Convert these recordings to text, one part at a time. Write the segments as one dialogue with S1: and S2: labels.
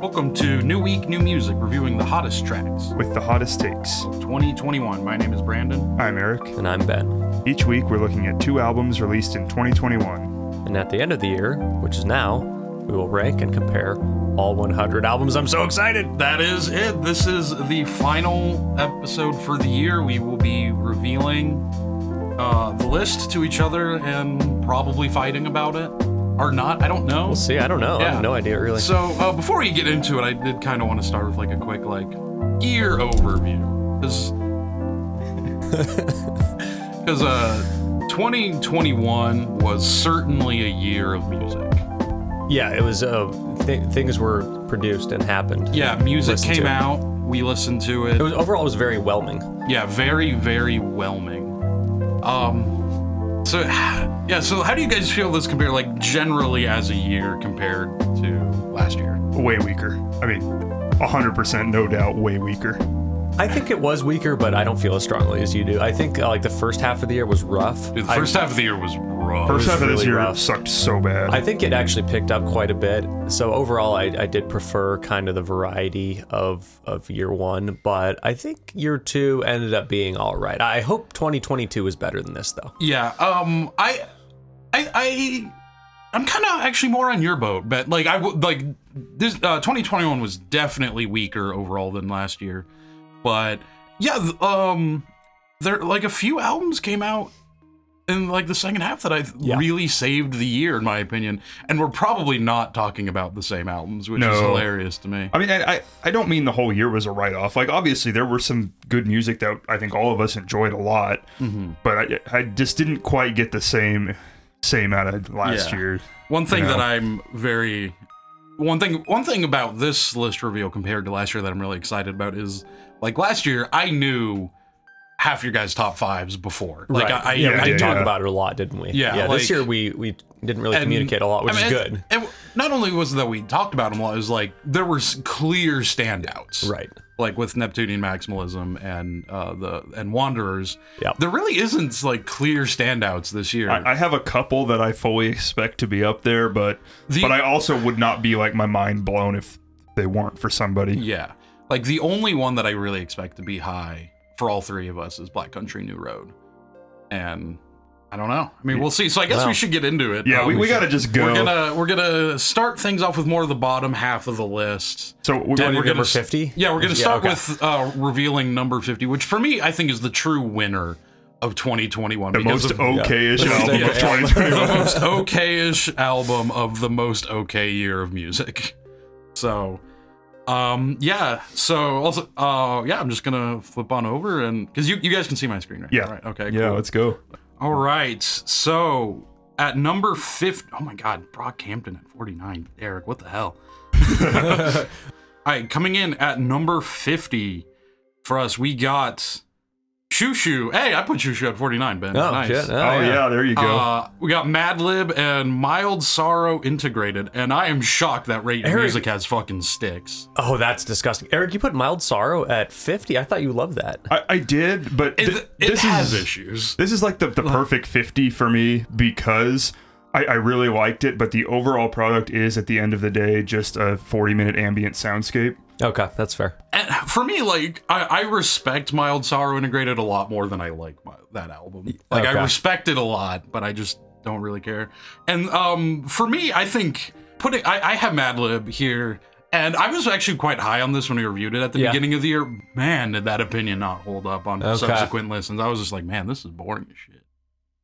S1: Welcome to New Week, New Music, reviewing the hottest tracks
S2: with the hottest takes.
S1: of 2021. My name is Brandon.
S2: I'm Eric.
S3: And I'm Ben.
S2: Each week, we're looking at two albums released in 2021.
S3: And at the end of the year, which is now, we will rank and compare all 100 albums. I'm so excited!
S1: That is it. This is the final episode for the year. We will be revealing uh, the list to each other and probably fighting about it or not. I don't know.
S3: We'll see. I don't know. I
S1: Yeah.
S3: have no idea, really.
S1: So uh, before we get into it, I did kind of want to start with like a quick like year overview because because uh 2021 was certainly a year of music.
S3: yeah, it was, uh, th- things were produced and happened.
S1: Yeah, music
S3: Listen
S1: came
S3: to it.
S1: out. We listened to it.
S3: It was overall, it was very whelming.
S1: yeah, very very whelming. Um, so yeah, so how do you guys feel this compare like generally as a year compared to last year?
S2: Way weaker. I mean, 100% no doubt, way weaker.
S3: I think it was weaker, but I don't feel as strongly as you do. I think uh, like the first half of the year was rough.
S1: Dude, the
S3: I-
S1: first half of the year was rough.
S2: First half of this
S3: really
S2: year
S3: rough.
S2: sucked so bad.
S3: I think it actually picked up quite a bit. So overall, I, I did prefer kind of the variety of of year one, but I think year two ended up being all right. I hope 2022 is better than this, though.
S1: Yeah. Um. I. I. I. I'm kind of actually more on your boat, but like I would like this. Uh, 2021 was definitely weaker overall than last year, but yeah. th- Um. There like a few albums came out in like the second half that I th-
S3: Yeah.
S1: really saved the year in my opinion, and we're probably not talking about the same albums, which is
S2: No.
S1: hilarious to me.
S2: I mean, I, I, I don't mean the whole year was a write off. Like, obviously, there were some good music that I think all of us enjoyed a lot, but I, I just didn't quite get the same same out of last
S1: Yeah.
S2: year.
S1: One thing
S2: know?
S1: that I'm very one thing one thing about this list reveal compared to last year that I'm really excited about is like last year I knew half your guys top fives before. Like
S3: right.
S1: I, I,
S3: yeah,
S1: I
S3: we did
S2: yeah,
S3: talk
S2: yeah.
S3: about it a lot, didn't we?
S1: Yeah, like-
S3: this year we we didn't really
S1: and-
S3: communicate a lot, which
S1: I mean,
S3: is
S1: it-
S3: good.
S1: it- not only was it that we talked about them a lot, it was like there were s- clear standouts.
S3: Right.
S1: Like with Neptunian maximalism and uh the and Wanderers.
S3: Yep.
S1: There really isn't like clear standouts this year.
S2: I, I have a couple that I fully expect to be up there, but
S1: The-
S2: but I also would not be like my mind blown if they weren't for somebody.
S1: Yeah. Like the only one that I really expect to be high for all three of us is Black Country New Road. And I don't know. I mean, we'll see. So I guess
S3: Wow.
S1: we should get into it.
S2: Yeah,
S1: Um,
S2: we, we gotta just go.
S1: We're gonna we're gonna start things off with more of the bottom half of the list.
S2: so we're
S1: And
S2: going
S1: we're gonna
S3: number
S1: s-
S3: 50?
S1: Yeah, we're gonna start
S3: okay.
S1: with uh, revealing number fifty, which for me I think is the true winner of 2021.
S2: the
S1: because
S2: most
S1: of-
S2: okay-ish
S3: Yeah.
S2: album
S3: Yeah,
S2: of
S3: yeah.
S2: 2021.
S1: the most okay-ish album of the most okay year of music. So, um, yeah. So also, uh, yeah, I'm just gonna flip on over and because you you guys can see my screen right.
S2: Yeah.
S1: All right. Okay.
S2: Yeah,
S1: cool. Oh,
S2: let's go.
S1: All right. So at number 50, oh my God, Brockhampton at 49. Eric, what the hell? All right, coming in at number 50 for us, we got Shushu. Hey, I put Shushu at 49, Ben.
S3: Oh,
S1: nice.
S3: shit.
S2: Oh, yeah. there you go.
S1: Uh, we got Madlib and Mild Sorrow integrated, and I am shocked that Rate
S3: Eric-
S1: Music has fucking sticks.
S3: Oh, that's disgusting. Eric, you put Mild Sorrow at 50. I thought you loved that.
S2: I, I did, but
S1: It,
S2: thi-
S1: it
S2: this
S1: has
S2: is
S1: issues.
S2: this is like the, the perfect 50 for me because I, I really liked it, but the overall product is at the end of the day just a 40 minute ambient soundscape.
S3: Okay, that's fair.
S1: And for me, like I, I respect Mild Sorrow Integrated a lot more than I like my, that album. Like I
S3: Okay.
S1: respect it a lot, but I just don't really care. And um, for me, I think putting I, I have Madlib here, and I was actually quite high on this when we reviewed it at the
S3: Yeah.
S1: beginning of the year. Man, did that opinion not hold up on
S3: Okay.
S1: subsequent listens? I was just like, man, this is boring as shit.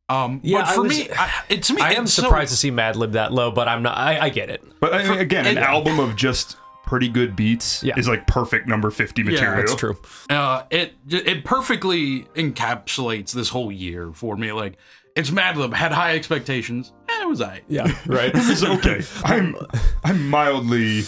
S1: Um,
S3: Yeah,
S1: but
S3: I
S1: for
S3: was-
S1: me, I, it, to me,
S3: I am
S1: it's so-
S3: surprised to see Madlib that low, but I'm not. I, I get it.
S2: But I mean, again, an
S1: and-
S2: album of just pretty good beats
S3: Yeah.
S2: is like perfect number 50 material.
S3: That's true.
S1: uh, it it perfectly encapsulates this whole year for me. Like it's Madlib had high expectations. Eh, it was I.
S3: Yeah, right.
S2: It's okay. I'm I'm mildly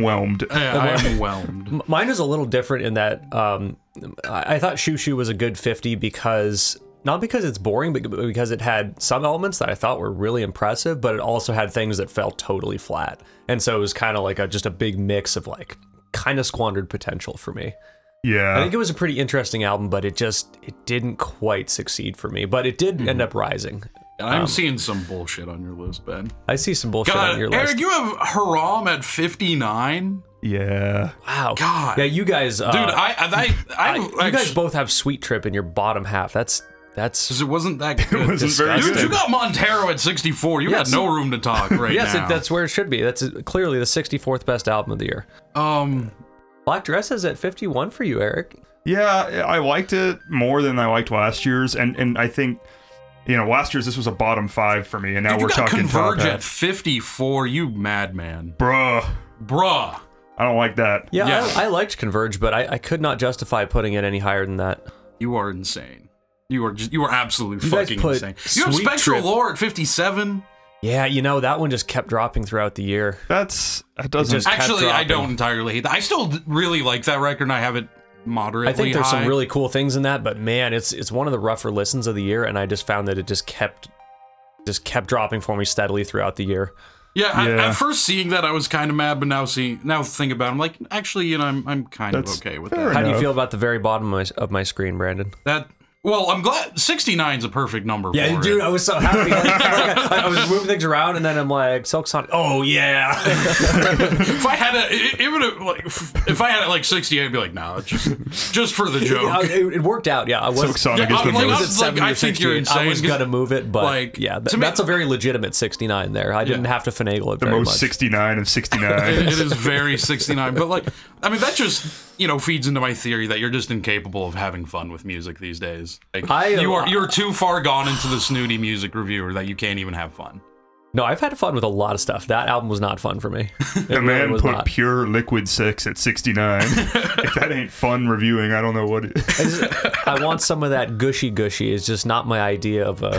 S2: whelmed.
S1: I'm whelmed.
S3: M- Mine is a little different in that um, I I thought Shoo Shoo was a good 50 because not because it's boring, but but because it had some elements that I thought were really impressive, but it also had things that fell totally flat. And so it was kind of like a, just a big mix of like kind of squandered potential for me.
S2: Yeah.
S3: I think it was a pretty interesting album, but it just it didn't quite succeed for me. But it did
S1: Mm-hmm.
S3: end up rising.
S1: And I'm seeing some bullshit on your list, Ben.
S3: Um, I see some bullshit
S1: God,
S3: on your
S1: Eric,
S3: list.
S1: you have Haram at 59.
S2: Yeah.
S3: Wow.
S1: God.
S3: Yeah, you guys. Uh,
S1: Dude, I, I, I, I,
S3: I- you guys both have Sweet Trip in your bottom half. That's that's.
S1: it wasn't that good.
S2: wasn't very
S1: Dude,
S2: good.
S1: you got Montero at 64. You got
S3: Yes.
S1: no room to talk right
S3: Yes,
S1: now.
S3: it, that's where it should be. That's uh, clearly the 64th best album of the year.
S1: um.
S3: Black Dress is at 51 for you, Eric.
S2: Yeah, I liked it more than I liked last year's, and and I think you know last year's this was a bottom five for me, and now
S1: Dude,
S2: we're
S1: you got
S2: talking top
S1: Converge at
S2: half.
S1: 54. You madman,
S2: Bruh,
S1: bruh.
S2: I don't like that.
S3: Yeah,
S1: Yeah.
S3: I, I liked Converge, but I, I could not justify putting it any higher than that.
S1: You are insane. You are just, you are absolutely
S3: You guys
S1: fucking
S3: put
S1: insane. You have
S3: Sweet
S1: Spectral
S3: Trip-
S1: Lore at 57.
S3: Yeah, you know that one just kept dropping throughout the year.
S2: That's that doesn't.
S3: just- kept
S1: Actually, I
S3: dropping.
S1: don't entirely hate that. I still d- really like that record, and I have it moderately.
S3: I think there's
S1: high.
S3: some really cool things in that, but man, it's it's one of the rougher listens of the year, and I just found that it just kept just kept dropping for me steadily throughout the year.
S1: Yeah, I,
S2: Yeah.
S1: at first seeing that, I was kind of mad, but now seeing now think about, it, I'm like, actually, you know, I'm I'm kind
S2: That's
S1: of okay with
S2: fair
S1: that.
S3: How do you
S2: enough.
S3: feel about the very bottom of my, of my screen, Brandon?
S1: That well, I'm glad 69 is a perfect number. for It.
S3: was so happy. I, was moving things around, and then I'm like, Silk Sonic. Oh yeah,
S1: If I had a, it, it would have like, if if I had it like 68, I'd be like, no, it's just just for the joke.
S3: it, it worked out. Yeah, I was.
S2: Silk Sonic
S1: Yeah,
S2: is the
S1: I'm like-
S3: was
S2: most.
S3: at 70
S1: I
S3: or
S1: think you're
S3: 68. I
S1: insane,
S3: was
S1: 'cause,
S3: gonna move it, but
S1: like,
S3: yeah, th-
S1: to me-
S3: that's a very legitimate 69 there. I didn't
S1: Yeah.
S3: have to finagle it
S2: the
S3: very
S2: most
S3: much.
S2: 69 of 69.
S1: It- it is very 69, but like, I mean, that just you know feeds into my theory that you're just incapable of having fun with music these days. Like,
S3: I-
S1: you are you're too far gone into the snooty music reviewer that you can't even have fun.
S3: No, I've had fun with a lot of stuff. That album was not fun for me. It
S2: the
S3: really
S2: man
S3: was
S2: put
S3: not.
S2: pure liquid six at 69. if that ain't fun reviewing, I don't know what. It,
S3: I, just- I want some of that gushy gushy. It's just not my idea of a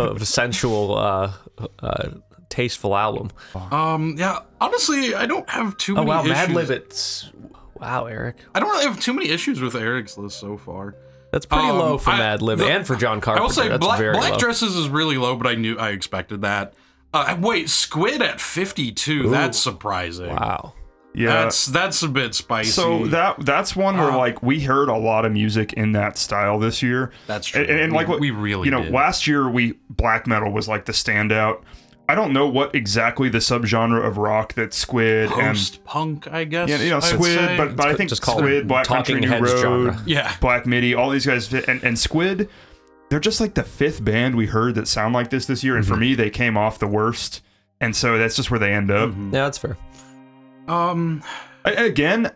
S3: of a sensual, uh, uh, tasteful album.
S1: Um, yeah, honestly, I don't have too
S3: Oh
S1: many
S3: wow,
S1: issues.
S3: Mad Lib, it's wow, Eric,
S1: I don't really have too many issues with Eric's list so far.
S3: that's pretty
S1: Um,
S3: low for
S1: I-
S3: Mad Lib
S1: the-
S3: and for John Carpenter.
S1: I will say
S3: that's
S1: black,
S3: very
S1: black
S3: low.
S1: dresses is really low, but I knew I expected that. Uh, wait, squid at fifty two. That's surprising.
S3: Wow.
S2: yeah.
S1: That's that's a bit spicy.
S2: so that that's one
S1: Uh,
S2: where like we heard a lot of music in that style this year.
S1: That's true.
S2: And, and, and,
S1: We-
S2: like what
S1: we really
S2: you know
S1: did.
S2: last year we black metal was like the standout. I don't know what exactly the subgenre of rock that Squid and
S1: post punk, I guess.
S2: yeah, you know
S1: I'd
S2: Squid,
S1: say.
S2: but, but I think
S3: just call it
S2: Squid, Black
S3: Talking
S2: Country New
S3: Heads
S2: Road,
S3: genre.
S1: yeah,
S2: Black MIDI, all these guys, fit- and, and Squid, they're just like the fifth band we heard that sound like this this year. And for
S1: Mm-hmm.
S2: me, they came off the worst, and so that's just where they end up.
S3: Yeah, that's fair.
S1: um,
S2: I- again,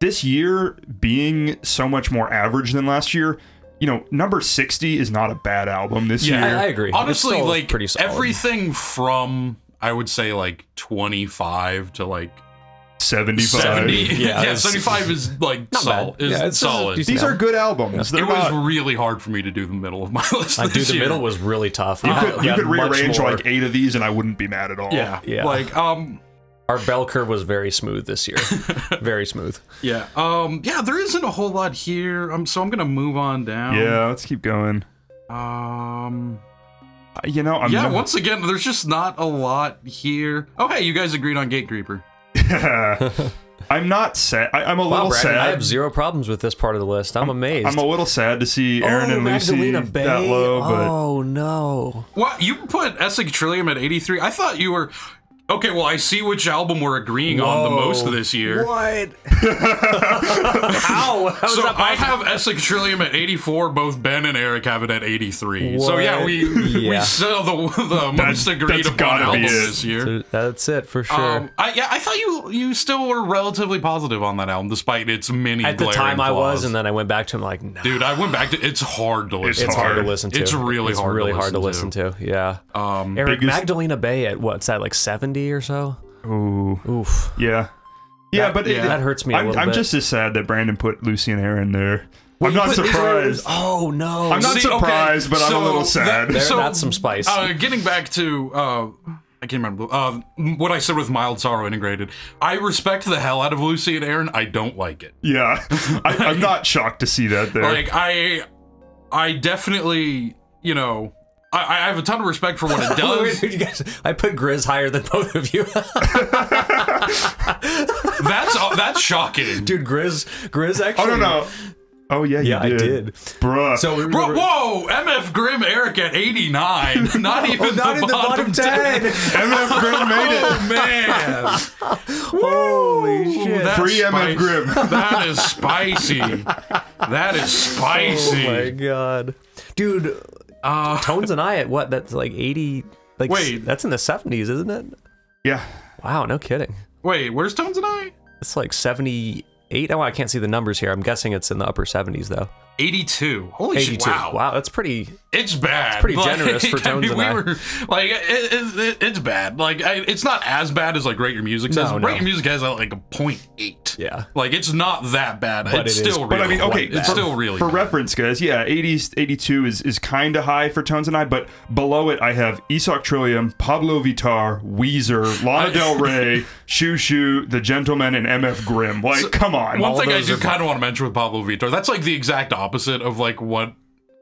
S2: this year being so much more average than last year, you know, number sixty is not a bad album this
S1: Yeah.
S2: year.
S3: I, I agree. It's
S1: honestly,
S3: still
S1: like
S3: pretty solid.
S1: everything from I would say like twenty five to like
S2: Seventy-five.
S1: seventy.
S3: yeah,
S1: Yeah,
S3: it's-
S1: seventy five is like
S3: Not
S1: solid.
S3: bad.
S1: Is
S3: Yeah, it's- it's
S1: solid.
S3: decent.
S2: These are good albums.
S1: It
S2: They're
S1: was
S2: not-
S1: really hard for me to do the middle of my list.
S3: I do
S1: this
S3: the
S1: year.
S3: middle was really tough. You,
S2: you could, you could rearrange
S3: more,
S2: like eight of these, and I wouldn't be mad at all.
S1: Yeah,
S3: Yeah.
S1: Like, um,
S3: our bell curve was very smooth this year. very smooth.
S1: yeah, um, yeah. There isn't a whole lot here. Um, so I'm gonna move on down.
S2: Yeah, let's keep going.
S1: Um.
S2: Uh, You know, I'm
S1: yeah.
S2: never-
S1: Once again, there's just not a lot here. Oh, hey, you guys agreed on Gate Creeper.
S2: I'm not sad. I, I'm a
S3: Wow,
S2: little
S3: Brandon,
S2: sad.
S3: I have zero problems with this part of the list. I'm, amazed.
S2: I'm a little sad to see Aaron
S3: oh,
S2: and Lucy
S3: Magdalena Bay.
S2: that low, but
S3: oh no.
S1: What you put Essex Trillium at 83? I thought you were okay. Well, I see which album we're agreeing on the most this year.
S3: Oh, What? How? How is
S1: So
S3: that
S1: I have Essex Trillium at 84. Both Ben and Eric have it at 83. So yeah,
S3: What?
S1: we we
S3: Yeah.
S1: sell the the most agreed
S2: that's
S1: upon
S2: gotta
S1: album
S2: be it.
S1: this year.
S3: possible? That's it for sure.
S1: Um, I, yeah, I thought you you still were relatively positive on that album, despite its many.
S3: At the
S1: glaring
S3: time, I
S1: flaws.
S3: was, and then I went back to him like, nah,
S1: dude, I went back to. It's hard to listen.
S3: it's hard,
S2: hard.
S3: to listen to.
S1: It's really
S3: it's
S1: hard to
S3: Really hard to
S1: listen
S3: listen to. Yeah.
S1: to. Um,
S3: Eric
S2: biggest-
S3: Magdalena Bay at what's that like seventy or so?
S2: ooh,
S3: Oof.
S2: yeah, yeah.
S3: That-
S2: but it,
S1: yeah.
S3: That hurts me a
S2: I'm,
S3: little
S2: I'm
S3: bit.
S2: just as sad that Brandon put Lucy and Aaron there. I'm
S3: You
S2: not
S3: put these
S2: surprised.
S3: others- Oh no.
S2: I'm not
S1: See, okay,
S2: surprised, but I'm
S1: so
S2: a little
S1: that-
S2: sad.
S1: that-
S3: There,
S1: So-
S3: that's some spice.
S1: Uh, getting back to, uh, I can't remember uh, what I said with mild sorrow integrated. I respect the hell out of Lucy and Aaron. I don't like it.
S2: yeah, I, I'm not shocked to see that there.
S1: Like I, I definitely, you know, I, I have a ton of respect for what it
S3: Wait,
S1: does.
S3: wait, wait, you guys, I put Grizz higher than both of you.
S1: that's uh, that's shocking.
S3: Dude, Grizz, Grizz actually.
S2: oh no, no. Oh yeah, you
S3: Yeah, I
S2: did.
S3: did.
S2: bruh.
S3: So we
S1: Bro,
S3: were-
S1: whoa! MF Grimm, Eric Kendrick at 89. Not even
S4: Not
S1: the
S4: in the bottom 10.
S2: MF Grimm made it.
S1: Oh man,
S4: Holy
S1: Ooh,
S4: shit.
S1: that's
S2: Free MF
S1: spicy.
S2: Grimm.
S1: That is spicy. That is spicy. Uh,
S3: Oh my god, dude. Tones and I at what? That's like eighty. Like
S1: Wait.
S3: s- that's in the seventies, isn't it?
S2: Yeah.
S3: Wow, no kidding.
S1: Wait, where's Tones and I?
S3: It's like seventy-eight. Oh, I can't see the numbers here. I'm guessing it's in the upper seventies though.
S1: 82. Holy shit!
S3: Eighty-two.
S1: Wow.
S3: that's pretty.
S1: It's bad.
S3: pretty generous for Tones and I.
S1: were like, it, it, it- it's bad. Like, I, it's not as bad as like Rate Your Music says.
S3: No, no.
S1: Rate Your Music has uh, like a point eight.
S3: Yeah.
S1: Like, it's not that bad.
S3: But
S1: it's
S3: it is
S1: still really.
S2: But I mean, okay,
S1: It's
S2: for-
S1: still really.
S2: for
S1: bad.
S2: reference, guys. Yeah, 80s, 82 is is kind of high for Tones and I, but below it, I have Isak Trillium, Pablo Vitar, Weezer, Lana Del Rey, Shoo Shoo, The Gentleman, and MF Grimm. Like, come on.
S1: One thing I
S3: those
S1: do
S3: are-
S1: kind of want to mention with Pablo Vitor, that's like the exact opposite of like what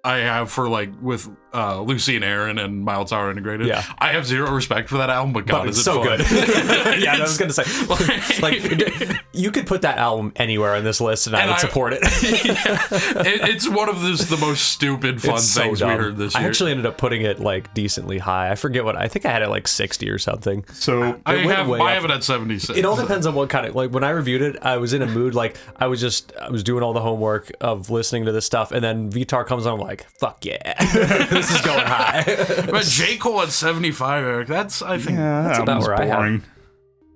S1: I have for like with uh, Lucy and Aaron and Mild Tower Integrated.
S3: Yeah.
S1: I have zero respect for that album, but God,
S3: But
S1: is
S3: it's
S1: it
S3: so
S1: fun.
S3: good. yeah, I was gonna say.
S1: Like-
S3: Like, d- you could put that album anywhere on this list, and, I
S1: And
S3: would
S1: I-
S3: support it.
S1: It- it's one of this, the most stupid fun
S3: It's so
S1: things we
S3: dumb.
S1: heard this
S3: I
S1: year.
S3: actually ended up putting it like decently high. I forget what I think. I had it like sixty or something.
S2: so,
S1: I
S3: it went
S1: have
S3: way
S1: I
S3: up.
S1: have it at seventy six.
S3: It all depends on what kind of like when I reviewed it, I was in a mood like I was just I was doing all the homework of listening to this stuff, and then Vitar comes on I'm like fuck yeah, this is going high.
S1: But J Cole at seventy five, Eric. That's I think.
S2: yeah, that's
S3: about where I have-
S2: boring.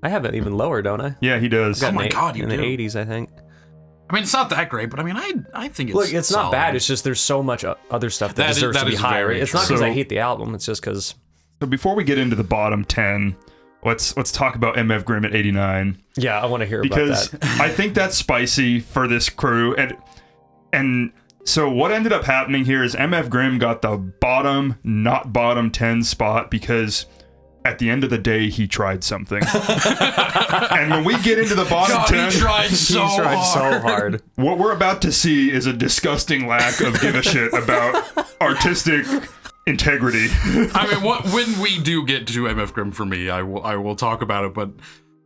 S3: I have it even lower, don't I?
S2: Yeah, he does.
S1: Oh my
S3: In the-
S1: God, you
S3: in
S1: do.
S3: the eighties, I think.
S1: I mean, it's not that great, but I mean, I I think it's
S3: Look, it's not
S1: solid.
S3: bad. It's just there's so much o- other stuff that,
S1: That is-
S3: deserves
S1: that
S3: to be
S1: is
S3: higher.
S1: very
S3: It's not because
S2: true.
S3: I hate the album. It's just because
S2: So before we get into the bottom 10, let's let's talk about MF Grimm at 89.
S3: yeah, I want to hear
S2: because
S3: about
S2: I think that's spicy for this crew. And and so what ended up happening here is MF Grimm got the bottom, not bottom ten spot because at the end of the day he tried something. and when we get into the bottom
S1: God,
S2: ten,
S1: he tried
S3: that.
S1: so
S3: He's tried
S1: hard.
S3: so hard.
S2: what we're about to see is a disgusting lack of give a shit about artistic integrity.
S1: I mean, what when we do get to MF Grimm for me, I will I will talk about it. But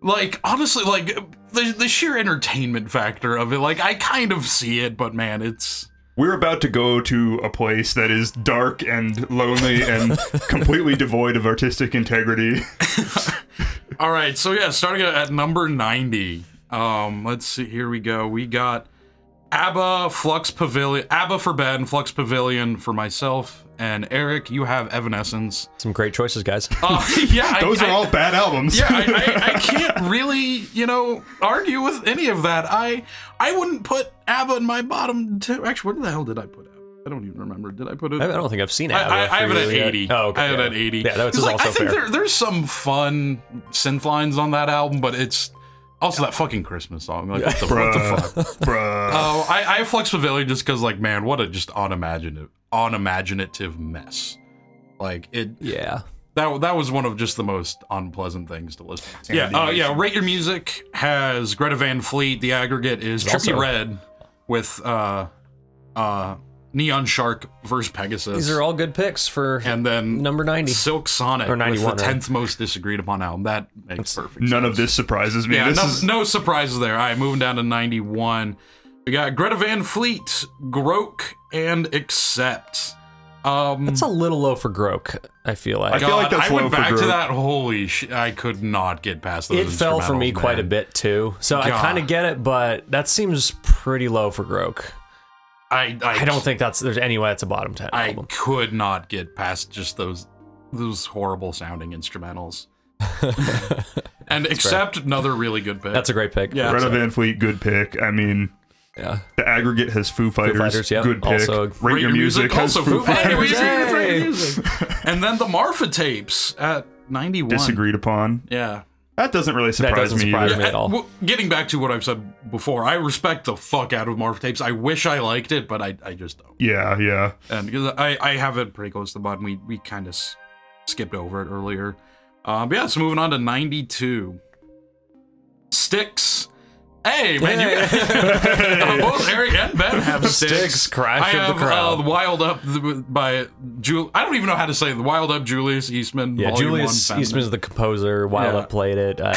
S1: like honestly, like the the sheer entertainment factor of it, like I kind of see it, but man, it's
S2: We're about to go to a place that is dark and lonely and completely devoid of artistic integrity.
S1: all right. So yeah, starting at, at number ninety. Um, let's see. Here we go. We got ABBA, Flux Pavilion, ABBA for Ben, Flux Pavilion for myself, and Eric. You have Evanescence.
S3: Some great choices, guys.
S1: Uh, yeah, I-
S2: Those
S1: I-
S2: are all bad albums.
S1: yeah, I, I, I can't really, you know, argue with any of that. I I wouldn't put ABBA in my bottom two. Actually, where the hell did I put ABBA? I don't even remember. Did I put it?
S3: I I don't think I've seen it.
S1: I, I, I have it at
S3: really yet.
S1: 80.
S3: Oh, okay.
S1: I have
S3: yeah.
S1: it at 80.
S3: Yeah, that's
S1: 'Cause, like,
S3: also
S1: I think
S3: fair.
S1: there, there's some fun synth lines on that album, but it's also that fucking Christmas song. Like, what, the, what the fuck?
S2: Bruh. Bruh.
S1: Oh, I, I have Flux Pavilion just because, like, man, what a just unimaginative, unimaginative mess. Like, it,
S3: Yeah.
S1: that that was one of just the most unpleasant things to listen. to. Yeah, uh, yeah. Rate your music has Greta Van Fleet. The aggregate is Trippy
S3: also-
S1: Red with uh, uh, Neon Shark versus Pegasus.
S3: These are all good picks for
S1: and then
S3: number 90.
S1: Silk Sonic
S3: Or
S1: or
S3: 91,
S1: with the
S3: right?
S1: tenth most disagreed upon album. That makes perfect.
S2: None
S1: sense.
S2: of this surprises me.
S1: Yeah,
S2: this
S1: no,
S2: is
S1: no surprises there. All right, moving down to ninety one. We got Greta Van Fleet, Groke, and Accept. Um,
S3: It's a little low for Grok, I feel like.
S2: I feel like
S1: God,
S2: that's
S1: I
S2: low
S1: went
S2: for
S1: back to
S2: Groove.
S1: that. Holy shit! I could not get past those.
S3: it fell for me
S1: instrumentals,
S3: quite a
S1: man.
S3: bit too. So I
S1: God.
S3: kind of get it, but that seems pretty low for Grok.
S1: I I,
S3: I don't think that's there's any way it's a bottom 10
S1: I
S3: album.
S1: could not get past just those those horrible sounding instrumentals. and except another really good bit.
S3: That's a great pick.
S1: Yeah.
S2: Greta Van Fleet, good pick. I mean,
S3: Yeah.
S2: the aggregate has Foo Fighters,
S3: Fighters, yeah.
S2: good pick.
S3: Also-
S2: Rate Your Music, has
S1: also
S2: Foo,
S1: Foo
S2: Fighters.
S1: Fighters.
S3: Fighters.
S1: Rate Your Music. and then the Marfa tapes at ninety one.
S2: Disagreed upon.
S1: Yeah.
S2: That doesn't really surprise
S3: doesn't
S2: me.
S3: surprise
S2: either.
S3: me. at
S1: Uh,
S3: all.
S1: w- getting back to what I've said before, I respect the fuck out of Marfa tapes. I wish I liked it, but I, I just don't.
S2: Yeah, yeah.
S1: and because I, I have it pretty close to the bottom. We we kind of s- skipped over it earlier. Um, but yeah, so moving on to ninety two. Sticks. Hey man, you both Eric and Ben have sticks.
S3: Sticks, Crash
S1: I
S3: of the
S1: have
S3: Crowd.
S1: Uh, Wild Up th- by Jul. I don't even know how to say the Wild Up Julius Eastman.
S3: Yeah,
S1: Volume
S3: Julius
S1: one, Fountain.
S3: Eastman's the composer. Wild
S1: Yeah.
S3: Up played it. Uh,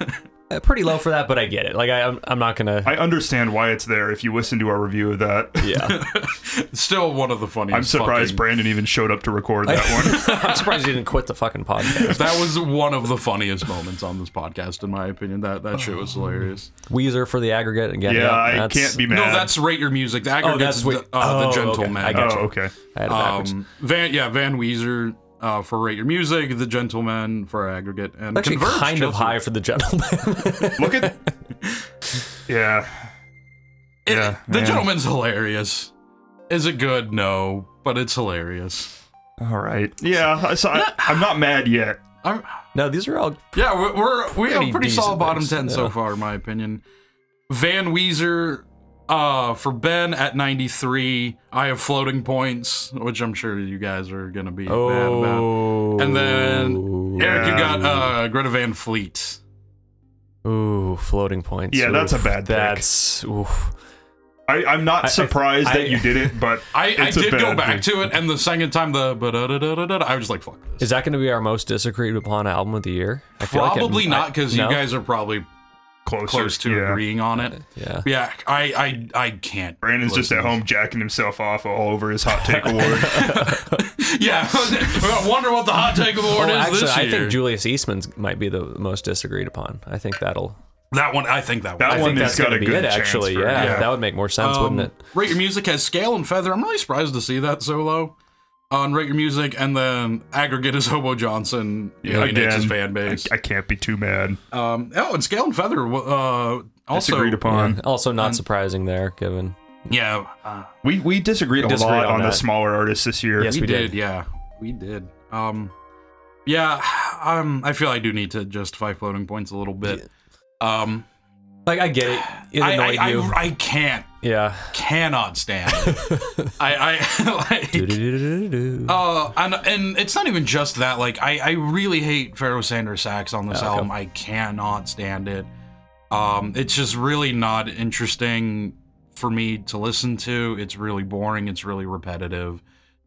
S3: uh, pretty low for that, but I get it. Like I, I'm, I'm not gonna.
S2: I understand why it's there if you listen to our review of that.
S3: yeah,
S1: Still one of the funniest.
S2: I'm surprised
S1: fucking-
S2: Brandon even showed up to record that one.
S3: I'm surprised you didn't quit the fucking podcast.
S1: That was one of the funniest moments on this podcast, in my opinion. That that shit
S3: Oh.
S1: was hilarious.
S3: Weezer for the aggregate again.
S2: Yeah, I
S3: that's-
S2: can't be mad.
S1: No, that's rate your music. The aggregates,
S3: that's what-
S1: the, uh,
S3: oh,
S1: the
S3: okay.
S1: gentleman.
S3: I
S2: Oh,
S3: gotcha.
S2: okay.
S3: I had it backwards.
S1: um, Van, yeah, Van Weezer uh, for rate your music, the gentleman for aggregate, and
S3: Actually,
S1: Converge,
S3: kind of
S1: doesn't-
S3: high for the gentleman.
S2: Look at. yeah.
S1: It-
S2: Yeah,
S1: the
S2: yeah.
S1: gentleman's hilarious. Is it good? No, but it's hilarious.
S2: All right. Yeah. So I, I'm not mad yet.
S1: I'm,
S3: no, these are all
S1: yeah, we're, we're we have
S3: Pretty
S1: a pretty solid
S3: decent
S1: bottom
S3: picks,
S1: ten
S3: yeah.
S1: so far, in my opinion. Van Weezer uh, for Ben at ninety three. I have floating points, which I'm sure you guys are gonna be mad about.
S3: Oh.
S1: And then Eric, you
S2: Yeah.
S1: got uh, Greta Van Fleet.
S3: Oh. Ooh, floating points.
S2: Yeah, that's a
S3: Oof.
S2: bad pick.
S3: That's oof.
S2: I, I'm not
S3: I- I-
S2: surprised
S3: I-
S2: that you did it, but
S1: I, I
S2: it's a
S1: did go
S2: bad
S1: back
S2: pick.
S1: to it, and the second time the ba-da-da-da-da-da, I was like, "Fuck this."
S3: Is that going to be our most disagreed upon album of the year? I feel like it-
S1: probably
S3: I-
S1: not because
S3: no?
S1: you guys are probably
S2: Closer,
S1: close to
S2: yeah.
S1: agreeing on it.
S3: Yeah.
S1: Yeah, I I, I can't.
S2: Brandon's just at home jacking himself off all over his hot take award.
S1: Yeah, I wonder what the hot take award
S3: Oh,
S1: is
S3: actually,
S1: this
S3: I
S1: year.
S3: think Julius Eastman's might be the most disagreed upon. I think that'll.
S1: that one, I think that one.
S2: That
S1: I
S2: one
S1: think
S2: is
S1: that's-
S2: got
S3: gonna
S2: a
S3: be
S2: good
S3: it.
S2: chance
S3: Actually,
S2: for-
S3: yeah,
S1: yeah.
S3: that would make more sense,
S1: um,
S3: wouldn't it?
S1: Rate Your Music has Scale and Feather. I'm really surprised to see that so low on Rate Your Music, and then Aggregate is Hobo Johnson. You know, he
S2: Again,
S1: hates his fan base.
S2: I, I can't be too mad.
S1: um, oh, and Scale and Feather uh, also.
S2: disagreed upon.
S3: Also, not surprising there, given.
S1: Yeah, uh,
S2: We we disagreed,
S3: disagreed
S2: a lot
S3: on
S2: on, the
S3: that.
S2: smaller artists this year.
S3: Yes,
S1: we,
S3: we
S1: did.
S3: did.
S1: Yeah, we did. Um, yeah. Um, I feel I do need to justify floating points a little bit. Um,
S3: Like, I get it. It
S1: I,
S3: annoyed
S1: I,
S3: you.
S1: I, I can't,
S3: yeah.
S1: cannot stand. It. I, I like.
S3: Do-do-do-do-do-do.
S1: Uh, and, and it's not even just that. Like, I, I really hate Pharaoh Sanders Sax on this
S3: Oh, okay.
S1: album. I cannot stand it. Um, it's just really not interesting for me to listen to. It's really boring. It's really repetitive,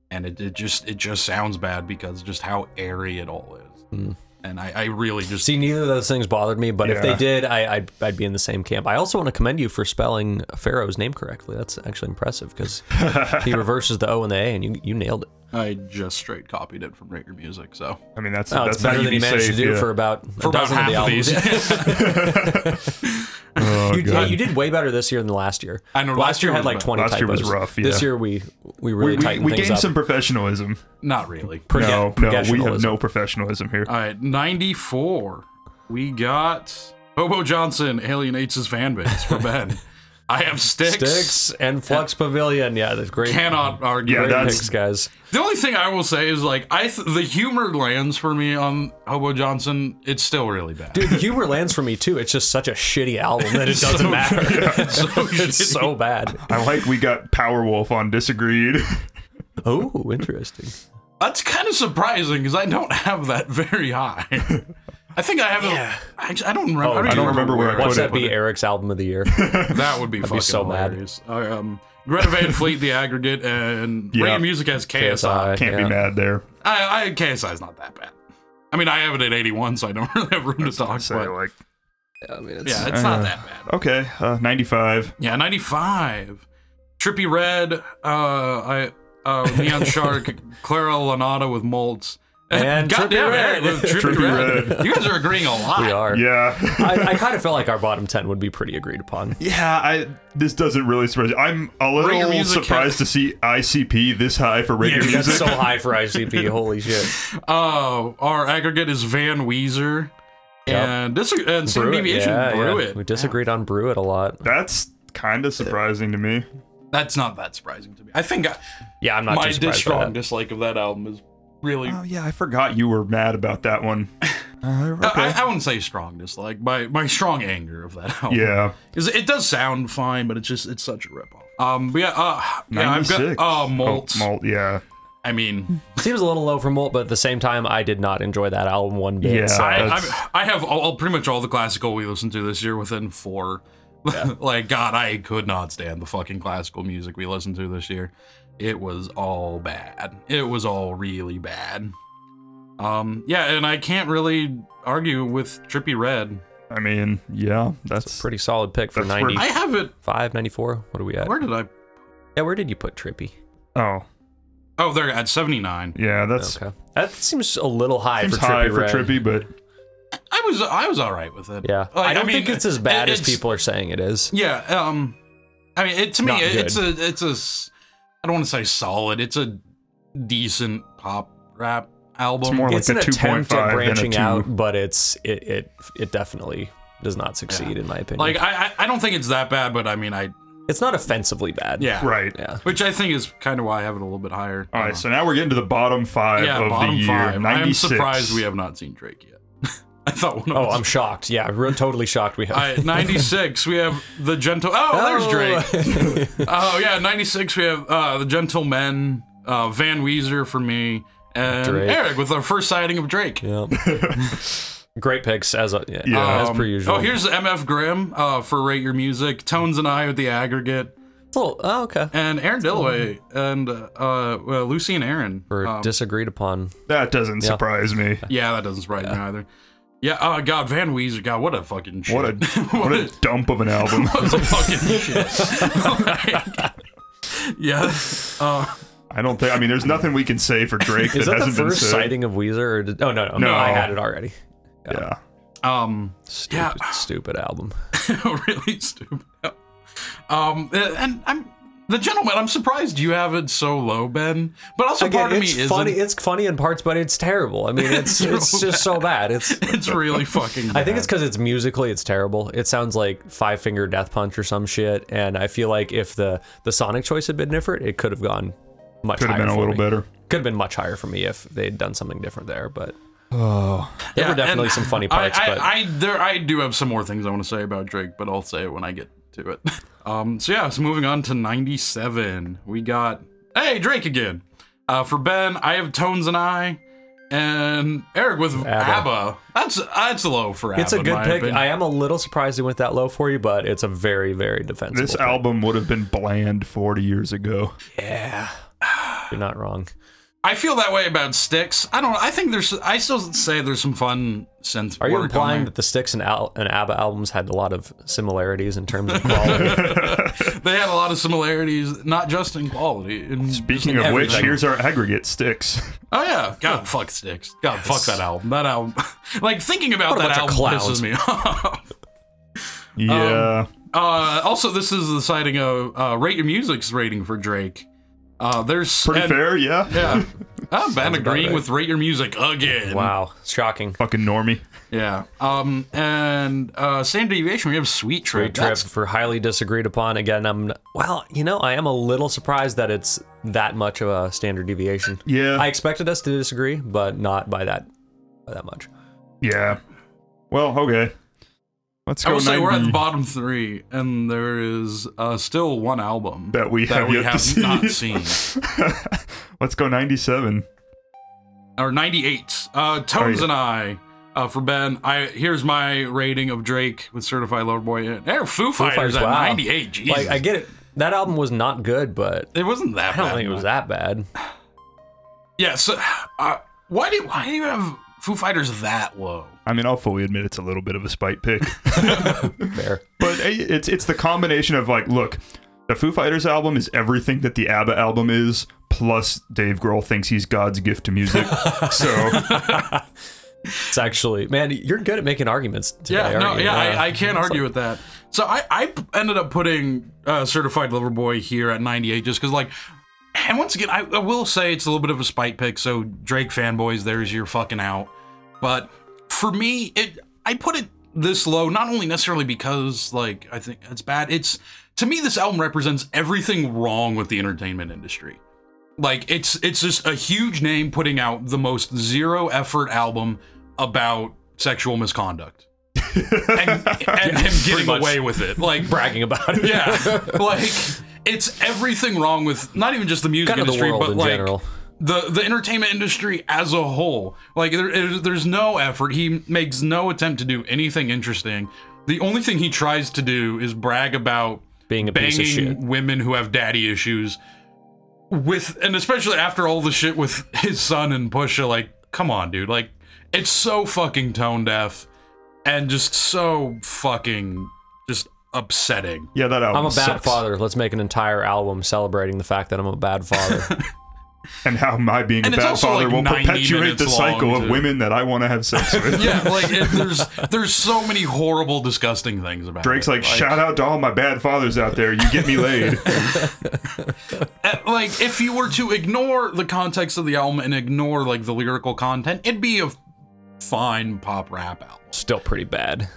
S1: and it, it just it just sounds bad because just how airy it all is. And I, I really just
S3: Hmm. See, neither of those things bothered me, but if they
S2: Yeah.
S3: did, I, I'd, I'd be in the same camp. I also want to commend you for spelling Pharaoh's name correctly. That's actually impressive because he reverses the O and the A, and you, you nailed it.
S1: I just straight copied it from Raker Music. So
S2: I mean that's
S3: Oh,
S2: that's
S3: it's better
S2: how you
S3: than he
S2: be
S3: managed
S2: safe,
S3: to do
S2: yeah.
S3: for about
S1: for
S3: a
S1: about
S3: dozen
S1: half
S3: the
S1: of,
S3: albums.
S1: these,
S2: Oh,
S3: you, yeah,
S2: God.
S3: you did way better this year than last year.
S1: I know,
S3: Last,
S1: last
S3: year
S1: year was
S3: had like
S1: bad.
S3: 20
S2: Last year was
S3: typos.
S2: rough,
S3: This
S2: yeah.
S3: year we,
S2: we,
S3: we really
S2: we,
S3: tightened
S2: we
S3: things
S2: gained
S3: up.
S2: some professionalism.
S1: not really.
S3: Proge-
S2: No, no, we have
S3: professionalism.
S2: no professionalism here.
S1: All right, 94. We got Bobo Johnson alienates his fan base for Ben. I have sticks.
S3: Sticks and Flux Pavilion. Yeah, that's great.
S1: Cannot argue.
S2: Yeah,
S1: with
S2: that's-
S3: picks, guys.
S1: The only thing I will say is like I th- the humor lands for me on Hobo Johnson. It's still really bad.
S3: Dude, the humor lands for me too. It's just such a shitty album that it doesn't
S1: so-
S3: matter.
S1: it's so
S3: it's
S1: shitty.
S3: so bad.
S2: I like we got Power Wolf on disagreed.
S3: Oh, interesting.
S1: That's kind of surprising because I don't have that very high. I think I have.
S3: Yeah.
S1: A, I, I don't remember.
S3: Oh,
S1: I
S3: I
S1: don't
S3: don't
S1: remember where.
S2: remember
S1: I
S2: where
S3: What's
S1: put
S3: that
S1: it.
S3: be? Eric's album of the year.
S1: That would be fucking
S3: so mad.
S1: hilarious. I, um, Greta Van Fleet, the aggregate, and
S2: Yeah.
S1: Radio Music has KSI.
S2: Can't
S3: yeah.
S2: be mad there.
S1: I, I KSI is not that bad. I mean, I have it at 81, so I don't really have room to talk.
S2: Say
S1: But
S2: like
S3: I mean, it's,
S1: yeah, it's not that bad.
S2: okay, uh, 95.
S1: Yeah, 95. Trippy Red, uh, I, uh, Neon Shark, Clara Lanata with Molds,
S3: And
S1: goddamn Eric
S3: Trippy Red.
S1: with Trippy,
S2: Trippy
S1: Red. You guys are agreeing a lot.
S3: we are.
S2: Yeah.
S3: I, I kind of felt like our bottom ten would be pretty agreed upon.
S2: Yeah, I this doesn't really surprise. you. I'm a
S1: Rate Your
S2: little
S1: Music
S2: surprised
S1: has-
S2: to see ICP this high for
S3: Dude,
S2: regular
S3: that's
S2: music.
S3: so high for ICP. Holy shit.
S1: Oh, our aggregate is Van Weezer
S3: Yep.
S1: and dis- and Standard
S3: Brew it.
S1: Deviation.
S3: Yeah,
S1: Brew
S3: yeah.
S1: it.
S3: We disagreed on Brew It a lot.
S2: That's kind of surprising to me.
S1: That's not that surprising to me. I think I,
S3: Yeah, I'm not
S1: my
S3: too
S1: dis-
S3: surprised by
S1: strong
S3: that. Uh,
S1: dislike of that album is really
S2: Oh yeah, I forgot you were mad about that one. Uh, okay.
S1: I, I wouldn't say strong dislike. My my strong anger of that album.
S2: yeah,
S1: 'Cause it does sound fine, but it's just it's such a ripoff. Um, but yeah, uh, yeah, I've
S2: 96.
S1: got uh, Molt.
S2: Oh, malt. Yeah,
S1: I mean,
S3: Seems a little low for Molt, but at the same time, I did not enjoy that album one bit.
S2: Yeah.
S3: so-
S1: I,
S2: that's-
S1: I'm- I have all, all- pretty much all the classical we listened to this year within four. like God, I could not stand the fucking classical music we listened to this year. It was all bad. It was all really bad. Um, yeah, and I can't really argue with Trippy Red.
S2: I mean, yeah, that's
S3: Pretty solid pick for
S2: That's where-
S3: 95,
S1: I have it.
S3: 94. What are we at?
S1: Where did I?
S3: yeah, where did you put Trippy?
S2: oh
S1: Oh, there at 79.
S2: yeah, that's
S3: Okay. That seems a little high
S2: seems
S3: for Trippy.
S2: high for
S3: Red.
S2: trippy, but
S1: I was I was all right with it.
S3: Yeah.
S1: Like,
S3: I don't
S1: mean,
S3: think it's as bad
S1: it-
S3: as
S1: it's-
S3: people are saying it is.
S1: Yeah. Um. I mean, it, to me,
S3: Not
S1: it-
S3: good.
S1: it's a it's a s- I don't want to say solid. It's a decent pop rap album.
S2: it's more like
S3: it's
S2: a
S3: an attempt at
S2: 2.5 than a
S3: branching
S2: two.
S3: out, but it's it it it definitely does not succeed in my opinion.
S1: like I, I I don't think it's that bad, but I mean I
S3: it's not offensively bad.
S1: yeah
S2: Right.
S3: Yeah.
S1: which I think is kind of why I have it a little bit higher.
S2: All right, so now we're getting to the bottom five
S1: yeah,
S2: of
S1: bottom
S2: the year.
S1: five. I am
S2: 96.
S1: surprised we have not seen Drake yet. I thought one of
S3: Oh,
S1: us-
S3: I'm shocked. Yeah, we're totally shocked. We have.
S1: All right, 96 we have the gentle oh, there's drake
S3: Drake.
S1: oh yeah 96 we have uh the gentlemen uh van weezer for me and
S3: Drake.
S1: eric with our first sighting of drake
S3: Great picks as a, yeah,
S2: Yeah.
S3: as per
S1: Um,
S3: usual.
S1: oh here's mf grimm uh for rate your music tones and i with the aggregate
S3: oh, oh, okay.
S1: and aaron dillaway and uh, uh well, lucy and aaron
S3: Or
S1: Um,
S3: disagreed upon.
S2: That doesn't surprise me.
S1: yeah that doesn't surprise me either yeah oh god van weezer god what a fucking shit.
S2: What a what a dump of an album.
S1: what a fucking shit Like, yeah uh
S2: I don't think. I mean, there's nothing we can say for Drake
S3: Is that the
S2: hasn't been
S3: first
S2: said.
S3: sighting of Weezer? Or did, oh no, no,
S2: No.
S3: I had it already.
S2: Yeah.
S1: um
S3: Stupid,
S1: Yeah.
S3: stupid album.
S1: Oh, really stupid. Um, and I'm the gentleman. I'm surprised you have it so low, Ben. But also, part of me
S3: it's
S1: is
S3: funny. It's funny in parts, but it's terrible. I mean, it's it's, just so bad. It's.
S1: It's really fucking.
S3: I think it's because it's musically, it's terrible. It sounds like Five Finger Death Punch or some shit. And I feel like if the the sonic choice had been different, it could have gone much.
S2: Could have
S3: higher
S2: been a
S3: for
S2: little
S3: me.
S2: better.
S3: Could have been much higher for me if they had done something different there. But
S2: Oh.
S3: there
S1: Yeah,
S3: were definitely
S1: and
S3: some funny
S1: I,
S3: parts.
S1: I,
S3: but
S1: I there I do have some more things I want to say about Drake, but I'll say it when I get to it. Um, so yeah, so moving on to '97, we got hey Drake again. Uh, for Ben, I have Tones and I, and Eric with ABBA. That's that's low for ABBA.
S3: It's a
S1: in
S3: good
S1: my
S3: pick.
S1: opinion.
S3: I am a little surprised it went that low for you, but it's a very, very defensible.
S2: This
S3: pick.
S2: album would have been bland 40 years ago.
S3: yeah, you're not wrong.
S1: I feel that way about sticks. I don't. I think there's. I still say there's some fun synth.
S3: Are you
S1: work on
S3: implying
S1: there.
S3: that the Sticks and, Al- and ABBA albums had a lot of similarities in terms of quality?
S1: they had a lot of similarities, not just in quality? In
S2: Speaking of which,
S1: everything.
S2: here's our aggregate sticks.
S1: oh yeah, God fuck sticks. God fuck that album. That album. like thinking about
S3: What a
S1: that
S3: bunch
S1: album
S3: of
S1: pisses
S3: clowns.
S1: me off.
S2: Yeah.
S1: Uh, also, this is the citing of uh, Rate Your Music's rating for Drake. Uh, there's
S2: Pretty
S1: and-
S2: fair, yeah.
S1: Yeah, Oh, I'm Ben agreeing
S3: right.
S1: with Rate Your Music again.
S3: wow, shocking.
S2: Fucking normie.
S1: Yeah. Um, and uh, standard deviation. We have Sweet Trip.
S3: Great trip
S1: That's
S3: for highly disagreed upon. Again, I'm well. You know, I am a little surprised that it's that much of a standard deviation.
S2: Yeah.
S3: I expected us to disagree, but not by that by that much.
S2: yeah. Well, okay. Let's
S1: I
S2: go.
S1: will say we're at the
S2: 90.
S1: bottom three, and there is uh, still one album
S2: That we have yet to see.
S1: not seen,
S2: Let's go 97.
S1: or '98. Uh, Tones
S2: yeah.
S1: and I uh, for Ben. I here's my rating of Drake with Certified Lover Boy. and- There, Foo, Fighters
S3: Fighters,
S1: at
S3: wow.
S1: '98. Jesus,
S3: Like, I get it. That album was not good, but
S1: it wasn't that.
S3: I don't
S1: bad.
S3: think it was that bad.
S1: Yeah. So uh, why do why do you have Foo Fighters that low?
S2: I mean, I'll fully admit it's a little bit of a spite pick.
S3: Fair.
S2: but hey, it's it's the combination of like, look, the Foo Fighters album is everything that the ABBA album is, plus Dave Grohl thinks he's God's gift to music. so
S3: It's actually, man, you're good at making arguments today.
S1: Yeah, no,
S3: aren't you?
S1: yeah, I, I can't argue with that. So I, I p- ended up putting uh, Certified Lover Boy here at 98 just because, like, and once again, I, I will say it's a little bit of a spite pick. So Drake fanboys, there's your fucking out. But for me, it I put it this low not only necessarily because like I think it's bad. It's to me this album represents everything wrong with the entertainment industry. Like it's it's just a huge name putting out the most zero effort album about sexual misconduct. and, and him getting
S3: much.
S1: away with it. Like
S3: bragging about it.
S1: yeah. like it's everything wrong with not even just the music
S3: Kind of the
S1: industry,
S3: world
S1: but
S3: in
S1: like
S3: general.
S1: the the entertainment industry as a whole. Like there, there- there's no effort. He makes no attempt to do anything interesting. The only thing he tries to do is brag about
S3: Being a piece of shit.
S1: banging women who have daddy issues. With and especially after all the shit with his son and Pusha, like, come on, dude. Like, it's so fucking tone deaf. and just so fucking just upsetting.
S2: Yeah, that album
S3: I'm a bad
S2: sucks.
S3: father. Let's make an entire album celebrating the fact that I'm a bad father.
S2: And how my being
S1: And
S2: a
S1: it's
S2: bad
S1: also,
S2: father
S1: like,
S2: will
S1: 90
S2: perpetuate the
S1: minutes
S2: cycle
S1: long,
S2: of
S1: too.
S2: women that I want to have sex with.
S1: Yeah, like it, there's there's so many horrible, disgusting things about.
S2: Drake's
S1: it.
S2: like, shout out to all my bad fathers out there. You get me laid.
S1: Uh, like if you were to ignore the context of the album and ignore like the lyrical content, it'd be a fine pop rap album.
S3: Still pretty bad.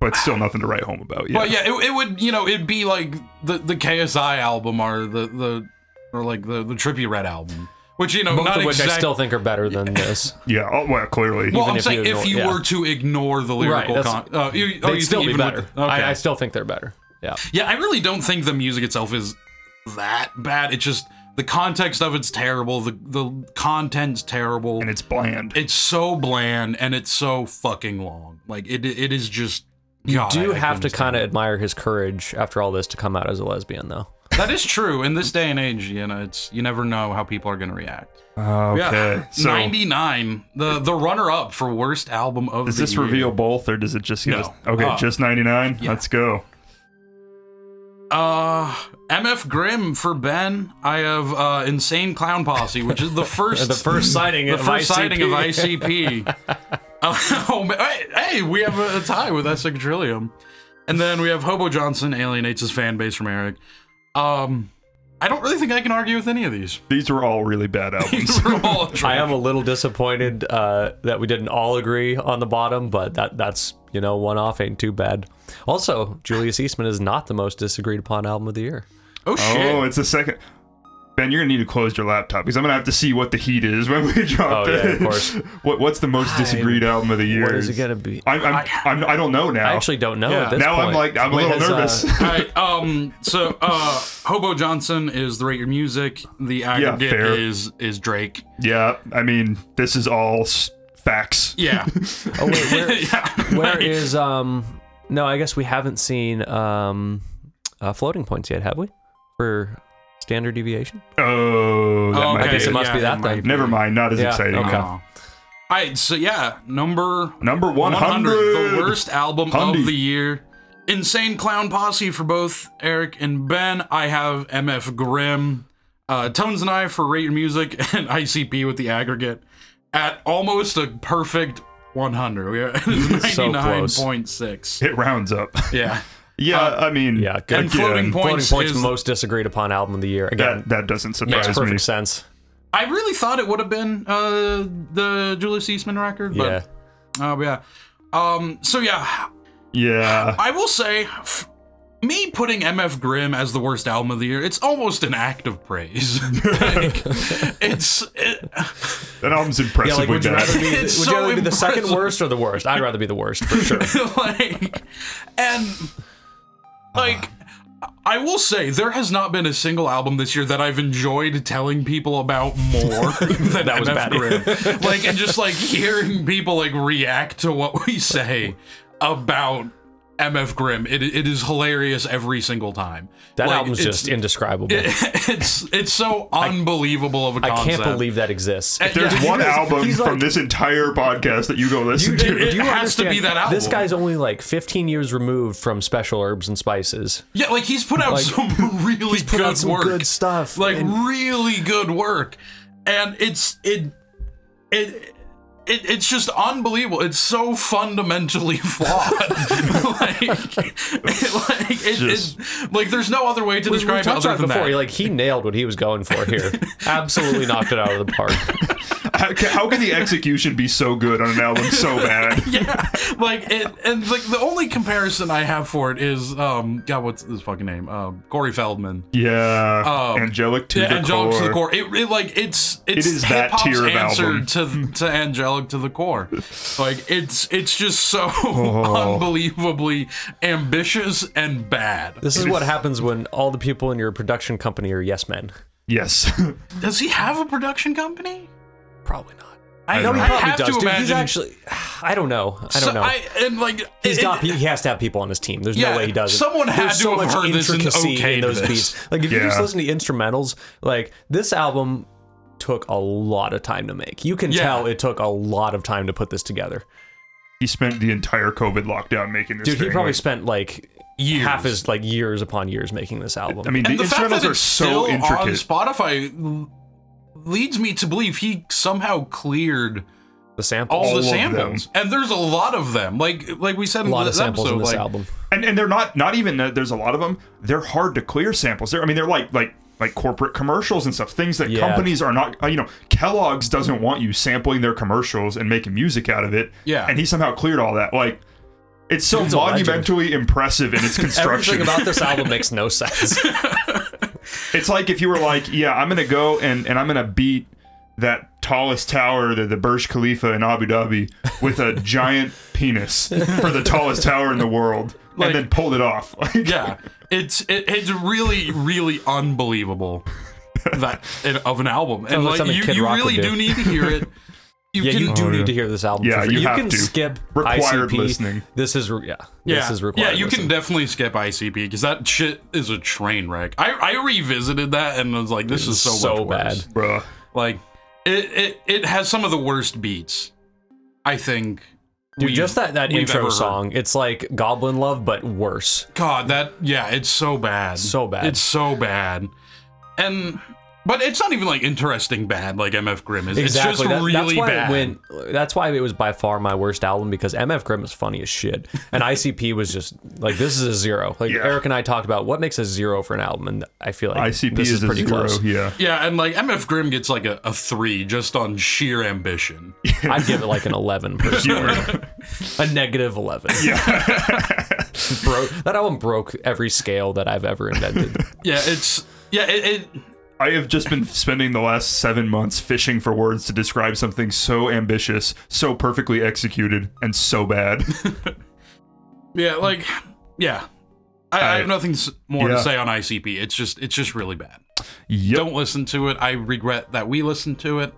S2: but still nothing to write home about. Yeah.
S1: But yeah, it, it would you know it'd be like the the KSI album or the the or like the the Trippy Red album, which you know
S3: Both
S1: not
S3: of which I
S1: exact-
S3: still think are better than this.
S2: yeah. Oh, well, clearly.
S1: Well,
S3: even
S1: I'm
S3: if
S1: saying
S3: you
S1: if
S3: ignore-
S1: you
S3: yeah.
S1: were to ignore the lyrical
S3: that's-
S1: content, uh, you, oh,
S3: They'd
S1: you
S3: still
S1: think
S3: be
S1: even with-
S3: better.
S1: okay.
S3: I, I still think they're better. Yeah.
S1: Yeah, I really don't think the music itself is that bad. It's just the context of it's terrible. The the content's terrible.
S2: and it's bland.
S1: it's so bland and it's so fucking long. Like it it is just. God,
S3: Do you
S1: I- I
S3: have to
S1: couldn't
S3: kind of
S1: stand
S3: admire his courage after all this to come out as a lesbian, though.
S1: it. That is true. In this day and age, you know, it's you never know how people are going to react.
S2: okay. So
S1: 99, the the runner up for worst album of
S2: does
S1: the
S2: this
S1: year.
S2: reveal both, or does it just get
S1: No.
S2: us? Okay,
S1: Uh,
S2: just ninety nine.
S1: yeah.
S2: Let's go.
S1: Uh, MF Grimm for Ben. I have uh, Insane Clown Posse, which is the first
S3: The first sighting
S1: the
S3: of
S1: first
S3: ICP.
S1: sighting of ICP. oh, man. hey, hey, we have a, tie with Essex Trillium, and then we have Hobo Johnson alienates his fan base from Eric. Um, I don't really think I can argue with any of these.
S2: These were all really bad albums.
S1: These are all
S3: I
S1: trash.
S3: am a little disappointed uh, that we didn't all agree on the bottom, but that that's you know one off ain't too bad. Also, Julius Eastman is not the most disagreed upon album of the year.
S1: oh shit!
S2: oh, it's the second. Ben, you're gonna need to close your laptop because I'm gonna have to see what the heat is when we drop
S3: Oh, yeah,
S2: this.
S3: of course.
S2: what What's the most disagreed album of the year?
S3: What is it gonna be?
S2: I'm, I'm, I, I'm, I don't know now.
S3: I actually don't know.
S1: Yeah.
S3: At this
S2: now I'm
S3: point.
S2: like I'm a
S3: Wait,
S2: little
S3: has, uh,
S2: nervous.
S1: All right. Um. So, uh, Hobo Johnson is the rate your music. The aggregate
S2: fair.
S1: is is Drake.
S2: yeah, I mean this is all s- facts.
S1: Yeah.
S3: oh, wait, where-
S1: yeah.
S3: Where is um? No, I guess we haven't seen um, uh, floating points yet, have we? For standard deviation.
S2: Oh, that might
S3: I guess
S2: be
S3: it must be that
S1: might
S3: then.
S1: be.
S2: Never mind, not as
S3: Yeah,
S2: exciting.
S3: okay.
S1: All right, so yeah, number
S2: Number 100,
S1: 100, the worst album
S2: Hundy.
S1: of the year. Insane Clown Posse for both Eric and Ben. I have MF Grimm, uh, Tones and I for Rate Your Music, and ICP with the aggregate at almost a perfect 100. We are it is
S3: So close.
S1: 99.6.
S2: It rounds up.
S1: Yeah.
S2: yeah, I mean,
S3: yeah, good.
S1: And floating
S2: again,
S1: point- Points
S3: uh, floating points
S1: is-
S3: most disagreed upon album of the year. Again,
S2: That that doesn't
S3: makes
S2: surprise
S3: perfect
S2: me.
S3: sense.
S1: I really thought it would have been uh, the Julius Eastman record,
S3: Yeah.
S1: but oh, yeah. Um, so yeah,
S2: Yeah,
S1: I will say, f- me putting MF Grimm as the worst album of the year, it's almost an act of praise. Like, it's it-
S2: that album's
S3: Yeah,
S2: impressively
S3: like would you
S2: bad.
S3: rather be, would
S1: It's
S3: you
S1: so
S3: rather be the second
S1: impressive.
S3: worst or the worst? I'd rather be the worst for sure.
S1: like, and like. I will say there has not been a single album this year that I've enjoyed telling people about more than
S3: That was
S1: MF
S3: bad.
S1: Grimm. like and just like hearing people like react to what we say about MF Grimm. It it is hilarious every single time.
S3: That
S1: Like,
S3: album's
S1: it's-
S3: just indescribable.
S1: it's it's so unbelievable of a
S3: I
S1: concept.
S3: can't believe that exists.
S1: And-
S2: There's
S1: yeah,
S2: one
S3: He's-
S2: album
S3: he's
S2: from
S3: like-
S2: this entire podcast that you go listen
S1: Dude,
S2: to.
S1: it has to
S3: understand,
S1: be that
S3: This
S1: album.
S3: guy's only like 15 years removed from special herbs and spices.
S1: Yeah, like he's put out
S3: Like,
S1: some really
S3: put
S1: good
S3: out some
S1: work,
S3: good stuff,
S1: like
S3: and-
S1: really good work, and it's it it. It, it's just unbelievable. It's so fundamentally flawed. like, it, like, it,
S2: Just-
S1: it, like, there's no other way to
S3: We-
S1: describe
S3: we
S1: it
S3: touched
S1: other
S3: on it
S1: than
S3: before.
S1: that.
S3: Like he nailed what he was going for here. Absolutely knocked it out of the park.
S2: How can, how can the execution be so good on an album so bad?
S1: yeah, like it, and like the only comparison I have for it is, um, God, what's his fucking name? Um, Corey Feldman.
S2: Yeah,
S1: Um,
S2: angelic to
S1: Yeah,
S2: the
S1: angelic
S2: core.
S1: to the core. It, it like it's it's
S2: is that
S1: hip-hop's
S2: tier of
S1: answer
S2: album.
S1: to to angelic to the core. Like it's it's just so
S2: Oh.
S1: unbelievably ambitious and bad.
S3: This is what happens when all the people in your production company are yes men.
S2: Yes,
S1: Does he have a production company?
S3: Probably not.
S1: I,
S2: don't know.
S1: I
S2: He
S1: have to
S3: Dude,
S1: imagine.
S3: He's actually. I don't know. I don't
S1: So
S3: know.
S1: I, and like
S3: He's
S1: it-
S3: got. He has to have people on his team. There's
S1: Yeah,
S3: no way he doesn't.
S1: someone had
S3: There's
S1: to
S3: so
S1: have
S3: much
S1: heard this and
S3: intricacy
S1: okayed
S3: in those
S1: this.
S3: beats. Like if you
S2: Yeah.
S3: just listen to instrumentals, like this album took a lot of time to make. You can
S1: Yeah.
S3: tell it took a lot of time to put this together.
S2: He spent the entire COVID lockdown making this.
S3: Dude, he
S2: thing,
S3: probably
S2: like-
S3: spent like
S1: Years.
S3: half his like years upon years making this album.
S2: I mean,
S1: and
S2: the,
S1: the, fact
S2: instrumentals
S1: that
S2: are
S1: it's still
S2: so intricate.
S1: on Spotify l- leads me to believe he somehow cleared
S3: the
S1: all,
S3: samples,
S2: All
S1: the
S2: of them.
S1: samples, and there's a lot of them. Like like we said
S3: a
S1: in
S3: lot of
S1: this
S3: samples
S1: episode,
S3: in this
S1: like,
S3: album.
S2: and and they're not not even that there's a lot of them they're hard to clear samples they're i mean they're like like like corporate commercials and stuff things that
S3: Yeah.
S2: companies are not uh, you know kellogg's doesn't want you sampling their commercials and making music out of it
S1: Yeah.
S2: and he somehow cleared all that like it's so
S3: Dude's a legend.
S2: monumentally impressive in its construction
S3: Everything about this album makes no sense.
S2: it's like if you were like yeah i'm gonna go and and i'm gonna beat that tallest tower the, the burj khalifa in abu dhabi with a giant penis for the tallest tower in the world
S1: Like-
S2: and then pulled it off Like-
S1: yeah, it's it, it's really really unbelievable that it, of an album, and
S3: Sounds like
S1: like,
S3: something
S1: you,
S3: Kid
S1: you
S3: Rock would
S1: really
S3: do.
S1: do. need to hear it. You
S3: Yeah,
S1: can Oh,
S3: you do
S2: yeah.
S3: need to hear this album.
S2: Yeah,
S3: for sure.
S2: you have
S3: can
S2: to.
S3: skip
S2: Required
S3: ICP.
S2: listening.
S3: This is re- yeah,
S1: Yeah.
S3: This is required.
S1: Yeah, you
S3: listening.
S1: can definitely skip ICP because that shit is a train wreck. I, I revisited that and was like, this is so
S3: so
S1: much worse.
S3: bad.
S2: bruh
S1: Like it, it it has some of the worst beats. I think.
S3: Dude,
S1: we've-
S3: just that that
S1: we've ever
S3: intro
S1: heard.
S3: song. It's like Goblin Love, but worse.
S1: God, that yeah, it's so bad.
S3: So bad.
S1: It's so bad. And but it's not even like interesting bad like MF Grimm is.
S3: Exactly.
S1: It's just
S3: That-
S1: really
S3: that's why
S1: bad.
S3: It went, that's why it was by far my worst album because MF Grimm is funny as shit, and ICP was just like this is a zero. Like
S2: Yeah.
S3: Eric and I talked about what makes a zero for an album, and I feel like
S2: ICP
S3: this
S2: is,
S3: is, pretty
S2: a zero.
S3: close.
S2: Yeah.
S1: yeah, and like MF Grimm gets like a, a three just on sheer ambition.
S3: I'd give it like an eleven, personally. a negative eleven. Yeah, broke that album broke every scale that I've ever invented.
S1: Yeah, it's yeah, it, it
S2: I have just been spending the last seven months fishing for words to describe something so ambitious, so perfectly executed, and so bad.
S1: yeah, like yeah. I, I,
S2: I-
S1: have nothing s- more
S2: yeah.
S1: to say on ICP. It's just it's just really bad.
S2: yep.
S1: Don't listen to it. I regret that we listened to it.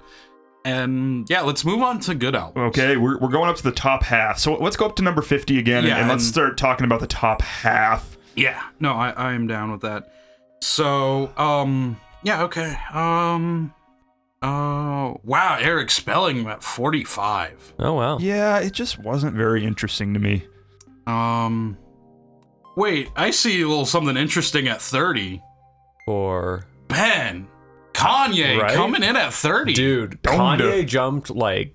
S1: And yeah, let's move on to good albums.
S2: Okay, we're, we're going up to the top half. So let's go up to number 50 again, and-
S1: Yeah,
S2: and, let's
S1: and-
S2: start talking about the top half.
S1: Yeah, no, I, I am down with that. So, um, yeah, okay. Um, uh, wow, Eric Spelling at 45.
S3: Oh wow.
S2: Yeah, it just wasn't very interesting to me.
S1: Um, wait, I see a little something interesting at 30.
S3: Or
S1: Ben, Kanye
S3: Right?
S1: coming in at 30.
S3: dude,
S2: Donda.
S3: Kanye jumped like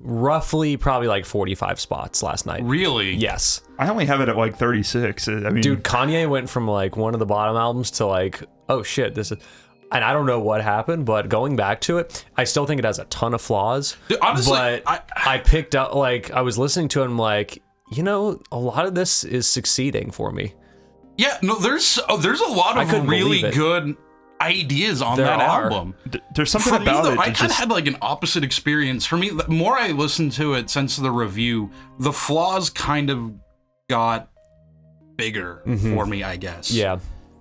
S3: roughly probably like forty-five spots last night.
S1: Really?
S3: Yes.
S2: I only have it at like 36. I mean,
S3: Dude, Kanye went from like one of the bottom albums to like, oh shit, this is. And I don't know what happened, but going back to it, I still think it has a ton of flaws.
S1: Dude, honestly,
S3: but
S1: I-
S3: I, picked up like I was listening to him like, you know, a lot of this is succeeding for me.
S1: Yeah, no, there's, oh, there's a lot
S3: I
S1: of
S3: couldn't
S1: really
S3: believe it.
S1: good ideas on
S3: There
S1: that
S3: are.
S1: album.
S2: d- there's something
S1: For me,
S2: about
S1: though,
S2: it.
S1: I kind
S2: that
S1: of
S2: just-
S1: had like an opposite experience. For me, the more I listened to it since the review, the flaws kind of got bigger for me, I guess.
S3: Mm-hmm. Yeah.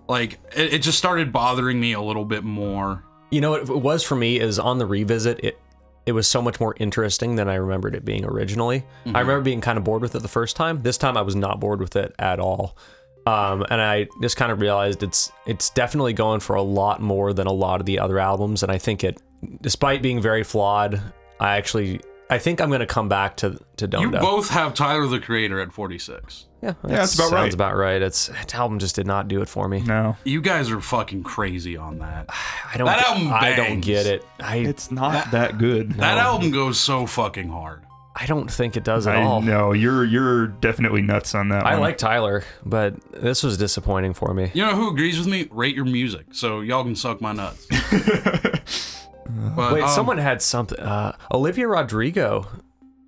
S1: Like, it, it just started bothering me a little bit more.
S3: You know what it was for me is on the revisit it it was so much more interesting than I remembered it being originally. I remember being kind of bored with it the first time. This time I was not bored with it at all. Um, and I just kind of realized it's it's definitely going for a lot more than a lot of the other albums and I think it despite being very flawed, I actually I think I'm going to come back to to
S1: You
S3: Donda.
S1: both have Tyler the Creator at 46.
S3: yeah, that
S2: that's about
S3: sounds
S2: right.
S3: about right. It's that album just did not do it for me.
S2: no,
S1: You guys are fucking crazy on that.
S3: I don't
S1: That
S3: get,
S1: album
S3: I don't
S1: bangs.
S3: get it. I
S2: it's not that, good.
S1: That album goes so fucking hard.
S3: I don't think it does at
S2: I
S3: all.
S2: know you're you're definitely nuts on that.
S3: I
S2: one.
S3: like Tyler, but this was disappointing for me.
S1: You know who agrees with me? Rate your music. So y'all can suck my nuts. But,
S3: Wait,
S1: um,
S3: someone had something. Uh, Olivia Rodrigo.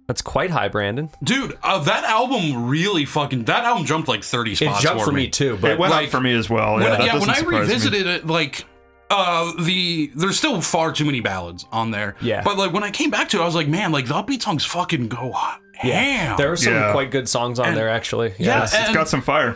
S3: That's quite high, Brandon.
S1: Dude, uh, that album really fucking. That album jumped like 30
S3: It
S1: spots
S3: jumped
S1: for
S3: for me
S1: me
S3: too,
S2: it
S3: but
S2: went
S1: like-
S2: up for me as well.
S1: when,
S2: yeah, that
S1: yeah, when
S2: doesn't
S1: I
S2: surprise me.
S1: revisited it, like uh the there's still far too many ballads on there.
S3: Yeah.
S1: But like when I came back to it, I was like, man, like the upbeat songs fucking go hot.
S3: yeah,
S1: Yeah.
S3: there were some
S2: Yeah.
S3: quite good songs on
S1: And-
S3: there actually.
S1: Yeah,
S3: Yes.
S1: and-
S2: it's got some fire.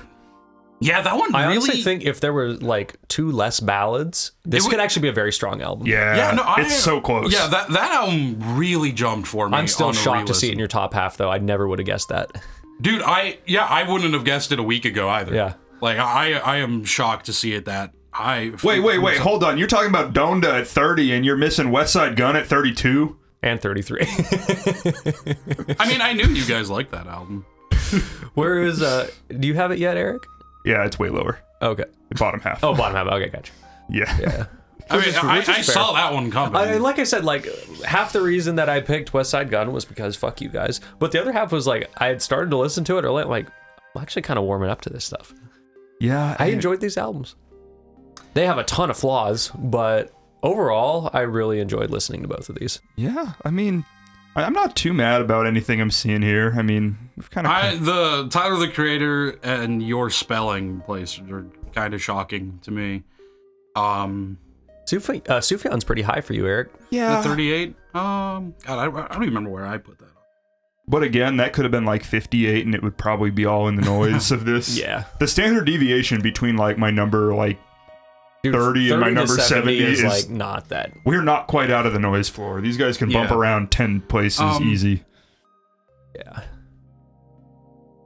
S1: yeah, that one
S3: I
S1: really
S3: honestly think if there were like two less ballads,
S1: It
S3: this
S1: would-
S3: could actually be a very strong album.
S2: Yeah,
S1: Yeah, no, I,
S2: it's so close.
S1: Yeah, that that album really jumped for me.
S3: I'm still
S1: on a
S3: shocked to see it in
S1: re-listen.
S3: your top half, though. I never would have guessed that.
S1: Dude, I yeah, I wouldn't have guessed it a week ago either.
S3: Yeah.
S1: Like I I am shocked to see it that I
S2: Wait, wait, wait. Hold on. You're talking about Donda at 30 and you're missing West Side Gun at 32?
S3: and 33.
S1: I mean, I knew you guys liked that album.
S3: Where is uh? Do you have it yet, Eric?
S2: Yeah, it's way lower.
S3: Okay.
S2: The bottom half.
S3: Oh, bottom half. Okay, gotcha.
S2: yeah.
S1: I mean,
S3: is-
S1: I,
S3: which is
S1: I
S3: fair.
S1: saw that one coming.
S3: I, like I said, like half the reason that I picked West Side Gun was because fuck you guys, but the other half was like I had started to listen to it early. I'm like I'm actually kind of warming up to this stuff.
S2: Yeah.
S3: I enjoyed these albums. They have a ton of flaws, but overall, I really enjoyed listening to both of these.
S2: Yeah. I mean, I- I'm not too mad about anything I'm seeing here. I mean, we've kind of.
S1: I the Tyler the Creator and your spelling place are kind of shocking to me. Um,
S3: Sufi, uh, Sufjan's pretty high for you, Eric.
S1: the
S2: yeah.
S1: 38. Um, God, I, I don't even remember where I put that.
S2: But again, that could have been like 58, and it would probably be all in the noise of this.
S3: Yeah.
S2: The standard deviation between like my number, like
S3: Dude,
S2: 30 and my number 70
S3: is,
S2: is-
S3: like not that.
S2: we're not quite out of the noise floor. These guys can bump
S1: Yeah.
S2: around 10 places
S1: Um,
S2: easy.
S3: Yeah,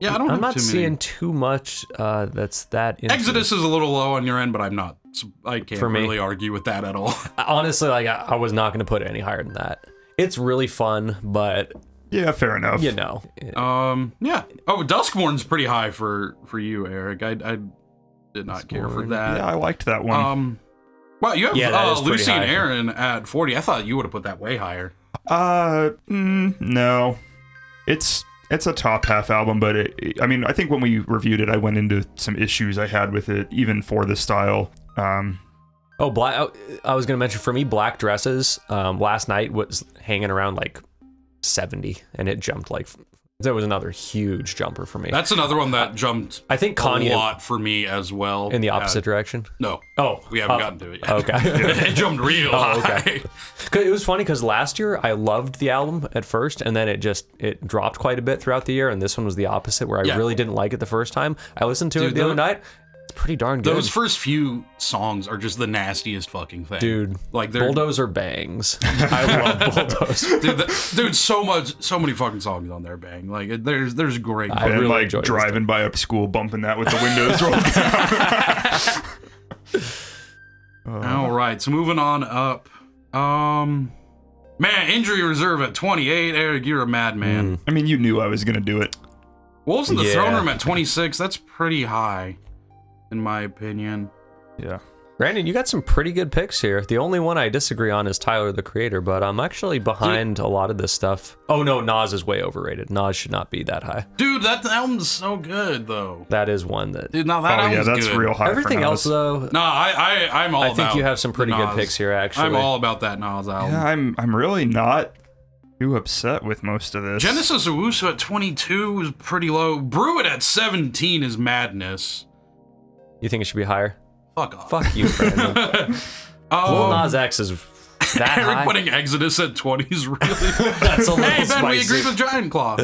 S1: Yeah, I don't.
S3: I'm
S1: have
S3: not
S1: too
S3: seeing
S1: Many.
S3: too much uh, that's that. into-
S1: Exodus is a little low on your end, but I'm not. I can't
S3: For me.
S1: really argue with that at all.
S3: honestly, like I, I was not going to put it any higher than that. It's really fun, but
S2: Yeah, fair enough.
S3: you know,
S1: Um, yeah. Oh, Duskmorn's pretty high for for you, Eric. I I did not care for
S3: Duskmorn.
S2: Yeah,
S1: that.
S2: I liked that one.
S1: Um, well, you have
S3: Yeah, that
S1: uh,
S3: is pretty
S1: Lucy and
S3: high.
S1: Aaron at 40. I thought you would have put that way higher.
S2: Uh, mm, no, it's it's a top half album, but it, I mean, I think when we reviewed it, I went into some issues I had with it, even for the style. Um,
S3: oh, black. I was going to mention for me, black dresses. Um, last night was hanging around like 70, and it jumped like there was another huge jumper for me.
S1: That's another one that jumped
S3: I think
S1: a
S3: Kanye
S1: lot for me as well.
S3: in the
S1: Uh,
S3: opposite direction.
S1: no,
S3: Oh,
S1: we haven't
S3: uh,
S1: gotten to it yet.
S3: Okay.
S1: it jumped real
S3: Oh,
S1: high.
S3: okay. 'Cause it was funny because last year I loved the album at first, and then it just it dropped quite a bit throughout the year. And this one was the opposite, where I
S1: Yeah.
S3: really didn't like it the first time. I listened to it
S1: Dude,
S3: the other
S1: tho-
S3: night. It's pretty darn good.
S1: Those first few songs are just the nastiest fucking thing,
S3: dude,
S1: Like they're
S3: bulldozer bangs. I love bulldozer.
S1: dude, the- dude, so much, so many fucking songs on there, bang. Like it- there's there's great.
S3: I
S2: and
S3: really
S2: like
S3: enjoyed this
S2: driving by a school, bumping that with the windows rolled down.
S1: All right, so moving on up. Um, man, injury reserve at 28. Eric, you're a madman.
S2: I mean, you knew I was gonna do it.
S1: Wolves in the
S3: Mm. Yeah.
S1: throne room at 26. That's pretty high, in my opinion.
S2: Yeah.
S3: Brandon, you got some pretty good picks here. The only one I disagree on is Tyler the Creator, but I'm actually behind a lot of this stuff. Oh no, Nas is way overrated. Nas should not be that high.
S1: Dude, that album's so good though.
S3: That is one that
S1: Dude, now that
S2: Oh yeah,
S1: album's
S2: that's
S1: good.
S2: real high. for
S3: everything else
S2: Nas.
S3: though.
S1: No, I, I, I'm all.
S3: I think
S1: about
S3: you have some pretty good
S1: Nas.
S3: picks here, actually.
S1: I'm all about that Nas album.
S2: yeah, I'm I'm really not too upset with most of this.
S1: Genesis Owusu at 22 is pretty low. Brew it at 17 is madness.
S3: You think it should be higher?
S1: Fuck off.
S3: Fuck you,
S1: Um,
S3: Brandon. Lil
S1: Oh,
S3: Nas X is that
S1: Eric
S3: high.
S1: putting Exodus at 20 is really.
S3: That's a little
S1: Hey Ben, we
S3: spicy.
S1: agreed with Giant Claw.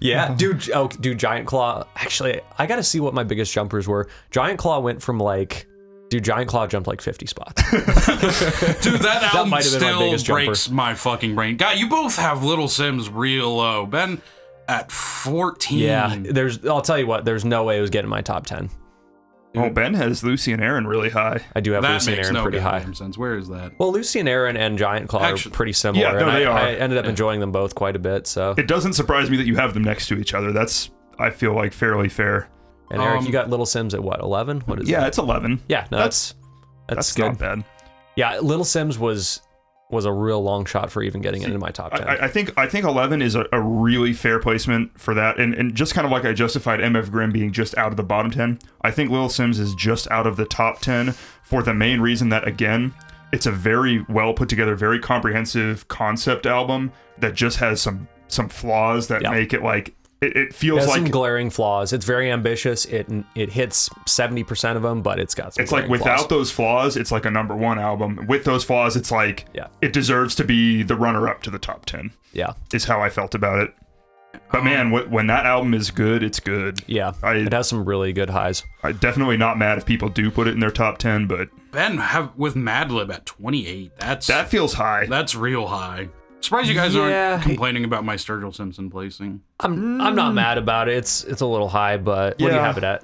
S3: Yeah, dude. Oh, dude. Giant Claw. Actually, I gotta see what my biggest jumpers were. Giant Claw went from like, dude. Giant Claw jumped like 50 spots.
S1: Dude, that album
S3: might have been my
S1: still
S3: biggest jumper.
S1: breaks my fucking brain. God, you both have Little Sims real low. Ben at 14.
S3: yeah.
S2: Hmm.
S3: There's. I'll tell you what. There's no way it was getting my top 10.
S2: oh, Ben has Lucy and Aaron really high.
S3: I do have
S1: that
S3: Lucy and
S1: makes
S3: Aaron
S1: no
S3: pretty high.
S1: goddamn sense. Where is that?
S3: Well, Lucy and Aaron and Giant Claw
S1: Actually-
S3: are pretty similar.
S2: Yeah, no,
S3: and I,
S2: they are.
S3: I ended up enjoying them both quite a bit. So,
S2: It doesn't surprise me that you have them next to each other. That's I feel like fairly fair.
S3: and Eric,
S1: Um,
S3: you got Little Sims at what? 11? What is?
S2: Yeah,
S3: that?
S2: it's 11.
S3: Yeah. No,
S2: that's-
S3: that's
S2: That's,
S3: that's, good.
S2: not bad.
S3: Yeah, Little Sims was was a real long shot for even getting it into my top
S2: I,
S3: ten.
S2: I- I think I think 11 is a, a really fair placement for that, and and just kind of like I justified MF Grimm being just out of the bottom 10. I think Lil Sims is just out of the top 10 for the main reason that again, it's a very well put together, very comprehensive concept album that just has some some flaws that
S3: Yeah.
S2: make it like it, it
S3: it
S2: feels
S3: has some
S2: like
S3: glaring flaws. It's very ambitious. It it hits seventy percent of them, but it's got some.
S2: it's like
S3: glaring
S2: without
S3: flaws.
S2: those flaws, it's like a number one album. With those flaws, it's like
S3: Yeah.
S2: it deserves to be the runner up to the top 10.
S3: yeah,
S2: is how I felt about it. But
S3: Um,
S2: man, wh- when that album is good, it's good.
S3: yeah.
S2: I-
S3: it has some really good highs.
S2: i definitely not mad if people do put it in their top ten, but
S1: Ben have with Madlib at 28. That's
S2: that feels high.
S1: that's real high. Surprised you guys
S3: Yeah.
S1: aren't complaining about my Sturgill Simpson placing.
S3: I'm I'm not mad about it. It's it's a little high, but what do you
S2: Yeah.
S3: have it at?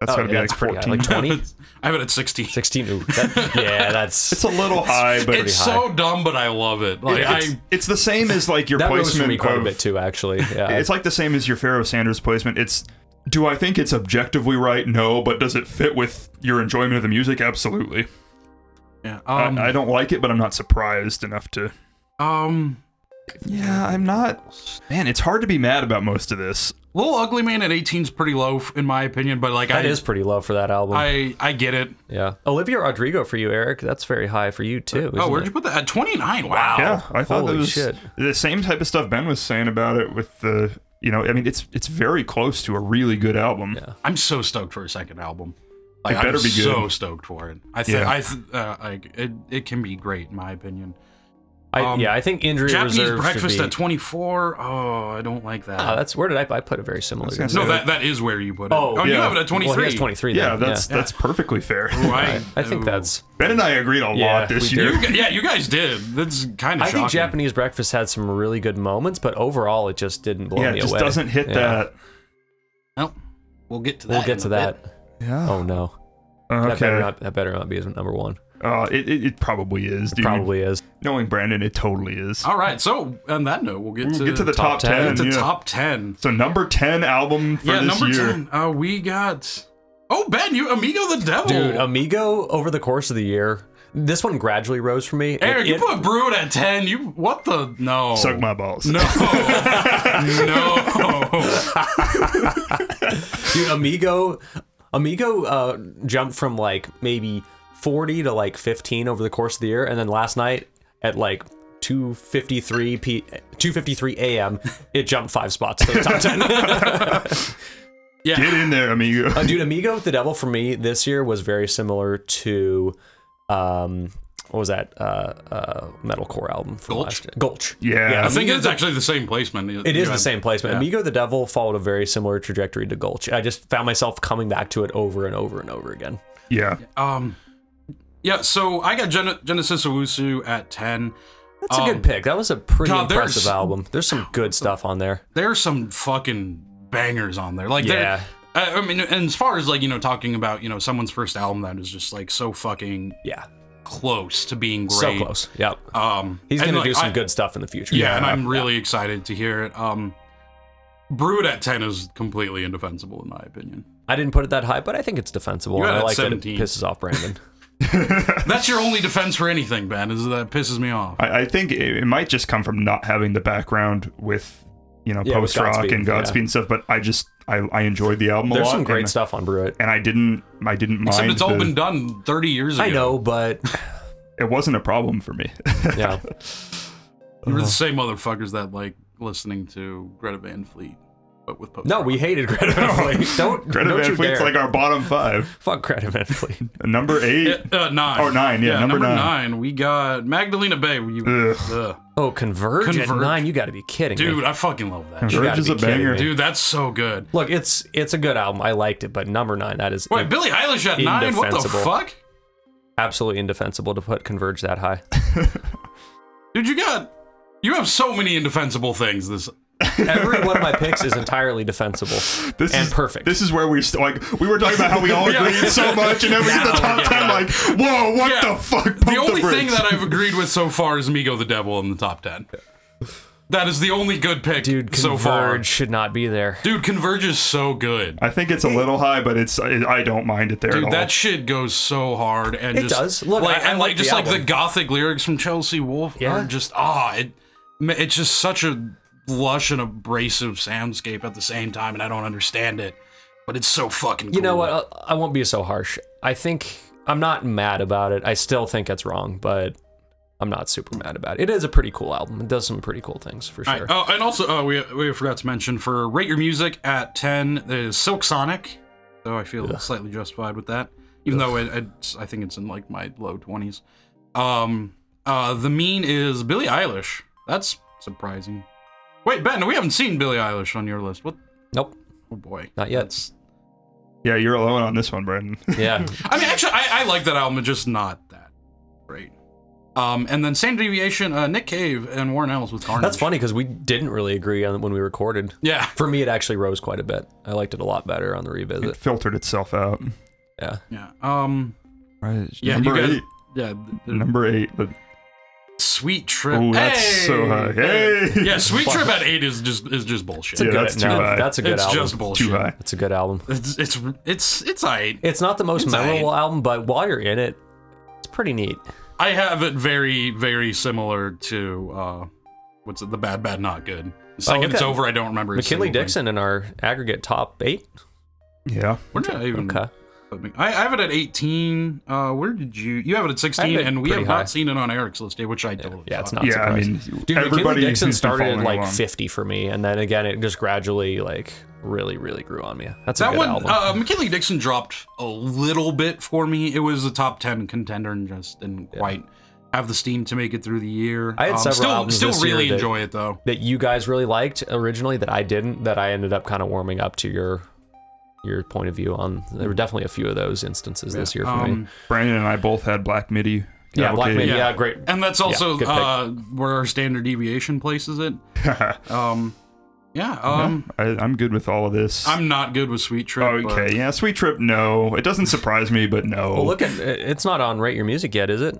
S2: That's gotta be
S3: oh, yeah,
S2: like
S3: that's pretty high,
S2: 14.
S3: like 20,
S1: I have it at 60.
S3: 16. Ooh, that, yeah, that's
S2: it's a little high, but
S1: It's
S3: high.
S1: so dumb, but I love it. Like
S2: it's,
S1: I
S2: it's the same as like your
S3: that rose for
S2: placement
S3: me quite
S2: of,
S3: a bit too, actually. Yeah,
S2: It's like the same as your Pharaoh Sanders placement. It's do I think it's objectively right? No, but does it fit with your enjoyment of the music? Absolutely.
S1: yeah, um,
S2: I, I don't like it, but I'm not surprised enough to.
S1: um
S2: Yeah, I'm not. Man, it's hard to be mad about most of this.
S1: Little Ugly Man at 18 is pretty low f- in my opinion, but like
S3: that
S1: I
S3: is pretty low for that album.
S1: I I get it.
S3: yeah, Olivia Rodrigo for you, Eric. That's very high for you too.
S1: Oh,
S3: isn't
S1: where'd
S3: it?
S1: you put that? At 29. Wow.
S2: yeah, I thought
S3: holy
S2: that was
S3: shit.
S2: the same type of stuff Ben was saying about it with the. You know, I mean, it's it's very close to a really good album.
S1: I'm so stoked for a second album.
S2: It better
S1: I'm
S2: be good.
S1: so stoked for it. I think
S2: Yeah.
S1: I th- uh, like it, it can be great in my opinion.
S3: I,
S1: um,
S3: yeah, I think injury
S1: Japanese
S3: reserve should
S1: breakfast
S3: be-
S1: at 24. Oh, I don't like that.
S3: Ah, that's where did I? I put it very similar.
S2: was
S3: to
S2: gonna
S3: yours.
S2: say-
S1: no, that that is where you put it.
S3: Oh,
S1: you
S2: yeah.
S1: have it at 23.
S3: Well, he has 23.
S2: Yeah,
S3: then,
S2: that's that's perfectly fair.
S1: Oh, I,
S3: I think
S1: oh.
S3: that's.
S2: Ben and I agreed a
S3: Yeah,
S2: lot this
S3: we did.
S2: year.
S1: You gu- yeah, you guys did. That's kind of
S3: I
S1: shocking.
S3: think Japanese breakfast had some really good moments, but overall, it just didn't blow
S2: Yeah,
S3: me
S2: it just
S3: away.
S2: doesn't hit
S3: Yeah.
S2: that.
S1: Well, we'll get to that.
S3: We'll
S1: in
S3: get to
S1: a
S3: that.
S2: Yeah.
S3: Oh no,
S2: Okay.
S3: that better not. That better not be his number one.
S2: Uh, it, it, it probably is, dude.
S3: Probably is.
S2: Knowing Brandon, it totally is.
S1: bit. All right. So on that note, we'll get
S3: Mm,
S2: We'll
S1: to
S2: get to the
S3: top
S2: top,
S3: 10,
S2: 10.
S1: to
S2: yeah.
S1: top 10.
S2: So, number 10 album for
S1: yeah,
S2: this
S1: number
S2: year.
S1: 10. Uh, we got. Oh, Ben, you Amigo the Devil.
S3: Dude, Amigo over the course of the year, this one gradually rose for me. It-
S1: Eric, you
S3: it-
S1: put Brood at 10. You. What the? No.
S2: Suck my balls.
S1: No. no.
S3: dude, Amigo, Amigo uh, jumped from like maybe 40 to like 15 over the course of the year, and then last night at like 2:53 p 2:53 a.m. it jumped five spots to the top 10.
S2: Get in there, amigo.
S3: Uh, dude, Amigo with the Devil for me this year was very similar to, um, what was that uh, uh, metalcore album from
S1: Gulch?
S3: last year? Gulch.
S2: Yeah.
S1: I think it's actually the same placement.
S3: It is the same placement. Amigo the Devil followed a very similar trajectory to Gulch. I just found myself coming back to it over and over and over again.
S2: yeah.
S1: Um, yeah. So I got Gen- Genesis Owusu at 10.
S3: That's a
S1: Um,
S3: good pick. That was a pretty
S1: God, there's-
S3: impressive album. There's some good stuff on there.
S1: there's some fucking bangers on there. Like, there-
S3: Yeah.
S1: I, I mean, and as far as like you know, talking about you know someone's first album that is just like so fucking
S3: Yeah.
S1: close to being great.
S3: So close. Yep.
S1: Um,
S3: He's
S1: and,
S3: going to
S1: like,
S3: do some
S1: I-
S3: good stuff in the future.
S1: Yeah, and I'm really excited to hear it. Um, Brood at ten is completely indefensible in my opinion.
S3: I didn't put it that high, but I think it's defensible.
S1: You
S3: and
S1: had
S3: I
S1: it
S3: like that it
S1: 17.
S3: pisses off Brandon.
S1: That's your only defense for anything, Ben. Is that pisses me off.
S2: I, I think it, it might just come from not having the background with, you know,
S3: Yeah, with
S2: post rock
S3: Godspeed,
S2: and Godspeed
S3: yeah.
S2: and stuff, but I just, I, I enjoyed the album a
S3: There's
S2: lot.
S3: some great
S2: and,
S3: stuff on Brew It.
S2: And I didn't, I didn't
S1: Except
S2: mind.
S1: it's all
S2: the-
S1: been done 30 years ago.
S3: I know, but
S2: it wasn't a problem for me.
S3: yeah.
S1: We're
S3: Uh-huh.
S1: the same motherfuckers that like listening to Greta Van Fleet, but with post.
S3: No, we hated Greta Van Fleet. Don't
S2: Greta
S3: don't
S2: Van
S3: you
S2: Fleet's
S3: dare.
S2: like our bottom five.
S3: fuck Greta Van Fleet.
S2: Number eight.
S1: Uh, nine.
S2: Oh, nine, yeah, number nine.
S1: nine. We got Magdalena Bay. You,
S2: Ugh.
S1: Ugh.
S3: Oh, Converge, at
S1: Converge.
S3: nine. You got to be kidding me.
S1: Dude, I fucking love that.
S3: You
S2: Verge
S3: gotta
S2: is
S3: be
S2: a
S3: kidding
S2: banger.
S3: me.
S1: Dude, that's so good.
S3: Look, it's it's a good album. I liked it, but number nine, that is
S1: Wait,
S3: in-
S1: Billie Eilish at nine? What the
S3: Indefensible.
S1: fuck?
S3: absolutely indefensible to put Converge that high.
S1: Dude, you got. You have so many indefensible things. This.
S3: Every one of my picks is entirely defensible
S2: This
S3: and
S2: is,
S3: perfect.
S2: This is where we st- like we were talking about how we all
S1: Yeah.
S2: agreed so much, and then we get the top
S1: Yeah.
S2: ten. Like, whoa, what
S1: Yeah.
S2: the fuck? Pump
S1: the only thing
S2: brakes.
S1: that I've agreed with so far is Migo the Devil in the top 10. That is the only good pick
S3: Dude,
S1: so far.
S3: Converge should not be there.
S1: Dude, Converge is so good.
S2: I think it's a little high, but it's I, I don't mind it there at all.
S1: Dude, that shit goes so hard, and
S3: It
S1: just,
S3: does. Look,
S1: like,
S3: I- I
S1: and
S3: like
S1: like
S3: the
S1: just like the
S3: album.
S1: gothic lyrics from Chelsea Wolf
S3: Yeah.
S1: are just ah, it it's just such a lush and abrasive soundscape at the same time, and I don't understand it, but it's so fucking.
S3: You know
S1: cool.
S3: what? I'll- I won't be so harsh. I think I'm not mad about it. I still think it's wrong, but I'm not super mad about it. It is a pretty cool album. It does some pretty cool things for
S1: All
S3: sure.
S1: right. Oh, and also uh, we we forgot to mention for rate your music at ten is Silk Sonic, so I feel slightly justified with that, even though it, it's, I think it's in like my low twenties. Um, uh, the mean is Billie Eilish. That's surprising. Wait, Ben, we haven't seen Billie Eilish on your list. What?
S3: Nope,
S1: Oh boy.
S3: not yet.
S1: That's-
S2: yeah, you're alone on this one, Brandon.
S3: Yeah,
S1: I mean, actually, I, I like that album. It's just not that great. Um, and then standard deviation, uh, Nick Cave and Warren Ellis with Carnage.
S3: That's funny because we didn't really agree on when we recorded.
S1: Yeah.
S3: For me, it actually rose quite a bit. I liked it a lot better on the revisit.
S2: filtered itself out.
S3: Yeah.
S1: Yeah. Um.
S2: Right.
S1: Yeah.
S2: number
S1: you guys,
S2: eight.
S1: Yeah. the- the
S2: Number eight. but-
S1: Sweet trip.
S2: Ooh, that's
S1: Hey!
S2: so high. Hey!
S1: Yeah. Sweet trip at eight is just is just bullshit.
S3: It's a
S2: Yeah,
S3: good,
S2: that's too
S3: no,
S2: high.
S3: That's a good
S1: it's
S3: album.
S1: just bullshit.
S2: Too high.
S3: It's a good album.
S1: It's it's it's it's I
S3: It's not the most
S1: It's
S3: memorable album, but while you're in it, it's pretty neat.
S1: I have it very very similar to uh, what's it? The bad bad not good. The second
S3: Oh, okay.
S1: it's over, I don't remember. a single
S3: McKinley
S1: thing.
S3: Dixon in our aggregate top eight.
S2: Yeah.
S1: We're not even.
S3: Okay.
S1: I, I have it at 18. Uh, where did you? You have it at 16,
S3: it
S1: and we have
S3: pretty high.
S1: not seen it on Eric's list, which I totally.
S3: Yeah, it's
S1: thought.
S3: not
S2: yeah. I
S3: surprising.
S2: mean,
S3: Dude,
S2: everybody
S3: McKinley Dixon
S2: who's been
S3: started at
S2: following
S3: like
S2: along.
S3: 50 for me, and then again, it just gradually like really, really grew on me. That's a
S1: That
S3: good
S1: one,
S3: album.
S1: uh, McKinley Dixon dropped a little bit for me. It was a top 10 contender and just didn't quite have the steam to make it through the year. Um,
S3: I had several
S1: still,
S3: albums
S1: still
S3: this year
S1: really
S3: that-
S1: enjoy it though.
S3: that you guys really liked originally that I didn't that I ended up kind of warming up to your your point of view on there were definitely a few of those instances this year for me.
S1: Um,
S2: Brandon and I both had Black MIDI.
S3: Yeah, Black
S2: Cavalcade.
S3: Midi,
S1: yeah.
S3: yeah. great.
S1: and that's also
S3: good pick.
S1: uh, where our standard deviation places it. um, yeah, um,
S2: I, I'm good with all of this.
S1: I'm not good with Sweet Trip. but-
S2: okay. Yeah. Sweet Trip. No, it doesn't surprise me, but no.
S3: Well, look at it's not on Rate Your Music yet, is it?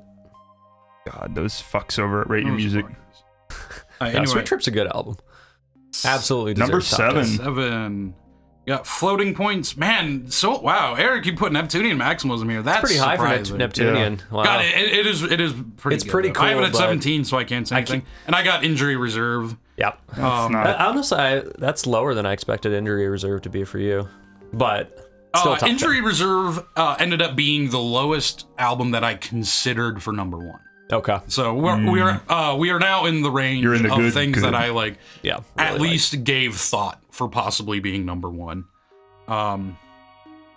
S2: God, those fucks over at Rate Your
S1: Those
S2: Music.
S1: fuckers. Uh,
S3: Yeah,
S1: anyway,
S3: Sweet Trip's a good album. Absolutely
S2: Number
S3: deserves top
S2: seven.
S3: ten.
S1: seven. Got floating points, man. So wow, Eric, you put Neptunian maximalism here. That's
S3: Pretty high for
S1: surprising.
S3: Nept- Neptunian. Wow.
S1: God, it, it is it is pretty.
S3: It's
S1: good,
S3: pretty
S1: though. I have it
S3: cool,
S1: at
S3: but-
S1: seventeen, so I can't say
S3: I can't-
S1: anything. And I got injury reserve.
S3: Yep.
S1: Um,
S2: not-
S3: Uh, honestly, I, that's lower than I expected injury reserve to be for you, but still
S1: uh,
S3: top
S1: injury reserve uh, ended up being the lowest album that I considered for number one.
S3: Ten. Okay.
S1: So we're, we are uh, we are now in the range
S2: Mm. You're in the
S1: of
S2: good-
S1: things
S2: good.
S1: that I like.
S3: Yeah.
S1: at
S3: really like-
S1: least gave thought for possibly being number one. Um,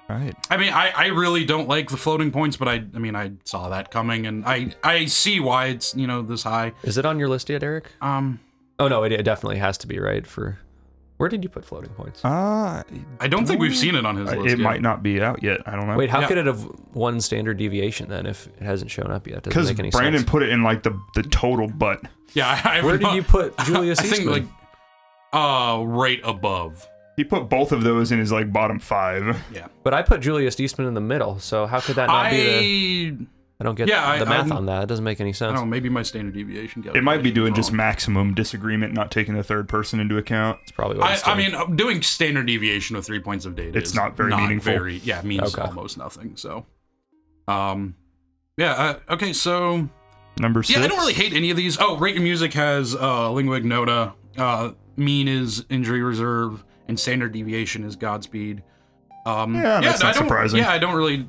S2: Right.
S1: I mean, I, I really don't like the floating points, but I I mean I saw that coming, and I I see why it's you know this high.
S3: Is it on your list yet, Eric?
S1: Um,
S3: Oh no, it, it definitely has to be right for. Where did you put floating points?
S2: Uh,
S1: I don't think we've seen it on his list.
S2: it
S1: yet.
S2: might not be out yet. I don't know.
S3: Wait, how
S1: Yeah.
S3: could it have won standard deviation then if it hasn't shown up yet? Doesn't
S2: because
S3: make any
S2: Brandon
S3: sense.
S2: put it in like the the total butt.
S1: Yeah, I, I
S3: Where did you put Julius
S1: I think
S3: Eastman?
S1: like uh right above.
S2: He put both of those in his like bottom five.
S1: Yeah,
S3: But I put Julius Eastman in the middle, so how could that not
S1: I
S3: be the? I don't get
S1: yeah, I-
S3: the math
S1: I'm-
S3: on that. It doesn't make any
S1: I
S3: sense.
S1: don't know. Maybe my standard deviation.
S2: It might be doing just
S1: math.
S2: maximum disagreement, not taking the third person into account.
S3: It's probably what
S1: I,
S3: it's
S1: I
S3: doing.
S1: mean, uh, doing standard deviation with three points of data
S2: It's
S1: is
S2: not very meaningful.
S1: very- yeah, it means
S3: Okay.
S1: almost nothing. So, um, yeah. Uh, okay, so
S2: Number six.
S1: yeah, I don't really hate any of these. Oh, rate your music has uh, lingua ignota. Uh, mean is injury reserve, and standard deviation is Godspeed. Um,
S2: Yeah, that's
S1: I
S2: not
S1: don't-
S2: surprising.
S1: Yeah, I don't really.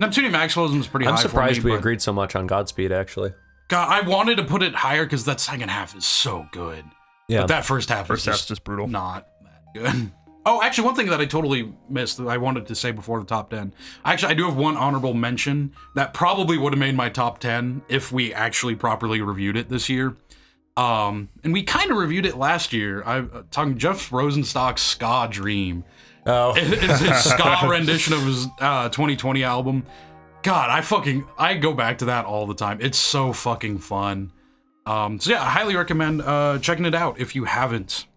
S1: Neptunian maximalism is pretty
S3: I'm
S1: high.
S3: surprised
S1: for me,
S3: we
S1: but-
S3: agreed so much on Godspeed. Actually,
S1: God, I wanted to put it higher because that second half is so good.
S3: yeah.
S1: But that first half
S2: First
S1: is
S2: half's
S1: just
S2: just brutal.
S1: not that good. Oh, actually, one thing that I totally missed that I wanted to say before the top 10. Actually, I do have one honorable mention that probably would have made my top 10 if we actually properly reviewed it this year. Um, and we kind of reviewed it last year. I uh, talking Jeff Rosenstock's Ska Dream.
S3: oh,
S1: It is his ska rendition of his uh, 2020 album. God, I fucking I go back to that all the time. It's so fucking fun. Um, so yeah, I highly recommend uh, checking it out if you haven't.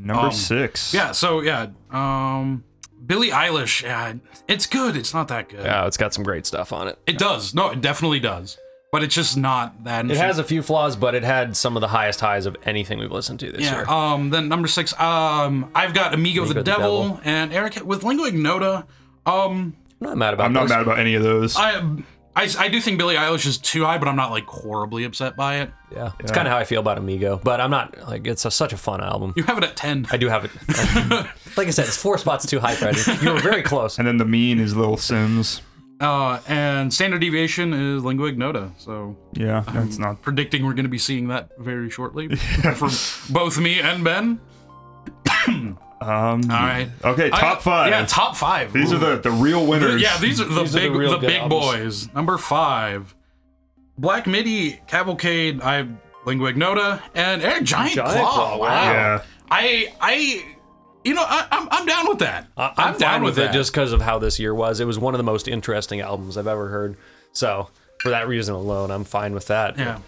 S2: Number
S1: Um,
S2: six.
S1: Yeah, so yeah, um, Billie Eilish. Yeah, it's good. It's not that good.
S3: yeah, it's got some great stuff on it.
S1: It does. No, it definitely does. But it's just not that.
S3: It has a few flaws, but it had some of the highest highs of anything we've listened to this
S1: Yeah.
S3: year.
S1: Um. Then number six. Um. I've got Amigo, the,
S3: the
S1: Devil,
S3: Devil.
S1: and Eric with Lingua Ignota. Um.
S3: I'm not mad about.
S2: I'm not
S3: those.
S2: mad about any of those.
S1: I, I, I do think Billie Eilish is too high, but I'm not like horribly upset by it.
S3: Yeah, it's kind of how I feel about Amigo, but I'm not like it's a, such a fun album.
S1: You have it at ten.
S3: I do have it. like I said, it's four spots too high, Fred. You were very close.
S2: and then the mean is Little Sims.
S1: Uh, and standard deviation is lingua ignota. So
S2: Yeah, no,
S1: Um,
S2: it's not.
S1: predicting we're going to be seeing that very shortly for both me and Ben.
S2: Um,
S1: All right.
S2: Okay, top
S1: I-
S2: five.
S1: Yeah, top five.
S2: These are the, the real winners.
S1: Yeah, these are the
S3: These are the
S1: big
S3: real
S1: the,
S3: good
S1: big
S3: albums.
S1: boys. Number five, Black Midi, Cavalcade, I Lingua Ignota, and Eric Giant,
S3: Giant
S1: Claw.
S3: Claw, wow.
S1: Wow.
S2: Yeah.
S1: I I you know I, I'm I'm down with that.
S3: I- I'm,
S1: down
S3: down with it
S1: that.
S3: just because of how this year was. It was one of the most interesting albums I've ever heard. So for that reason alone, I'm fine with that.
S1: Yeah.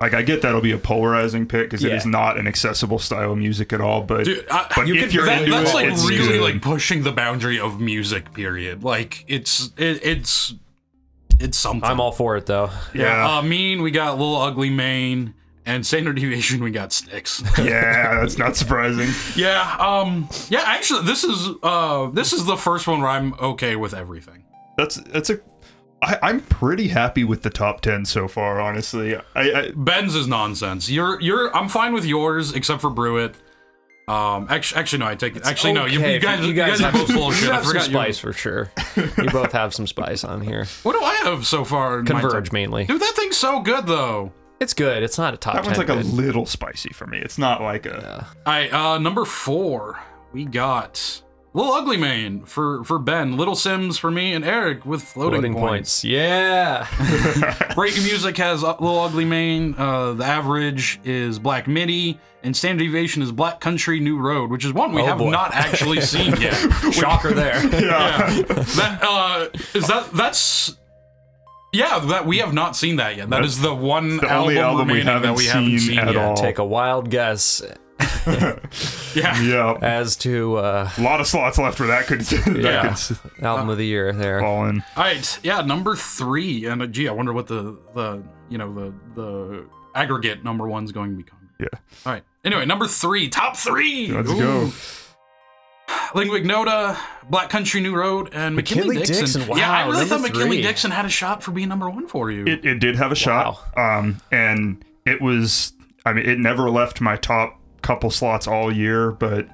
S2: Like I get that'll be a polarizing pick because it
S3: Yeah.
S2: is not an accessible style of music at all. But
S1: Dude, I,
S2: but
S3: you
S2: if
S3: could-
S2: you're
S1: that,
S2: into
S1: that's
S2: it,
S1: like
S2: it's
S1: really
S2: good.
S1: like pushing the boundary of music. Period. Like it's it, it's it's something.
S3: I'm all for it though.
S2: yeah,
S1: Uh, mean we got little ugly Maine and standard deviation we got sticks.
S2: yeah, that's not surprising.
S1: yeah. Um. Yeah. Actually, this is uh this is the first one where I'm okay with everything.
S2: That's that's a. I, I'm pretty happy with the top ten so far, honestly. I, I
S1: Ben's is nonsense. You're you're I'm fine with yours except for Brewitt. Um. Actually, actually no. I take actually no. You,
S3: Okay,
S1: you guys you guys,
S3: have
S1: are both full of
S3: you
S1: shit. I
S3: have some
S1: forgot you.
S3: spice for sure. You both have some spice on here.
S1: What do I have so far? in my
S3: Converge
S1: top-
S3: mainly.
S1: Dude, that thing's so good though.
S3: It's good. It's not a top.
S2: that one's
S3: 10
S2: like a
S3: good.
S2: little spicy for me. It's not like a.
S1: All right, uh, number four, we got Little Ugly Man for for Ben, Little Sims for me, and Eric with floating,
S3: Loading
S1: points.
S3: points. Yeah.
S1: Breaking music has uh, Little Ugly Man. Uh, the average is Black Midi, and standard deviation is Black Country New Road, which is one we
S3: Oh,
S1: have
S3: boy.
S1: not actually seen yet.
S3: Shocker there.
S2: Yeah.
S1: That uh, is that that's. Yeah, that we have not seen that yet. That is the one
S2: the
S1: album,
S2: only album we
S1: remaining that
S2: haven't
S1: we haven't
S2: seen
S1: seen
S2: at
S1: yet.
S2: all.
S3: Take a wild guess
S1: Yeah,
S2: yeah.
S3: as to uh,
S2: A lot of slots left where that could that
S1: Yeah.
S2: could s-
S1: Uh,
S3: album of the year there.
S2: fall in.
S1: All right, yeah, number three, and uh, gee, I wonder what the the you know the the aggregate number one's going to become.
S2: Yeah.
S1: All right. Anyway, number three, top three.
S2: Let's
S1: Ooh.
S2: go.
S1: Lingwignota, Black Country New Road, and McKinley,
S3: McKinley
S1: Dixon.
S3: Dixon, wow,
S1: yeah, I really thought
S3: number
S1: McKinley
S3: three.
S1: Dixon had a shot for being number one for you.
S2: It, it did have a shot. Um, and it was, I mean, it never left my top couple slots all year, but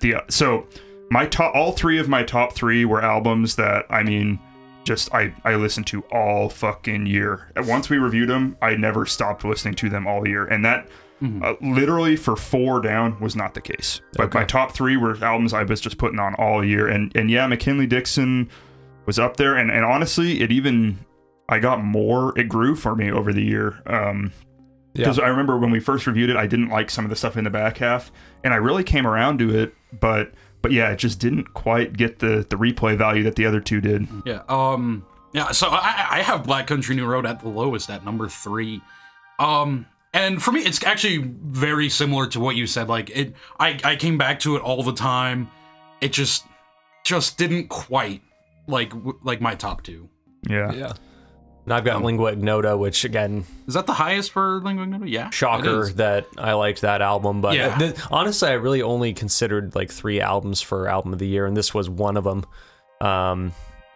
S2: the, so my top, all three of my top three were albums that, I mean, just I, I listened to all fucking year. And Once we reviewed them, I never stopped listening to them all year. And that uh, literally for four down was not the case. But my top three were albums I was just putting on all year. And, and yeah, McKinley Dixon was up there. And, and honestly, it even I got more. It grew for me over the year. Um, because I remember when we first reviewed it, I didn't like some of the stuff in the back half, and I really came around to it. But but yeah, it just didn't quite get the the replay value that the other two did.
S1: Yeah. Um. Yeah. So I, I have Black Country New Road at the lowest at number three. Um. And for me, it's actually very similar to what you said. Like it, I I came back to it all the time. It just just didn't quite like w- like my top two.
S2: Yeah,
S3: Yeah. And I've got Lingua Ignota, which again,
S1: Is that the highest for Lingua Ignota? Yeah. it
S3: shocker
S1: is.
S3: that I liked that album. But
S1: Yeah.
S3: th- honestly, I really only considered like three albums for album of the year, and this was one of them. Um,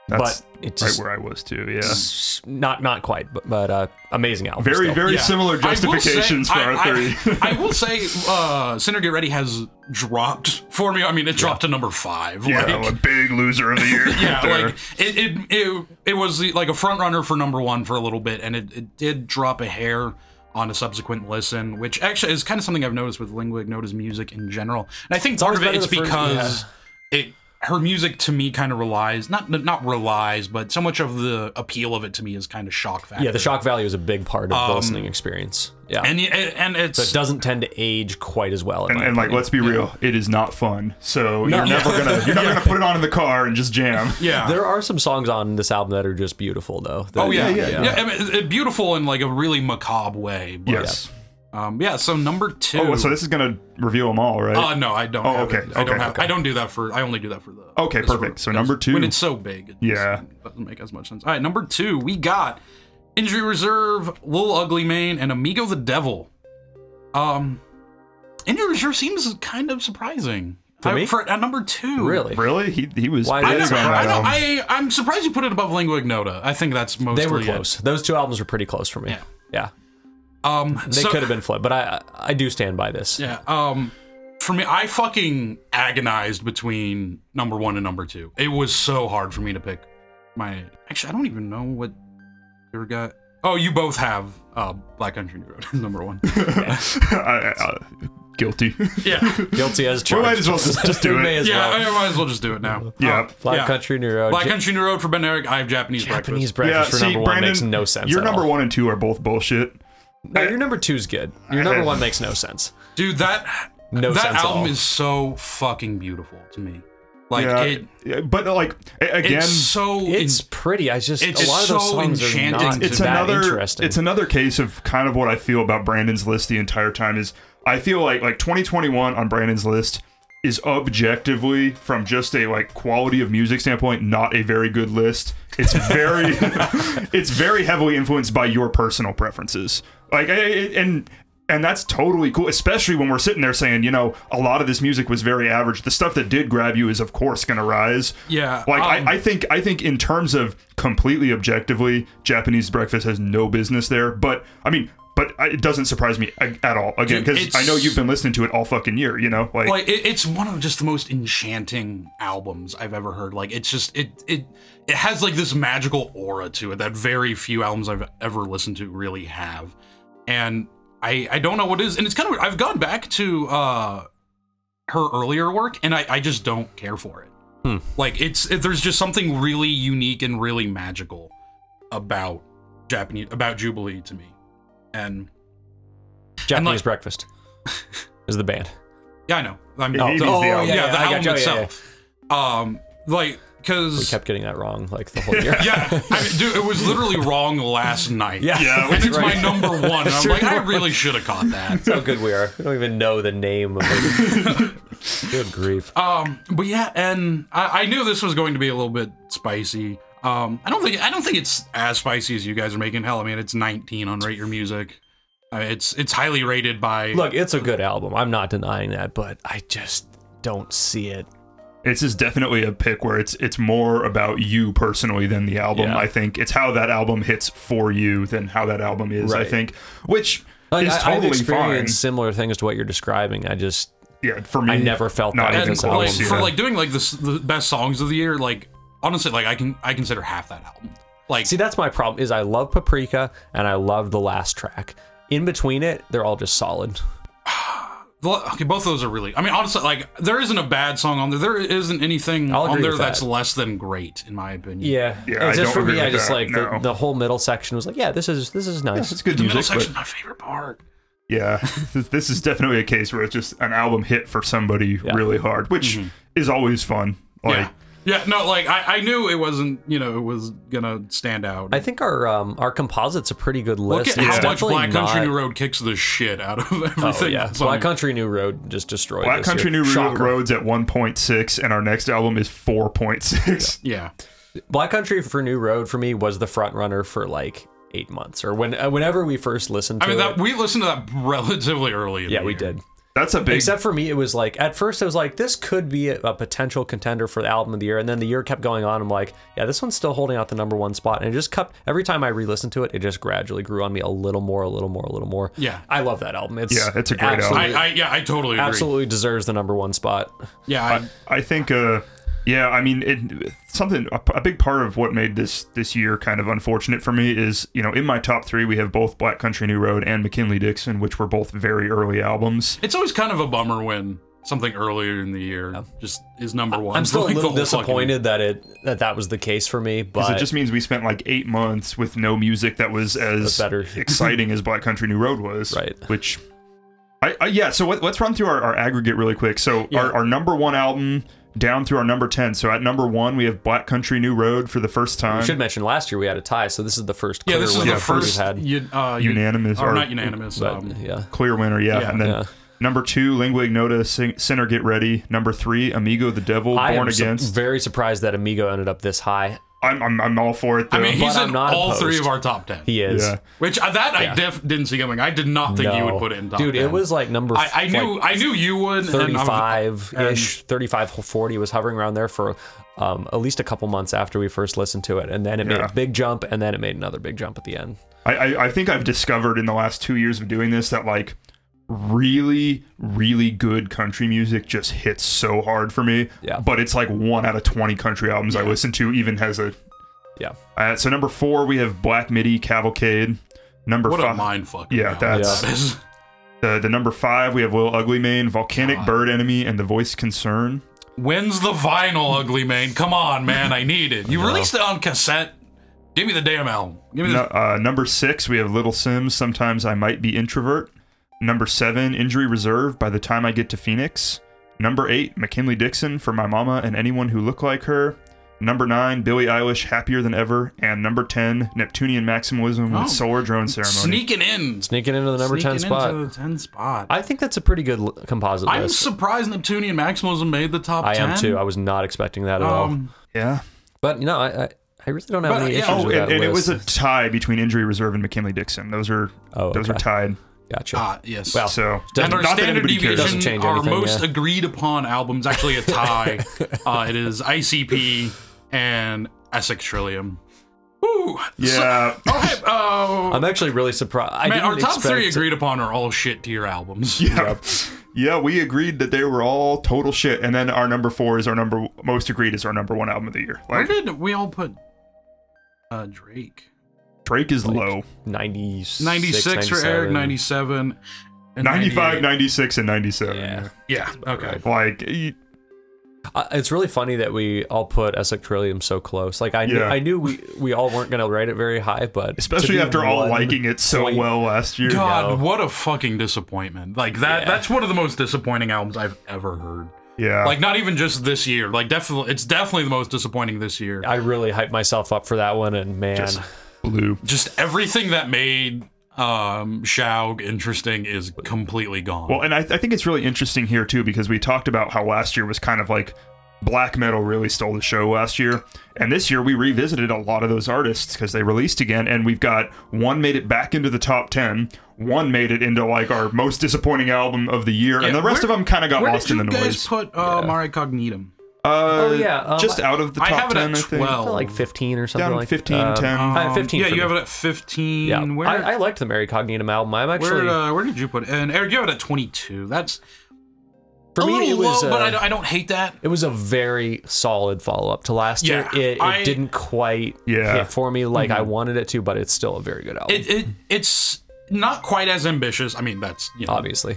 S2: That's
S3: but it
S2: right
S3: just
S2: where I was too. Yeah,
S3: s- not not quite, but, but uh, amazing album.
S2: very
S3: still.
S2: very
S1: Yeah.
S2: similar
S1: I will say-
S2: justifications
S1: I-
S2: for
S1: I-
S2: our three.
S1: I, will say, uh, Sinner Get Ready has dropped for me. I mean, it dropped to number five.
S2: yeah,
S1: like-
S2: I'm a big loser of the year.
S1: yeah,
S2: there.
S1: like it, it, it, it was the, like a front runner for number one for a little bit, and it, it did drop a hair on a subsequent listen, which actually is kind of something I've noticed with Lingua Ignota's music in general. And I think part
S3: always
S1: of it
S3: better
S1: it's
S3: the first-
S1: because it her music to me kind of relies not not relies, but so much of the appeal of it to me is kind of shock factor.
S3: yeah. The shock value is a big part of the listening experience. Yeah,
S1: and and it's
S3: it doesn't tend to age quite as well. in
S2: And,
S3: my
S2: and like,
S3: opinion.
S2: let's be real, it is not fun. So you're never gonna you're never gonna put it on in the car and just jam.
S1: yeah.
S3: there are some songs on this album that are just beautiful, though. that-
S1: Oh yeah,
S2: Yeah,
S1: yeah,
S2: yeah,
S1: yeah. I mean, it- it- beautiful in like a really macabre way. But,
S2: Yes.
S1: Um, yeah. So number two.
S2: Oh, so this is gonna reveal them all, right?
S1: Uh, no, I don't.
S2: Oh,
S1: have
S2: okay,
S1: It. I don't
S2: okay,
S1: have.
S2: okay.
S1: I don't do that for. I only do that for the.
S2: Okay,
S1: this
S2: perfect.
S1: for-
S2: So number two.
S1: When it's so big, it
S2: Yeah.
S1: doesn't- doesn't make as much sense. All right, number two, we got injury reserve, Lil Ugly Mane, and Amigo the Devil. Um, injury reserve seems kind of surprising
S3: For
S1: I-
S3: me?
S1: for at number two.
S3: really.
S2: Really? He he was
S3: Why
S2: big
S1: I
S3: did
S1: know.
S3: It's
S2: on um,
S1: I
S2: that
S1: know.
S2: album.
S1: I I'm surprised you put it above Lingua Ignota. I think that's mostly
S3: They were
S1: it.
S3: close. Those two albums were pretty close for me.
S1: Yeah.
S3: Yeah,
S1: Um,
S3: they could have been flipped, but I I do stand by this.
S1: Yeah. Um, for me, I fucking agonized between number one and number two. It was so hard for me to pick my. Actually, I don't even know what your guy. Oh, you both have uh, Black Country New Road as number one.
S2: I- I- I- guilty.
S1: Yeah.
S3: Guilty as
S2: we
S3: charged.
S2: might as well just, just do
S3: We may
S2: it.
S3: as
S1: yeah.
S3: well.
S1: I might as well just do it now.
S2: Yeah.
S3: Black
S1: yeah.
S3: Country New Road.
S1: Black
S3: Ja-
S1: Country New Road for Ben Eric. I have Japanese,
S3: Japanese
S1: breakfast.
S2: Yeah,
S3: breakfast for
S2: see,
S3: number one
S2: Brandon,
S3: makes no sense.
S2: Your
S3: at
S2: number
S3: all.
S2: one and two are both bullshit.
S3: No, your number two's good. Your number one makes no sense.
S1: Dude, that
S3: No
S1: that
S3: sense at
S1: album
S3: all.
S1: is so fucking beautiful to me. Like
S2: yeah,
S1: it,
S2: yeah, but like a- again,
S1: it's so
S3: It's
S1: in-
S3: pretty. I just
S1: It's
S3: a lot of those
S1: so
S3: songs
S1: enchanting
S3: are not
S1: to
S2: it's
S1: me.
S3: that
S2: another
S3: interesting.
S2: it's another case of kind of what I feel about Brandon's list the entire time is I feel like like 2021 on Brandon's list is objectively from just a like quality of music standpoint not a very good list. It's very it's very heavily influenced by your personal preferences. Like I- I- and and that's totally cool, especially when we're sitting there saying, you know, a lot of this music was very average. The stuff that did grab you is, of course, going to rise.
S1: Yeah,
S2: Like
S1: um,
S2: I, I think I think in terms of completely objectively, Japanese breakfast has no business there. But I mean, but I, it doesn't surprise me a- at all. Again,
S1: Dude,
S2: because I know
S1: it's-
S2: you've been listening to it all fucking year. You know, like,
S1: like it, it's one of just the most enchanting albums I've ever heard. Like it's just it it it has like this magical aura to it that very few albums I've ever listened to really have. And I I don't know what it is, and it's kind of weird. I've gone back to uh her earlier work, and I I just don't care for it. Like it's it, there's just something really unique and really magical about Japanese about Jubilee to me, and
S3: Japanese
S1: like-
S3: breakfast is the band.
S1: yeah I know I'm
S2: It is the
S1: oh,
S2: album.
S1: yeah,
S3: yeah,
S1: the
S3: I got
S1: album
S3: you. Yeah, yeah,
S1: itself. Um, like
S3: We
S1: because
S3: kept getting that wrong like the whole year.
S1: yeah, I mean, dude, it was literally wrong last night.
S3: Yeah.
S2: yeah,
S1: and
S2: which-
S1: it's my number one. And I'm like, I really should have caught that.
S3: How good we are. We don't even know the name of it. good grief.
S1: Um, but yeah, and I, I knew this was going to be a little bit spicy. Um, I don't think I don't think it's as spicy as you guys are making. Hell, I mean, it's 19 on Rate Your Music. Uh, it's it's highly rated by
S3: Look, it's a good album. I'm not denying that, but I just don't see it.
S2: it's just definitely a pick where it's it's more about you personally than the album.
S3: Yeah.
S2: I think it's how that album hits for you than how that album is. I
S3: Right.
S2: think, which
S3: Like,
S2: is
S3: I, I've
S2: totally fine.
S3: experienced similar things to what you're describing. I just
S2: Yeah, for me,
S3: I never felt
S2: not
S3: that
S2: even
S1: and
S3: as an album.
S1: like
S2: close.
S1: for
S2: yeah.
S1: like doing like the, s- the best songs of the year. Like honestly, like I can I consider half that album. Like
S3: See, that's my problem. Is I love Paprika and I love the last track. In between it, they're all just solid.
S1: Well, okay, both of those are really. I mean, honestly, like there isn't a bad song on there. There isn't anything
S3: I'll
S1: on
S3: agree
S1: there
S3: with
S1: that's
S3: that.
S1: less than great, in my opinion.
S3: Yeah,
S2: Yeah, I
S3: It's just
S2: don't
S3: for me,
S2: agree
S3: I
S2: with
S3: just
S2: that,
S3: like
S2: no.
S3: the, the whole middle section was like, yeah, this is this is nice.
S2: it's good
S1: the middle
S2: music, but-
S1: section's my favorite part.
S2: Yeah, this- this is definitely a case where it's just an album hit for somebody really hard, which
S1: Mm-hmm.
S2: is always fun. Like,
S1: yeah, yeah. No, like I, I knew it wasn't. You know, it was gonna stand out.
S3: I think our um our composite's a pretty good
S1: Look
S3: list.
S1: at
S3: It's
S1: how much
S3: definitely
S1: Black Country
S3: not-
S1: New Road kicks the shit out of
S3: Oh,
S1: everything.
S3: yeah,
S1: So,
S3: Black Country New Road just destroyed.
S2: Black
S3: this
S2: Country
S3: year.
S2: New Ro-
S3: Shocker.
S2: Roads at 1.6, and our next album is 4.6.
S1: Yeah,
S3: Black Country for New Road for me was the front runner for like eight months or when uh, whenever we first listened to
S1: I mean that
S3: it.
S1: we listened to that relatively early. In
S3: Yeah,
S1: the
S3: we
S1: year.
S3: did.
S2: That's a big.
S3: Except for me, it was like at first I was like, this could be a, a potential contender for the album of the year, and then the year kept going on. I'm like, yeah, this one's still holding out the number one spot, and it just kept every time I re-listened to it, it just gradually grew on me a little more, a little more, a little more.
S1: Yeah.
S3: I love that album. It's
S2: Yeah, it's a great
S3: absolutely-
S2: album.
S1: I, I yeah, I totally agree.
S3: Absolutely deserves the number one spot.
S1: Yeah, I,
S2: I think, uh, yeah, I mean, it, something a, a big part of what made this this year kind of unfortunate for me is, you know, in my top three we have both Black Country New Road and McKinley Dixon, which were both very early albums.
S1: it's always kind of a bummer when something earlier in the year just is number one.
S3: I'm still
S1: Like,
S3: a
S1: the
S3: little
S1: whole fucking-
S3: disappointed that it that that was the case for me,
S2: Because
S3: but
S2: it just means we spent like eight months with no music that was as
S3: better.
S2: exciting as Black Country New Road was.
S3: Right.
S2: Which, I, I yeah. So let, let's run through our, our aggregate really quick. So our, our number one album down through our number ten. So at number one we have Black Country New Road for the first time.
S3: I should mention last year we had a tie, so this is the first.
S1: Yeah,
S3: clear
S1: this is
S3: win
S1: the
S3: we've
S1: first
S3: had.
S1: u- uh, u-
S2: Unanimous
S1: or
S2: or-
S1: not unanimous.
S3: but,
S1: um,
S3: yeah,
S2: Clear winner, yeah.
S1: Yeah.
S2: and then
S3: Yeah.
S2: number two, Lingua Ignota, Sin- Sinner Get Ready. Number three, Amigo the Devil,
S3: I
S2: Born
S3: am su-
S2: Against.
S3: very surprised that Amigo ended up this high.
S2: I'm, I'm I'm all for it though.
S1: I mean, he's
S3: But
S1: in
S3: I'm not
S1: all three
S3: opposed.
S1: of our top ten.
S3: He is.
S2: yeah.
S1: Which uh, that I def- didn't see coming. I did not think you
S3: No.
S1: would put it in top
S3: Dude,
S1: 10.
S3: it was like number
S1: I, I knew I knew you would. and I'm-
S3: 35 ish,
S1: and-
S3: 35, 40 was hovering around there for um, at least a couple months after we first listened to it. And then it made
S2: Yeah.
S3: a big jump, and then it made another big jump at the end.
S2: I, I, I think I've discovered in the last two years of doing this that like really really good country music just hits so hard for me
S3: Yeah.
S2: but it's like one out of 20 country albums i listen to even has a
S3: Yeah.
S2: uh, so number four we have black midi cavalcade number
S1: what a
S2: five
S1: mind fuck.
S2: Yeah, that's-
S1: that is.
S2: the, the number five we have Lil ugly mane volcanic bird enemy and the voice concern
S1: When's the vinyl, Ugly Mane? Come on, man, I need it. You released it on cassette. Give me the damn album. Give me
S2: No-
S1: the.
S2: uh, number six we have little sims sometimes i might be introvert number seven injury reserve by the time i get to phoenix Number eight, McKinley Dixon for My Mama and Anyone Who Looked Like Her. Number nine, Billie Eilish, Happier Than Ever. And number 10, Neptunian Maximalism
S1: Oh.
S2: with Solar Drone Ceremony.
S1: Sneaking in.
S3: Sneaking into the number
S1: Sneaking
S3: 10 spot.
S1: Into the 10 spot.
S3: I think that's a pretty good l- composite
S1: I'm
S3: list.
S1: surprised Neptunian Maximalism made the top
S3: I
S1: 10.
S3: am too. I was not expecting that at all.
S1: um,
S2: Yeah.
S3: But you know, I I, I really don't have
S1: But,
S3: any
S1: yeah,
S3: issues
S2: Oh,
S3: with
S2: and,
S3: that
S2: and it was
S3: list.
S2: a tie between injury reserve and McKinley Dixon. Those are
S3: Oh,
S2: those
S3: okay.
S2: are tied.
S3: gotcha.
S1: ah, yes.
S3: Well,
S2: So
S1: and our
S2: not that
S1: standard
S2: anybody cares.
S3: Doesn't
S1: deviation,
S3: change
S1: our
S3: anything,
S1: most
S3: yeah.
S1: agreed upon albums, actually a tie. uh, it is ICP and Essex Trillium. Woo!
S2: Yeah.
S1: So, okay, uh,
S3: I'm actually really surprised. I
S1: man,
S3: didn't
S1: our top
S3: expect
S1: three agreed upon are all shit tier albums.
S2: Yeah. Yeah, we agreed that they were all total shit. And then our number four is our number most agreed is our number one album of the year.
S1: Where
S2: Like
S1: did we all put uh, Drake?
S2: Drake is low.
S3: 96,
S1: 96 for Eric,
S3: 97.
S1: 97. And
S2: 95,
S1: 98.
S2: 96, and 97.
S3: Yeah.
S1: Yeah, okay.
S3: right.
S2: Like, e, y-
S3: I- It's really funny that we all put Essex Trillium so close. Like I, knew,
S2: Yeah.
S3: I knew we, we all weren't going to rate it very high, but to
S2: especially
S3: be
S2: after all
S3: one
S2: liking it so
S3: point-
S2: well last year.
S1: God,
S3: know.
S1: what a fucking disappointment. Like that
S3: Yeah.
S1: that's one of the most disappointing albums I've ever heard.
S2: Yeah.
S1: Like not even just this year. Like definitely it's definitely the most disappointing this year.
S3: I really hyped myself up for that one, and man,
S2: Just blue.
S1: Just everything that made um Shaug interesting is completely gone.
S2: Well, and I, I think it's really interesting here, too, because we talked about how last year was kind of like black metal really stole the show last year. And this year we revisited a lot of those artists because they released again. And we've got one made it back into the top 10, one made it into like our most disappointing album of the year. and
S1: Yeah,
S2: the rest
S1: where-
S2: of them kind of got
S1: Where
S2: lost
S1: did you
S2: in the
S1: guys
S2: noise.
S1: put uh, Mare Cognitum?
S2: Uh,
S3: Oh, yeah, um,
S2: just out of the
S1: I
S2: top
S1: have it
S2: 10,
S1: at
S2: I think.
S1: 12.
S3: I felt like 15 or something
S2: Down
S3: like
S2: 15,
S3: uh,
S2: 10.
S3: I had
S1: Um,
S3: 15.
S1: Yeah,
S3: for
S1: you
S3: me.
S1: have it at 15.
S3: Yeah,
S1: where
S3: I, I liked the Mary Cognitum album. I'm actually
S1: where, uh, where did you put it? And Eric, you have it at 22. That's
S3: for
S1: a
S3: me it
S1: little
S3: was
S1: low, oh, but
S3: uh,
S1: I don't, I don't hate that.
S3: it was a very solid follow up to last
S1: Yeah,
S3: year. It, it
S1: I- Mm-hmm.
S3: didn't quite
S2: Yeah.
S3: hit for me like I wanted it to, but it's still a very good album.
S1: It, it it's not quite as ambitious. I mean, that's you know,
S3: obviously,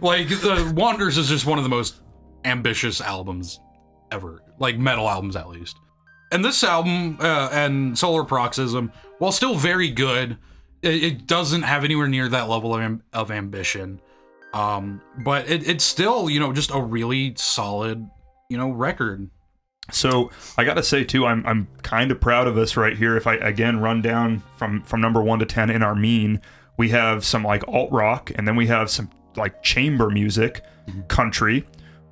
S1: like the Wanders is just one of the most ambitious albums ever, like metal albums at least. And this album uh, and Solar Paroxysm, while still very good, it, it doesn't have anywhere near that level of, am- of ambition. Um, but it, it's still you know just a really solid you know record.
S2: So I gotta say too, I'm I'm kind of proud of us right here. If I again run down from from number one to ten in our mean, we have some like alt rock, and then we have some like chamber music, country.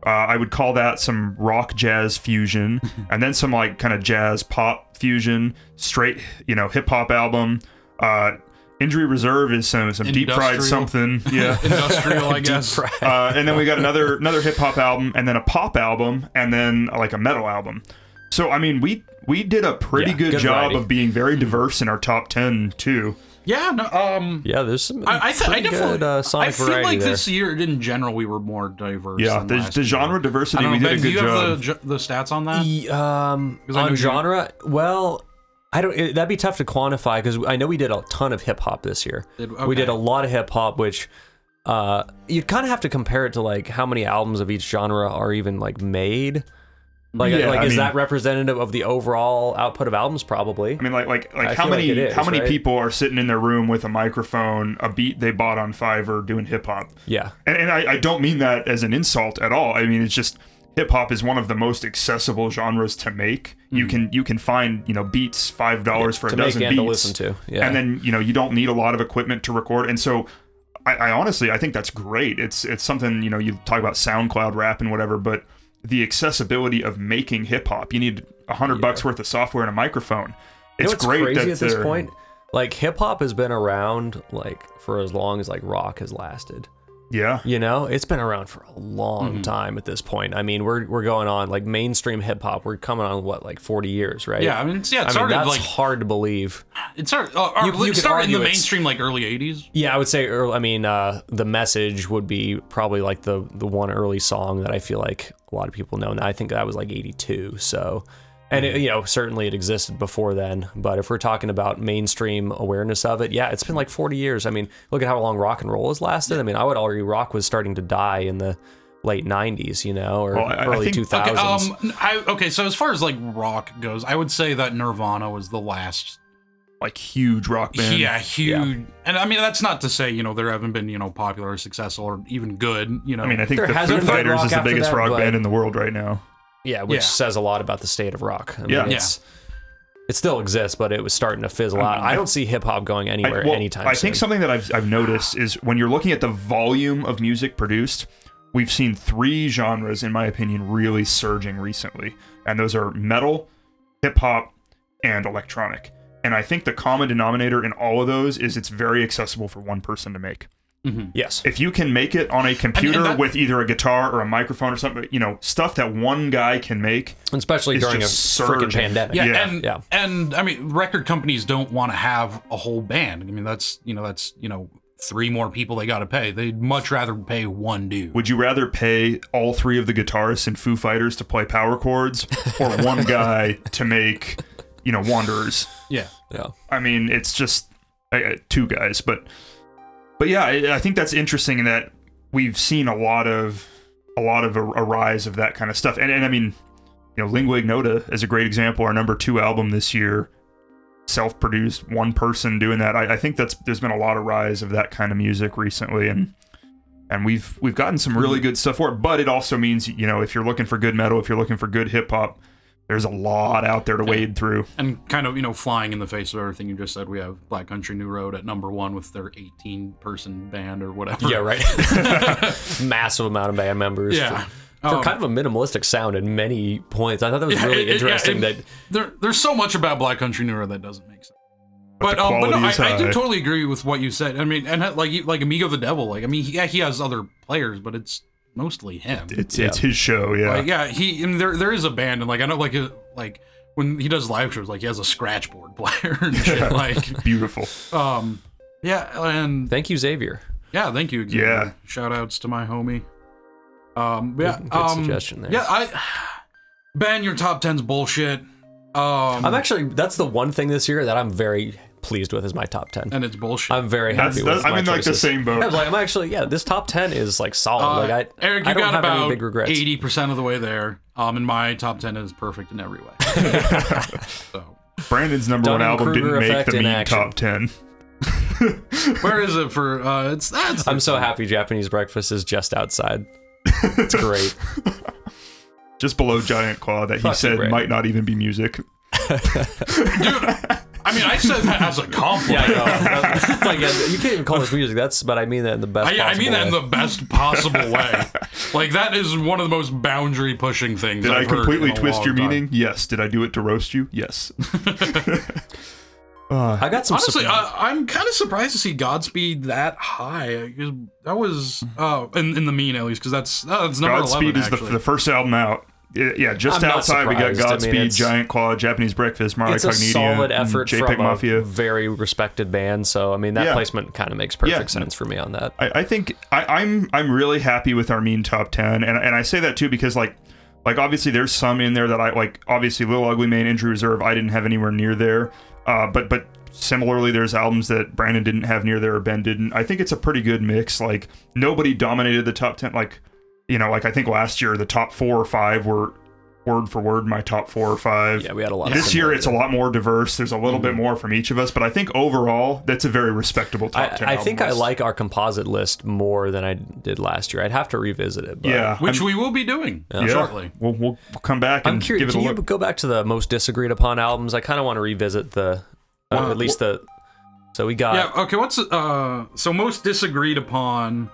S2: Uh, I would call that some rock jazz fusion, and then some like kind of jazz pop fusion, straight you know hip hop album. Uh, Injury Reserve is some some deep fried
S1: Industrial.
S2: something, yeah.
S1: Industrial, I guess.
S2: uh, and then we got another another hip hop album, and then a pop album, and then uh, like a metal album. So I mean, we we did a pretty
S3: Yeah,
S2: good,
S3: good
S2: job
S3: variety.
S2: of being very diverse in our top ten too.
S1: Yeah, no, um,
S3: yeah. There's some
S1: I, I, th- I
S3: pretty
S1: definitely
S3: good uh, sonic
S1: I feel
S3: variety
S1: like
S3: there.
S1: this year in general we were more diverse.
S2: Yeah,
S1: than
S2: the,
S1: last
S2: the
S1: year.
S2: genre
S1: I
S2: diversity
S1: don't
S2: we
S1: know, Ben,
S2: did a
S1: do
S2: good
S1: you have the,
S2: job.
S1: ju- the stats on that?
S3: E- um,
S1: 'Cause I know
S3: on
S1: you-
S3: genre, well, I don't. It, that'd be tough to quantify because I know we did a ton of hip hop this year.
S1: Did-
S3: We did
S1: okay.
S3: a lot of hip hop, which uh, you'd kind of have to compare it to like how many albums of each genre are even like made. Like,
S2: Yeah,
S3: like
S2: I
S3: is
S2: mean-
S3: that representative of the overall output of albums? Probably.
S2: I mean, like like like
S3: I
S2: how
S3: feel like
S2: many
S3: it is,
S2: how many
S3: right?
S2: people are sitting in their room with a microphone, a beat they bought on Fiverr, doing hip hop?
S3: yeah.
S2: And, and I, I don't mean that as an insult at all. I mean it's just hip hop is one of the most accessible genres to make. You can you can find you know beats five dollars for
S3: Mm-hmm. to
S2: a
S3: make
S2: dozen
S3: and
S2: beats
S3: to listen to. Yeah.
S2: and then you know you don't need a lot of equipment to record. And so I, I honestly I think that's great. It's it's something you know you talk about SoundCloud rap and whatever, but the accessibility of making hip hop, you need a hundred bucks worth of software and a microphone.
S3: You know
S2: It's
S3: what's
S2: great
S3: crazy
S2: that
S3: at this
S2: they're-
S3: point. Like hip hop has been around like for as long as like rock has lasted.
S2: Yeah.
S3: You know, it's been around for a long
S1: Mm-hmm.
S3: time at this point. I mean, we're we're going on like mainstream hip hop. We're coming on what like forty years, right?
S1: yeah, I mean, it's, yeah, it
S3: I mean
S1: started
S3: that's
S1: like
S3: hard to believe.
S1: it started, uh, or
S3: you
S1: it
S3: could
S1: started in
S3: argue
S1: the
S3: it's-
S1: mainstream like early '80s.
S3: Yeah, I would say. earl- I mean, uh, the message would be probably like the the one early song that I feel like a lot of people know. And I think that was like eighty two. So, and
S2: Mm.
S3: it, you know, certainly it existed before then. But if we're talking about mainstream awareness of it, yeah, it's been like forty years. I mean, look at how long rock and roll has lasted. I mean, I would argue rock was starting to die in the late nineties, you know, or
S2: Well, I- I
S3: early
S2: think- um,
S3: two
S1: Okay,
S3: thousands.
S1: um, I, okay, so as far as like rock goes, I would say that Nirvana was the last
S2: like huge rock band.
S1: Yeah, huge. And I mean, that's not to say you know there haven't been you know popular, or successful, or even good. You know,
S2: I mean, I think
S3: There
S2: the
S3: hasn't
S2: Foo
S3: been good
S2: Fighters
S3: rock
S2: is the
S3: after
S2: biggest
S3: that,
S2: rock
S3: but-
S2: band in the world right now.
S3: Yeah, which
S1: Yeah.
S3: says a lot about the state of rock. I mean,
S2: Yeah.
S3: it's, It still exists, but it was starting to fizzle out. I don't see hip hop going
S2: I-
S3: anywhere
S2: well,
S3: anytime
S2: I
S3: soon.
S2: think something that I've, I've noticed is when you're looking at the volume of music produced, we've seen three genres, in my opinion, really surging recently. And those are metal, hip hop, and electronic. And I think the common denominator in all of those is it's very accessible for one person to make.
S3: Yes.
S2: If you can make it on a computer
S1: that-
S2: with either a guitar or a microphone or something, you know, stuff that one guy can make,
S3: Especially
S2: it's
S3: during a
S2: just
S3: freaking
S2: surging.
S3: pandemic.
S1: yeah,
S2: yeah,
S1: and
S3: yeah.
S1: and I mean, record companies don't want to have a whole band. I mean, that's you know that's you know three more people they got to pay. They'd much rather pay one dude.
S2: Would you rather pay all three of the guitarists in Foo Fighters to play power chords or one guy to make, you know, Wanderers?
S1: yeah,
S3: yeah.
S2: I mean, it's just I, I- two guys, but but yeah, I, I think that's interesting in that we've seen a lot of a lot of a, a rise of that kind of stuff, and and I mean, you know, Lingua Ignota is a great example. Our number two album this year, self-produced, one person doing that. I, I think that's there's been a lot of rise of that kind of music recently, and and we've we've gotten some really good stuff for it. But it also means you know if you're looking for good metal, if you're looking for good hip hop. There's a lot out there to wade through.
S1: and kind of you know flying in the face of everything you just said. We have Black Country New Road at number one with their 18 person band or whatever.
S3: Yeah, right. Massive amount of band members.
S1: Yeah.
S3: For, for
S1: Um,
S3: kind of a minimalistic sound in many points. I thought that was really
S1: It- it- yeah,
S3: interesting
S1: it-
S3: that
S1: there, there's so much about Black Country New Road that doesn't make sense. But,
S2: the
S1: um, but no,
S2: quality
S1: I,
S2: is
S1: I do
S2: high.
S1: totally agree with what you said. I mean, and uh, like you- like Amigo the Devil, like I mean, he- yeah, he has other players, but it's mostly him.
S2: It's
S3: Yeah.
S2: it's his show, yeah.
S1: Like, yeah, he and there there is a band, and like I know, like uh, like when he does live shows, like he has a scratchboard player and shit. like,
S2: Beautiful.
S1: um, yeah, and
S3: thank you, Xavier.
S1: yeah, thank you. Xavier.
S2: Yeah.
S1: Shout outs to my homie. Um, yeah,
S3: Good- good
S1: um,
S3: suggestion there.
S1: Yeah, I ban your top tens bullshit. Um,
S3: I'm actually that's the one thing this year that I'm very pleased with is my top ten.
S1: and it's bullshit.
S3: I'm very happy
S2: That's,
S3: with
S2: that's
S3: my
S2: I'm in like the
S3: choices.
S2: same boat.
S3: Yeah, like, I'm actually yeah, this top ten is like solid.
S1: Uh,
S3: like I,
S1: Eric, you
S3: I don't
S1: got
S3: have any
S1: about
S3: big regrets.
S1: eighty percent of the way there. Um, and my top ten is perfect in every way. so,
S2: Brandon's number one album
S3: Dunning-Kruger
S2: didn't make
S3: effect
S2: the
S3: in
S2: mean
S3: action.
S2: top ten.
S1: where is it for? Uh, it's that's.
S3: I'm so happy Japanese breakfast is just outside. It's great.
S2: Just below Giant Claw that he
S3: Fucking
S2: said
S3: Brandon.
S2: might not even be music.
S1: I mean, I said that as a
S3: yeah, I
S1: compliment.
S3: know. That's- like uh, you can't even call this music. That's but I mean that in the best.
S1: I, I mean
S3: possible
S1: that in
S3: way.
S1: the best possible way. Like that is one of the most boundary pushing things.
S2: Did
S1: I've
S2: i
S1: heard
S2: completely
S1: in a
S2: twist
S1: long
S2: your
S1: time.
S2: meaning? Yes. Did I do it to roast you? Yes. Uh,
S3: I got some.
S1: Honestly,
S3: surpri-
S1: I, I'm kind of surprised to see Godspeed that high. 'cause That was uh, in, in the mean at least, because that's uh, that's number
S2: Godspeed
S1: eleven.
S2: is the,
S1: actually.
S2: the first album out. Yeah, yeah, just
S3: I'm not
S2: outside we got
S3: surprised. I mean,
S2: Godspeed,
S3: it's-
S2: Giant Claw, Japanese Breakfast, Mario
S3: it's a
S2: Cognitia,
S3: solid
S2: uh, and
S3: effort
S2: JPEG
S3: from
S2: Mafia.
S3: a very respected band. So I mean that
S2: Yeah.
S3: placement kind of makes perfect
S2: Yeah.
S3: sense for me on that.
S2: I, I think I, I'm I'm really happy with our mean top ten, and and I say that too because like like obviously there's some in there that I like. Obviously, Little Ugly Main Injury Reserve I didn't have anywhere near there, uh, but but similarly there's albums that Brandon didn't have near there or Ben didn't. I think it's a pretty good mix. Like nobody dominated the top ten. Like you know like I think last year the top four or five were word for word my top four or five.
S3: Yeah, we had a lot. of Mm-hmm.
S2: This year,
S3: similar-
S2: it's a lot more diverse. There's a little bit more from each of us, but I think overall, that's a very respectable top ten.
S3: I, I
S2: album
S3: think I
S2: list.
S3: like our composite list more than I did last year. I'd have to revisit it. But
S2: Yeah,
S1: which we will be doing
S2: Yeah.
S1: shortly.
S2: We'll, we'll we'll come back and
S3: I'm
S2: give
S3: curious.
S2: it a
S3: Can you
S2: look.
S3: go back to the most disagreed upon albums? I kind of want to revisit the, uh,
S1: Wow.
S3: at least the. So we got
S1: Yeah. Okay. What's uh? So most disagreed upon.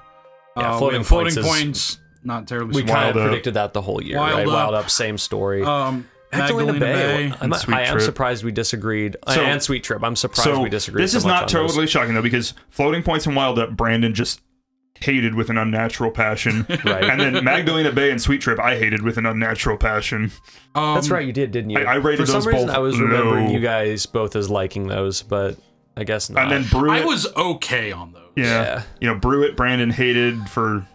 S3: Yeah,
S1: uh,
S3: Floating
S1: we- floating
S3: Points is-
S1: points. Not terribly.
S3: we
S1: surprised.
S3: kind
S2: Wild
S3: of
S2: Up.
S3: predicted that the whole year.
S1: Wild
S3: right?
S1: Up.
S3: Wild up, same story.
S1: um,
S3: Magdalena, Bay. I'm,
S2: And Sweet
S3: I am
S2: Trip.
S3: surprised we disagreed. uh,
S2: So-
S3: and Sweet Trip. I'm surprised
S2: So
S3: we disagreed.
S2: this
S3: so
S2: is
S3: much
S2: not
S3: on those.
S2: totally shocking though, because floating points and wild up, Brandon just hated with an unnatural passion,
S3: Right.
S2: and then Magdalena Bay and Sweet Trip, I hated with an unnatural passion.
S1: Um,
S3: That's right, you did, didn't you?
S2: I- I rated
S3: For some
S2: those
S3: reason,
S2: both
S3: I was remembering
S2: low.
S3: you guys both as liking those, but I guess not.
S2: And then brew
S1: I
S2: it,
S1: was okay on those.
S2: yeah,
S3: Yeah.
S2: you know, brew it. Brandon hated for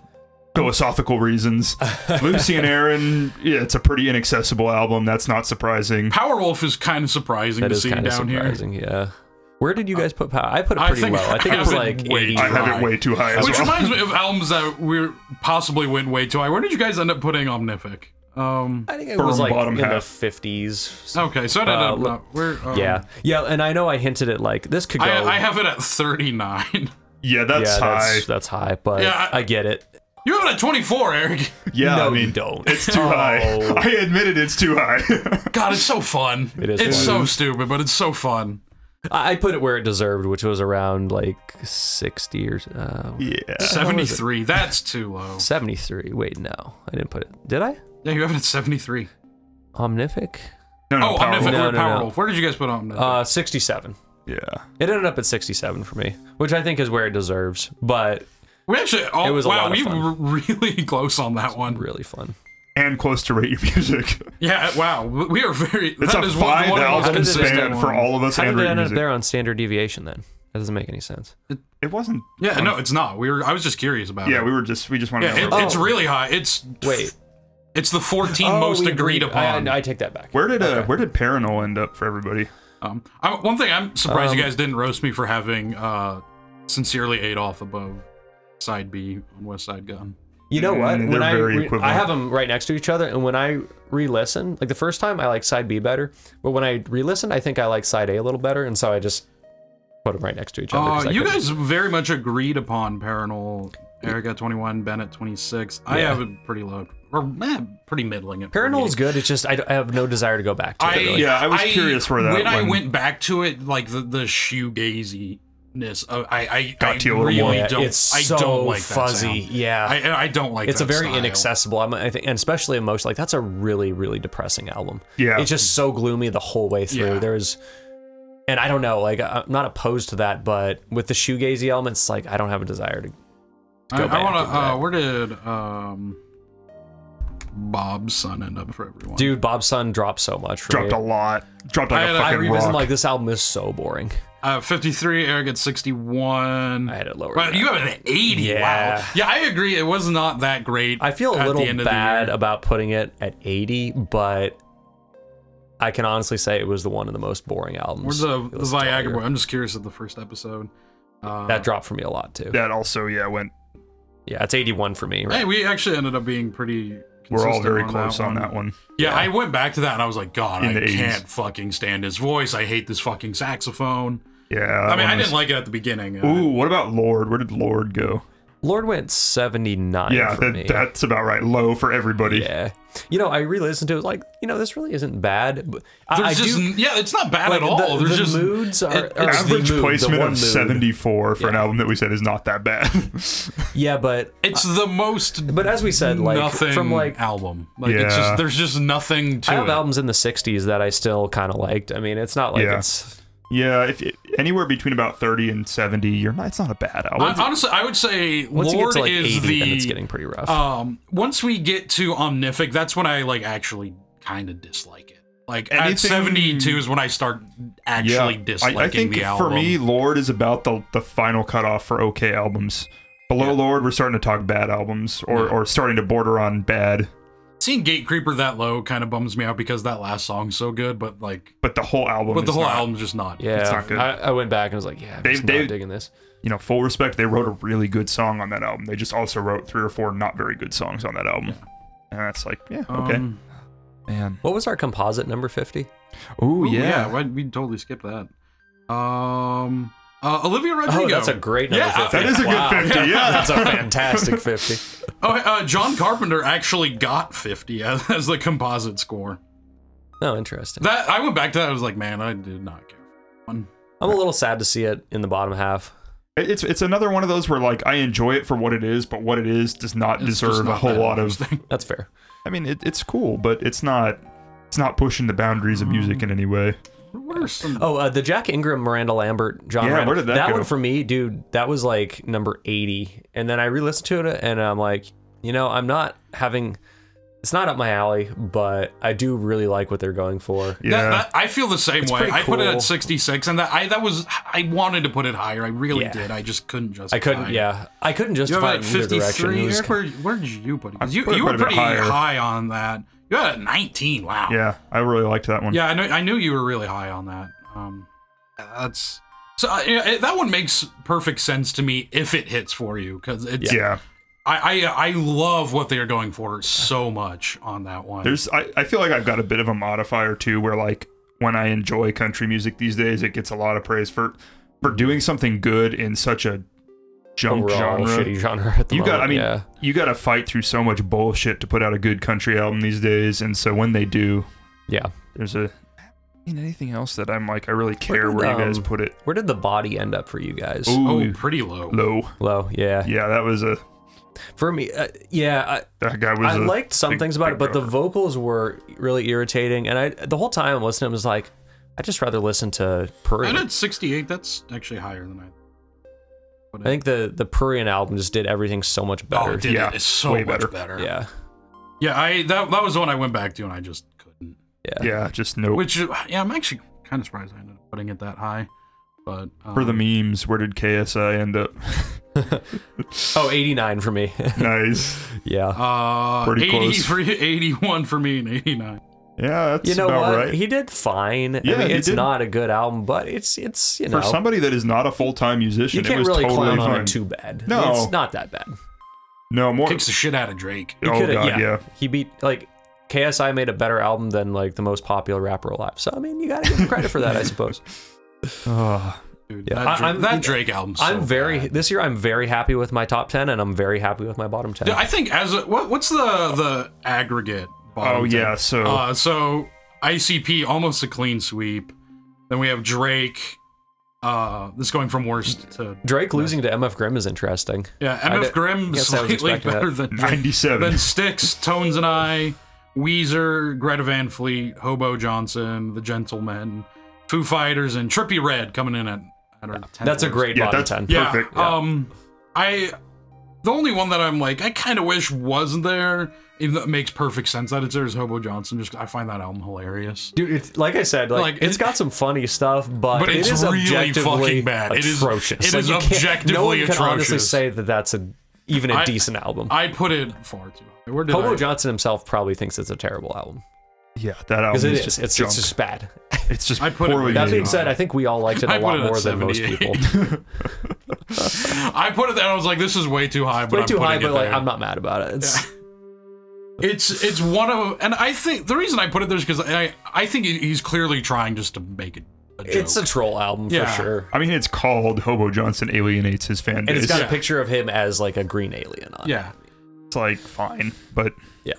S2: philosophical reasons. Lucy and Aaron, yeah, it's a pretty inaccessible album. That's not surprising.
S1: Powerwolf is kind of surprising
S3: that
S1: to
S3: is
S1: see
S3: kind of
S1: down here.
S3: surprising. Yeah. Where did you guys put power? I put it
S1: I
S3: pretty
S1: think
S3: low. I think it was
S1: I have it
S3: like
S1: way
S3: 80.
S2: I have
S1: high.
S2: it way too high as
S1: Which
S2: well.
S1: reminds me of albums that we possibly went way too high. Where did you guys end up putting Omnific? Um,
S3: I think it
S2: Firm
S3: was like
S2: bottom
S3: in
S2: half. Oh,
S3: the 50s.
S1: okay, so no,
S3: Uh,
S1: no, no, we're um,
S3: Yeah. Yeah, and I know I hinted at like this could go
S1: I, I have it at 39.
S2: Yeah, that's
S3: yeah,
S2: high.
S3: That's, that's high, but
S1: Yeah, I-
S3: I, get it.
S1: You have it at 24, Eric.
S2: yeah,
S3: no,
S2: I mean,
S3: you don't.
S2: It's too high. I admitted it's too high.
S1: God, it's so fun.
S3: It is
S1: It's
S3: fun.
S1: so stupid, but it's so fun.
S3: I I put it where it deserved, which was around like 60 or uh,
S2: yeah.
S1: 73. That's too low.
S3: 73. Wait, no, I didn't put it. Did I?
S1: Yeah, you have it at 73.
S3: Omnific?
S2: No, no,
S1: Oh,
S2: power
S1: Omnific
S2: roll.
S3: No,
S1: or
S3: no,
S1: Power
S3: no.
S1: Wolf. Where did you guys put Omnific?
S3: Uh, 67.
S2: Yeah.
S3: It ended up at 67 for me, which I think is where it deserves, but
S1: we actually, oh,
S3: it was a
S1: wow,
S3: lot of
S1: we
S3: fun.
S1: were really close on that one.
S3: really fun.
S2: And close to rate your music.
S1: Yeah, wow. We are very.
S2: It's
S1: that
S2: a
S1: is one,
S2: five
S1: one of the most
S2: album
S3: consistent
S2: span for
S1: ones.
S2: all of us
S3: How
S2: and
S3: did they
S2: rate
S3: end up
S2: music.
S3: there on standard deviation then? That doesn't make any sense.
S2: It wasn't.
S1: Yeah, no, it's not. We were. I was just curious about
S2: Yeah,
S1: it.
S2: we were just we just wanted
S1: yeah,
S2: to know.
S1: it,
S2: where-
S1: it's
S3: Oh.
S1: really high. It's
S3: Wait. Oh,
S1: It's the 14 most
S3: we
S1: agreed, upon.
S3: I, I take that back.
S2: where did uh, where did Paranol end up for everybody?
S1: um, I, one thing I'm surprised you
S3: Um,
S1: guys didn't roast me for having uh, sincerely Adolf above side B on West Side Gun.
S3: You know what?
S2: Mm,
S3: When
S2: they're
S3: I
S2: very
S3: re-
S2: equivalent.
S3: I have them right next to each other, and when I re-listen, like the first time I like side B better, but when I re-listen, I think I like side A a little better, and so I just put them right next to each other. 'cause
S1: Uh,
S3: I
S1: you
S3: couldn't-
S1: guys very much agreed upon Paranol. Eric at 21, Ben at 26. I
S3: Yeah.
S1: have it pretty low, or eh, pretty middling. At
S3: Paranol
S1: 48.
S3: is good. It's just I, don't- I have no desire to go back to
S1: I
S3: it. Really.
S2: Yeah, I was curious where that
S1: when I
S2: one-
S1: went back to it, like the the shoegaziness. Of, I I, I
S2: Got to you a little
S1: really
S2: more.
S3: Yeah,
S1: don't.
S3: it's
S1: I
S3: so
S1: don't like
S3: fuzzy.
S1: That sound.
S3: Yeah,
S1: I I don't like.
S3: it's a
S1: that
S3: very
S1: style.
S3: inaccessible. I'm, I think, and especially emotional. Like that's a really, really depressing album.
S2: Yeah.
S3: it's just so gloomy the whole way through.
S1: Yeah.
S3: There's, and I don't know. Like I- I'm not opposed to that, but with the shoegazy elements, like I don't have a desire to.
S1: I,
S3: Go
S1: I
S3: back
S1: want
S3: and
S1: to.
S3: do
S1: Uh,
S3: that.
S1: where did um Bob's son end up for everyone?
S3: Dude, Bob Sun dropped so much. For
S2: dropped
S3: me.
S2: a lot. Dropped
S1: I
S2: like
S1: had
S2: a
S1: a- I
S3: I
S2: fucking
S3: revisit
S2: rock.
S3: like this album is so boring.
S1: uh, fifty-three. Eric at sixty-one.
S3: I had it lower.
S1: Wow,
S3: than
S1: you
S3: that.
S1: have an eighty. Wow.
S3: Yeah.
S1: Yeah, I agree. It was not that great.
S3: I feel a
S1: at the
S3: little
S1: end of the
S3: bad
S1: year.
S3: about putting it at 80, but I can honestly say it was the one of the most boring albums.
S1: Where's the,
S3: It
S1: the
S3: was
S1: Viagra
S3: dire.
S1: boy? I'm just curious of the first episode. Uh,
S3: That dropped for me a lot too. Yeah,
S2: that also yeah went.
S3: it's 81 for me. Right?
S1: Hey, we actually ended up being pretty.
S2: We're all
S1: consistent
S2: very
S1: on
S2: close on that one.
S1: Yeah, I went back to that and I was like, God,
S2: In
S1: I
S2: the 80s.
S1: can't fucking stand his voice. I hate this fucking saxophone.
S2: Yeah.
S1: I mean,
S2: that one
S1: I
S2: was-
S1: didn't like it at the beginning. uh,
S2: Ooh, what about Lord? Where did Lord go?
S3: Lord went 79
S2: Yeah,
S3: for me.
S2: that, that's about right. Low for everybody.
S3: yeah. You know, I re-listened to it like, you know, this really isn't bad. But I,
S1: there's
S3: I
S1: just
S3: do
S1: yeah, it's not bad
S3: like,
S1: at all.
S3: The,
S1: there's
S3: the
S1: just
S3: moods are,
S1: it-
S3: or the
S2: Average
S3: mood, the
S2: placement
S3: one
S2: of
S3: mood.
S2: 74 for an album that we said is not that bad.
S3: Yeah, but
S1: it's the most
S3: but as we said, like
S1: nothing
S3: from like
S1: album. Like it's
S2: Yeah.
S1: just there's just nothing to
S3: I have
S1: it.
S3: albums in the 60s that I still kind of liked. I mean, it's not like
S2: Yeah.
S3: it's
S2: yeah, if it, anywhere between about 30 and 70, you're not, it's not a bad album.
S1: Hon- honestly, I would say
S3: once you
S1: Lord
S3: get to like
S1: is
S3: 80
S1: the
S3: then it's getting pretty rough.
S1: um once we get to Omnific, that's when I like actually kind of dislike it. Like
S2: Anything-
S1: at 72 is when I start actually
S2: I-
S1: disliking
S2: I, think
S1: the album.
S2: for me, Lord is about the, the final cutoff for okay albums. Below Lord, we're starting to talk bad albums or, or starting to border on bad,
S1: seeing Gate Creeper that low kind of bums me out because that last song's so good, but like,
S2: but the whole album
S1: but the
S2: is
S1: whole
S2: not.
S1: album's just not.
S3: yeah,
S2: it's not good.
S3: I, I went back and was like, yeah, I'm
S2: They-
S3: just
S2: they-
S3: not digging this.
S2: You know, full respect, they wrote a really good song on that album. They just also wrote three or four not very good songs on that album. And that's like, yeah, okay.
S1: Um,
S2: Man.
S3: What was our composite number 50?
S2: Oh,
S1: ooh, yeah,
S2: yeah.
S1: why we totally skip that. Um, uh, Olivia Rodrigo.
S3: Oh, that's a great number
S1: Yeah,
S3: 50.
S2: That is a good
S3: Wow.
S2: 50, yeah.
S3: That's a fantastic 50.
S1: Oh, uh, John Carpenter actually got 50 as, as the composite score.
S3: No, interesting.
S1: That I went back to that. I was like, man, I did not care. One.
S3: I'm a little sad to see it in the bottom half.
S2: It- It's it's another one of those where like I enjoy it for what it is, but what it is does not
S1: It's just
S2: deserve
S1: not
S2: a whole
S1: that
S2: lot of.
S1: interesting.
S3: That's fair.
S2: I mean, it, it's cool, but it's not it's not pushing the boundaries of
S1: Mm.
S2: music in any way.
S1: What are some-
S3: Oh, uh, the Jack Ingram, Miranda Lambert, John.
S2: Yeah, where
S3: Randall.
S2: did that go?
S3: one for me, dude? That was like number eighty, and then I re-listened to it, and I'm like, you know, I'm not having. It's not up my alley, but I do really like what they're going for.
S2: Yeah,
S1: That, that, I feel the same way.
S3: pretty
S1: I put it
S3: cool.
S1: at 66, and that I that was I wanted to put it higher. I really
S3: Yeah.
S1: did. I just couldn't justify.
S3: I couldn't.
S1: it.
S3: Yeah, I couldn't
S1: You have
S3: justify
S1: like
S3: it in either direction. It
S1: 53.
S3: was-
S1: Eric, where, where did you put it? 'Cause
S2: I
S1: you,
S2: put it
S1: you
S2: quite
S1: were
S2: a
S1: pretty
S2: bit higher.
S1: high on that. You had a 19. Wow.
S2: yeah, I really liked that one.
S1: Yeah, I know. I knew you were really high on that. Um, that's so. Uh, yeah, it- that one makes perfect sense to me if it hits for you because it's.
S2: yeah.
S1: I, I I love what they're going for so much on that one.
S2: There's I, I feel like I've got a bit of a modifier too where like when I enjoy country music these days it gets a lot of praise for for doing something good in such a junk genre.
S3: Overall, shitty genre at the
S2: you
S3: moment.
S2: got I mean
S3: yeah.
S2: you got to fight through so much bullshit to put out a good country album these days and so when they do
S3: yeah.
S2: there's a I mean, anything else that I'm like I really care where you guys
S3: um,
S2: put it.
S3: Where did the body end up for you guys?
S2: Ooh,
S1: oh, pretty low.
S2: low.
S3: Low, yeah.
S2: Yeah, that was a
S3: For me, uh, yeah, I,
S2: that guy was
S3: I
S2: a
S3: liked some
S2: big-
S3: things about
S2: big
S3: it, but the
S2: drummer.
S3: vocals were really irritating. And I, the whole time I'm listening, I was like, I just rather listen to Puri.
S1: And
S3: I
S1: at 68, that's actually higher than I. But
S3: think the the Purian album just did everything so much
S1: oh,
S3: better.
S1: dude,
S2: Yeah,
S1: it is so
S2: way
S1: much better.
S2: better.
S3: yeah,
S1: yeah. I that that was the one I went back to and I just couldn't.
S3: yeah,
S2: Yeah, just no
S1: Which uh, yeah, I'm actually kind of surprised I ended up putting it that high. But um,
S2: for the memes, where did KSI end up?
S3: Oh, 89 for me.
S2: nice.
S3: yeah.
S1: uh,
S2: Pretty
S1: 80
S2: close.
S1: for 81 for me and 89.
S2: Yeah, that's
S3: You know
S2: about
S3: what?
S2: right.
S3: He did fine. I
S2: Yeah,
S3: mean,
S2: he
S3: it's
S2: did.
S3: not a good album, but it's it's you know
S2: For somebody that is not a full time musician,
S3: you
S2: it
S3: can't
S2: was
S3: really
S2: totally
S3: clown on
S2: fine.
S3: it too bad.
S2: No.
S3: it's not that bad.
S2: No more.
S1: Kicks the shit out of Drake.
S3: He
S2: oh
S3: coulda-
S2: god, yeah.
S3: He beat like KSI made a better album than like the most popular rapper alive. So I mean, you gotta give him credit for that, I suppose.
S2: Ugh.
S1: Dude,
S3: Yeah.
S1: that,
S3: I-
S1: Drake,
S3: I'm- e-
S1: that Drake album.
S3: I'm very this year. I'm very happy with my top ten, and I'm very happy with my bottom ten.
S1: Dude, I think as a, what what's the the aggregate? bottom
S2: oh
S1: ten?
S2: yeah. So
S1: Uh, so ICP almost a clean sweep. Then we have Drake. Uh, this is going from worst to
S3: Drake losing to MF Grimm is interesting.
S1: yeah.
S3: I
S1: MF
S3: did-
S1: Grimm
S3: guess I was
S1: slightly
S3: expecting
S1: better than
S2: ninety seven.
S1: than Sticks, Tones and I, Weezer, Greta Van Fleet, Hobo Johnson, The Gentlemen, Foo Fighters, and Trippy Red coming in at, at our 10th
S3: That's a
S1: worst.
S3: great
S2: Yeah,
S3: bottom
S2: that's-
S3: ten.
S1: Yeah.
S2: Perfect.
S3: Yeah.
S1: Um, I the only one that I'm like I kind of wish was there. Even though it makes perfect sense that it's there is Hobo Johnson. Just I find that album hilarious.
S3: Dude, it's, like I said, like,
S1: Like,
S3: it's
S1: it-
S3: got some funny stuff, but,
S1: But
S3: it
S1: it's
S3: is
S1: really
S3: objectively
S1: fucking bad. It is-
S3: atrocious.
S1: it
S3: Like,
S1: is
S3: you can't- No one
S1: objectively
S3: can honestly
S1: atrocious.
S3: say that that's a even a
S1: I-
S3: decent album.
S1: I put it far too high. Where did
S3: Hobo
S1: I-
S3: Johnson himself probably thinks it's a terrible album
S2: Yeah, that album
S3: because it
S2: is
S3: is.
S2: just
S3: It's,
S2: junk.
S3: it's just bad.
S2: It's just
S1: I put it
S2: poorly
S1: way
S3: That
S2: made.
S3: being said, I think we all liked it
S1: I
S3: a
S1: put
S3: lot
S1: it at
S3: more than most
S1: 78.
S3: people.
S1: I put it there. and I was like, this is way too high. But
S3: Way
S1: I'm
S3: too high,
S1: putting it
S3: but like
S1: there.
S3: I'm not mad about it. It's,
S1: It's it's one of and I think the reason I put it there is because I I think he- he's clearly trying just to make it a joke.
S3: it's a troll album
S1: Yeah.
S3: for sure.
S2: I mean, it's called Hobo Johnson alienates his fan
S3: And
S2: base.
S3: it's got
S1: Yeah.
S3: a picture of him as like a green alien on. it.
S1: yeah
S2: It's like fine, but
S3: yeah.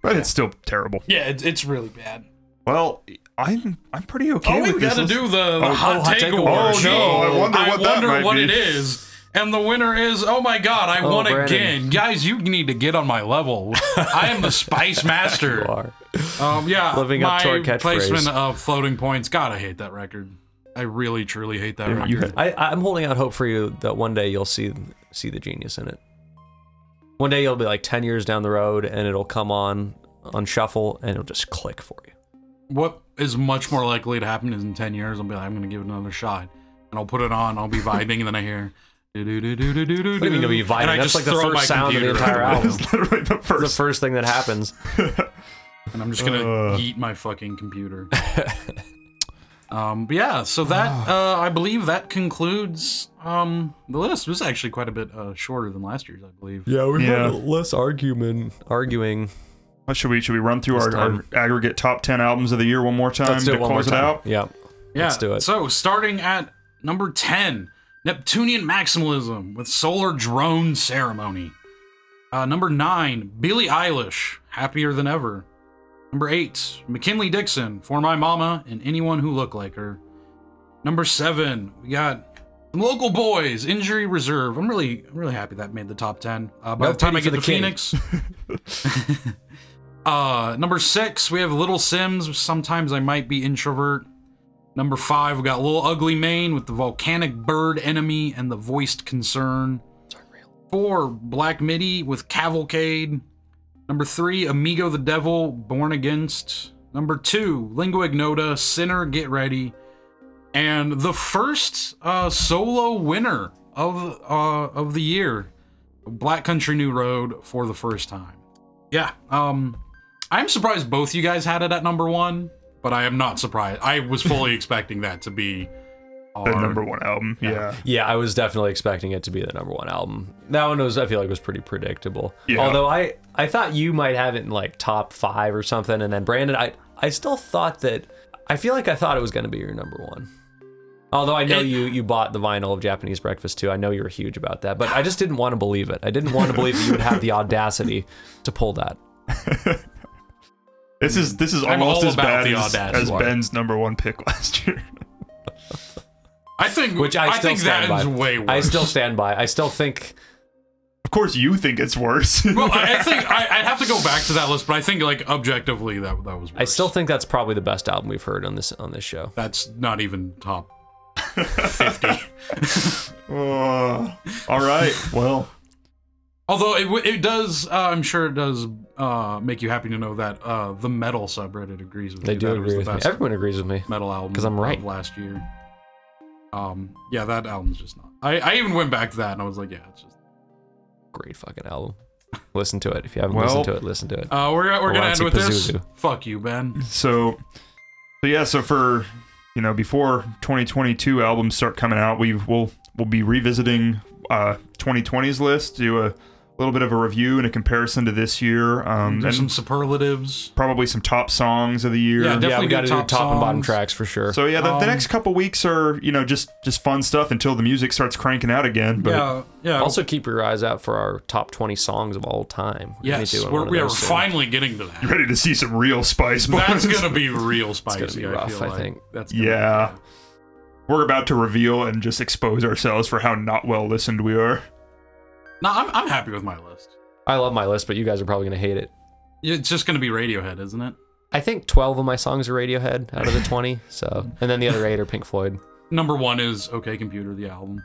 S2: but it's still terrible.
S1: yeah it, it's really bad.
S2: Well, I'm I'm pretty okay
S1: oh,
S2: with
S1: we got
S2: this.
S1: to
S2: list.
S1: do the, the
S2: Oh,
S1: hot,
S3: oh, hot
S1: take,
S3: take
S1: award.
S3: award.
S2: Oh, no, I wonder what that
S1: wonder
S2: might
S1: what
S2: be.
S1: it is. And the winner is oh my god, I
S3: Oh,
S1: won
S3: Brandon.
S1: again, guys. You need to get on my level. I am the Spice Master.
S3: You are.
S1: Um, yeah,
S3: Living up to
S1: my
S3: our catchphrase.
S1: placement of floating points. God, I hate that record. I really truly hate that record.
S2: You had-
S3: I, I'm holding out hope for you that one day you'll see see the genius in it. One day you'll be like ten years down the road, and it'll come on on shuffle, and it'll just click for you.
S1: what is much more likely to happen is in 10 years, I'll be like, I'm going to give it another shot. And I'll put it on, I'll be vibing, and then I hear. What do
S3: What do you mean you'll be vibing?
S1: And I
S3: That's
S1: just
S3: like the
S1: throw
S3: first
S1: my
S3: sound of the
S1: computer
S3: entire
S1: out
S3: album.
S2: It's literally the
S3: It's the
S2: first.
S3: first thing that happens.
S1: And I'm just going to
S2: Uh.
S1: eat my fucking computer. um, but yeah, so that, uh, I believe that concludes um, the list. It was actually quite a bit uh, shorter than last year's, I believe.
S3: Yeah, we've
S2: Yeah.
S3: less argument arguing.
S2: What should we should we run through
S3: This
S2: our, our
S3: time.
S2: aggregate top ten albums of the year one more time
S3: Let's do
S2: to
S3: it one more
S2: close
S3: time.
S2: it out?
S3: Yeah,
S1: Yeah.
S3: Let's do it.
S1: So, starting at number 10, Neptunian Maximalism with Solar Drone Ceremony. Uh, number 9, Billie Eilish, Happier Than Ever. Number 8, McKinley Dixon, For My Mama and Anyone Who Looked Like Her. Number 7, we got some local boys, Injury Reserve. I'm really, I'm really happy that made the top 10. Uh, by
S3: No
S1: the time I
S3: pity
S1: get
S3: for
S1: to
S3: the king.
S1: Phoenix. uh, number 6, we have Little Sims, Sometimes I Might Be Introvert. Number five, we got Little Ugly Mane with the Volcanic Bird Enemy and the Voiced Concern. Four, Black Midi with Cavalcade. Number three, Amigo the Devil, Born Against. Number two, Lingua Ignota, Sinner, Get Ready. And the first uh, solo winner of uh, of the year, Black Country New Road for the first time. Yeah, um, I'm surprised both you guys had it at number one, but I am not surprised. I was fully expecting that to be
S2: the number one album. Yeah.
S3: Yeah, I was definitely expecting it to be the number one album. That one was, I feel like, was pretty predictable.
S2: Yeah.
S3: Although I, I thought you might have it in like top five or something, and then Brandon, I, I still thought that. I feel like I thought it was going to be your number one. Although I know
S1: It-
S3: you, you bought the vinyl of Japanese Breakfast too. I know you were huge about that, but I just didn't want to believe it. I didn't want to believe that you would have the audacity to pull that.
S2: This is this is
S1: I'm
S2: almost
S1: all
S2: as
S1: about
S2: bad
S1: the
S2: as,
S1: audacity.
S2: as Ben's number one pick last year.
S1: I think
S3: Which I
S1: I,
S3: still
S1: think
S3: stand
S1: that is
S3: by.
S1: way worse.
S3: I still stand by. I still think
S2: of course, you think it's worse.
S1: well, I, I think I, I'd have to go back to that list, but I think like objectively that that was. Worse.
S3: I still think that's probably the best album we've heard on this on this show.
S1: that's not even top fifty.
S2: Uh, all right. Well,
S1: Although it w- it does, uh, I'm sure it does uh, make you happy to know that uh, the metal subreddit agrees with
S3: They
S1: you.
S3: do
S1: that it was
S3: agree with
S1: the
S3: me.
S1: best
S3: Everyone agrees with me.
S1: metal album
S3: 'Cause I'm right.
S1: of last year. Um, yeah, that album's just not. I, I even went back to that and I was like, yeah, it's just.
S3: Great fucking album. Listen to it if you haven't
S2: Well-
S3: listened to it. Listen to it.
S1: Uh, we're we're gonna end
S3: Watsy
S1: with this.
S3: Oh, Pazuzu.
S1: Fuck you, Ben.
S2: so, so yeah. So for you know, before 2022 albums start coming out, we will we'll be revisiting uh 2020's list, do a little bit of a review and a comparison to this year, um, and
S1: Mm, There's some superlatives.
S2: probably some top songs of the year.
S1: Yeah,
S3: yeah,
S1: definitely
S3: we got to
S1: do
S3: do
S1: top
S3: top and bottom
S1: songs.
S3: tracks for sure.
S2: So yeah, the, the
S1: Um,
S2: next couple weeks are you know just just fun stuff until the music starts cranking out again. But
S1: yeah, yeah.
S3: also keep your eyes out for our top 20 songs of all time. We're gonna be
S1: yes,
S3: doing
S1: we're,
S3: one of
S1: we are
S3: those soon.
S1: finally getting to that.
S2: ready to see some real Spice Boys.
S1: That's gonna be real spicy.
S3: be
S1: I,
S3: rough,
S1: feel
S3: I
S1: like.
S3: think.
S1: That's gonna be-
S2: yeah. We're about to reveal and just expose ourselves for how not well listened we are.
S1: No, I'm I'm happy with my list.
S3: I love my list, but you guys are probably going to hate it.
S1: It's just gonna be Radiohead, isn't it?
S3: I think 12 of my songs are Radiohead out of the 20. So, and then the other eight are Pink Floyd.
S1: Number one is OK Computer, the album.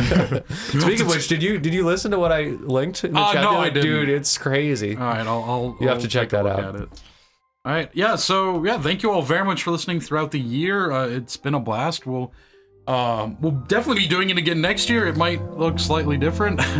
S3: Speaking of which, did you did you listen to what I linked? In the
S1: Uh,
S3: chat?
S1: no,
S3: the other-
S1: I didn't. Uh,
S3: Dude, it's crazy.
S1: All right, I'll. I'll
S3: You have
S1: I'll
S3: to check
S1: take a
S3: that
S1: look
S3: out.
S1: At it. All right, yeah. So yeah, thank you all very much for listening throughout the year. Uh, it's been a blast. We'll um, we'll definitely be doing it again next year. It might look slightly different.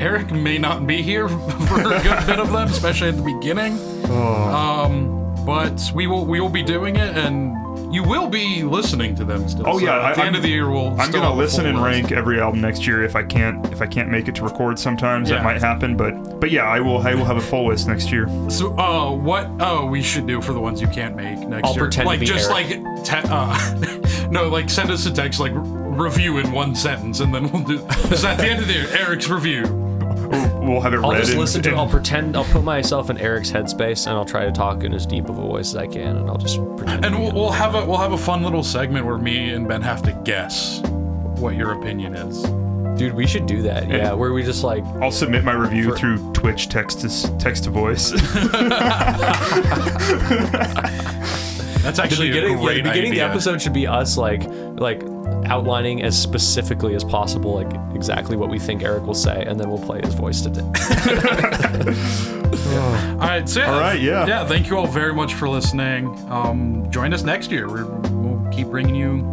S1: Eric may not be here for a good bit of them, especially at the beginning.
S3: Oh.
S1: Um, but we will we will be doing it, and you will be listening to them still.
S2: Oh,
S1: So
S2: yeah,
S1: at
S2: I-
S1: the end
S2: I'm-
S1: of the year we'll.
S2: I'm
S1: still
S2: gonna
S1: have a
S2: listen
S1: full
S2: and
S1: list.
S2: rank every album next year if I can't if I can't make it to record. Sometimes
S1: Yeah.
S2: that might happen, but but yeah, I will I will have a full list next year.
S1: So, uh, what uh, we should do for the ones you can't make next
S3: I'll
S1: year?
S3: pretend to
S1: like,
S3: be
S1: just
S3: Eric.
S1: like, te- uh, no, like send us a text, like r- review in one sentence, and then we'll do. Is that the end of the year? Eric's review.
S2: We'll have it
S3: I'll
S2: read.
S3: just
S2: and-
S3: listen to.
S2: and-
S3: I'll pretend. I'll put myself in Eric's headspace, and I'll try to talk in as deep of a voice as I can, and I'll just pretend.
S1: And we'll, we'll have a we'll have a fun little segment where me and Ben have to guess what your opinion is.
S3: Dude, we should do that. Yeah, where we just like
S2: I'll submit my review through Twitch text to text to voice.
S1: That's actually
S3: the
S1: a
S3: beginning. yeah, the
S1: great
S3: beginning of the
S1: idea.
S3: episode should be us like like outlining as specifically as possible like exactly what we think Eric will say, and then we'll play his voice today.
S1: All right, so yeah,
S2: All right, yeah.
S1: yeah. Thank you all very much for listening. Um, join us next year. We're, we'll keep bringing you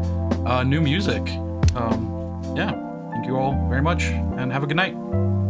S1: uh, new music. Um, yeah, thank you all very much, and have a good night.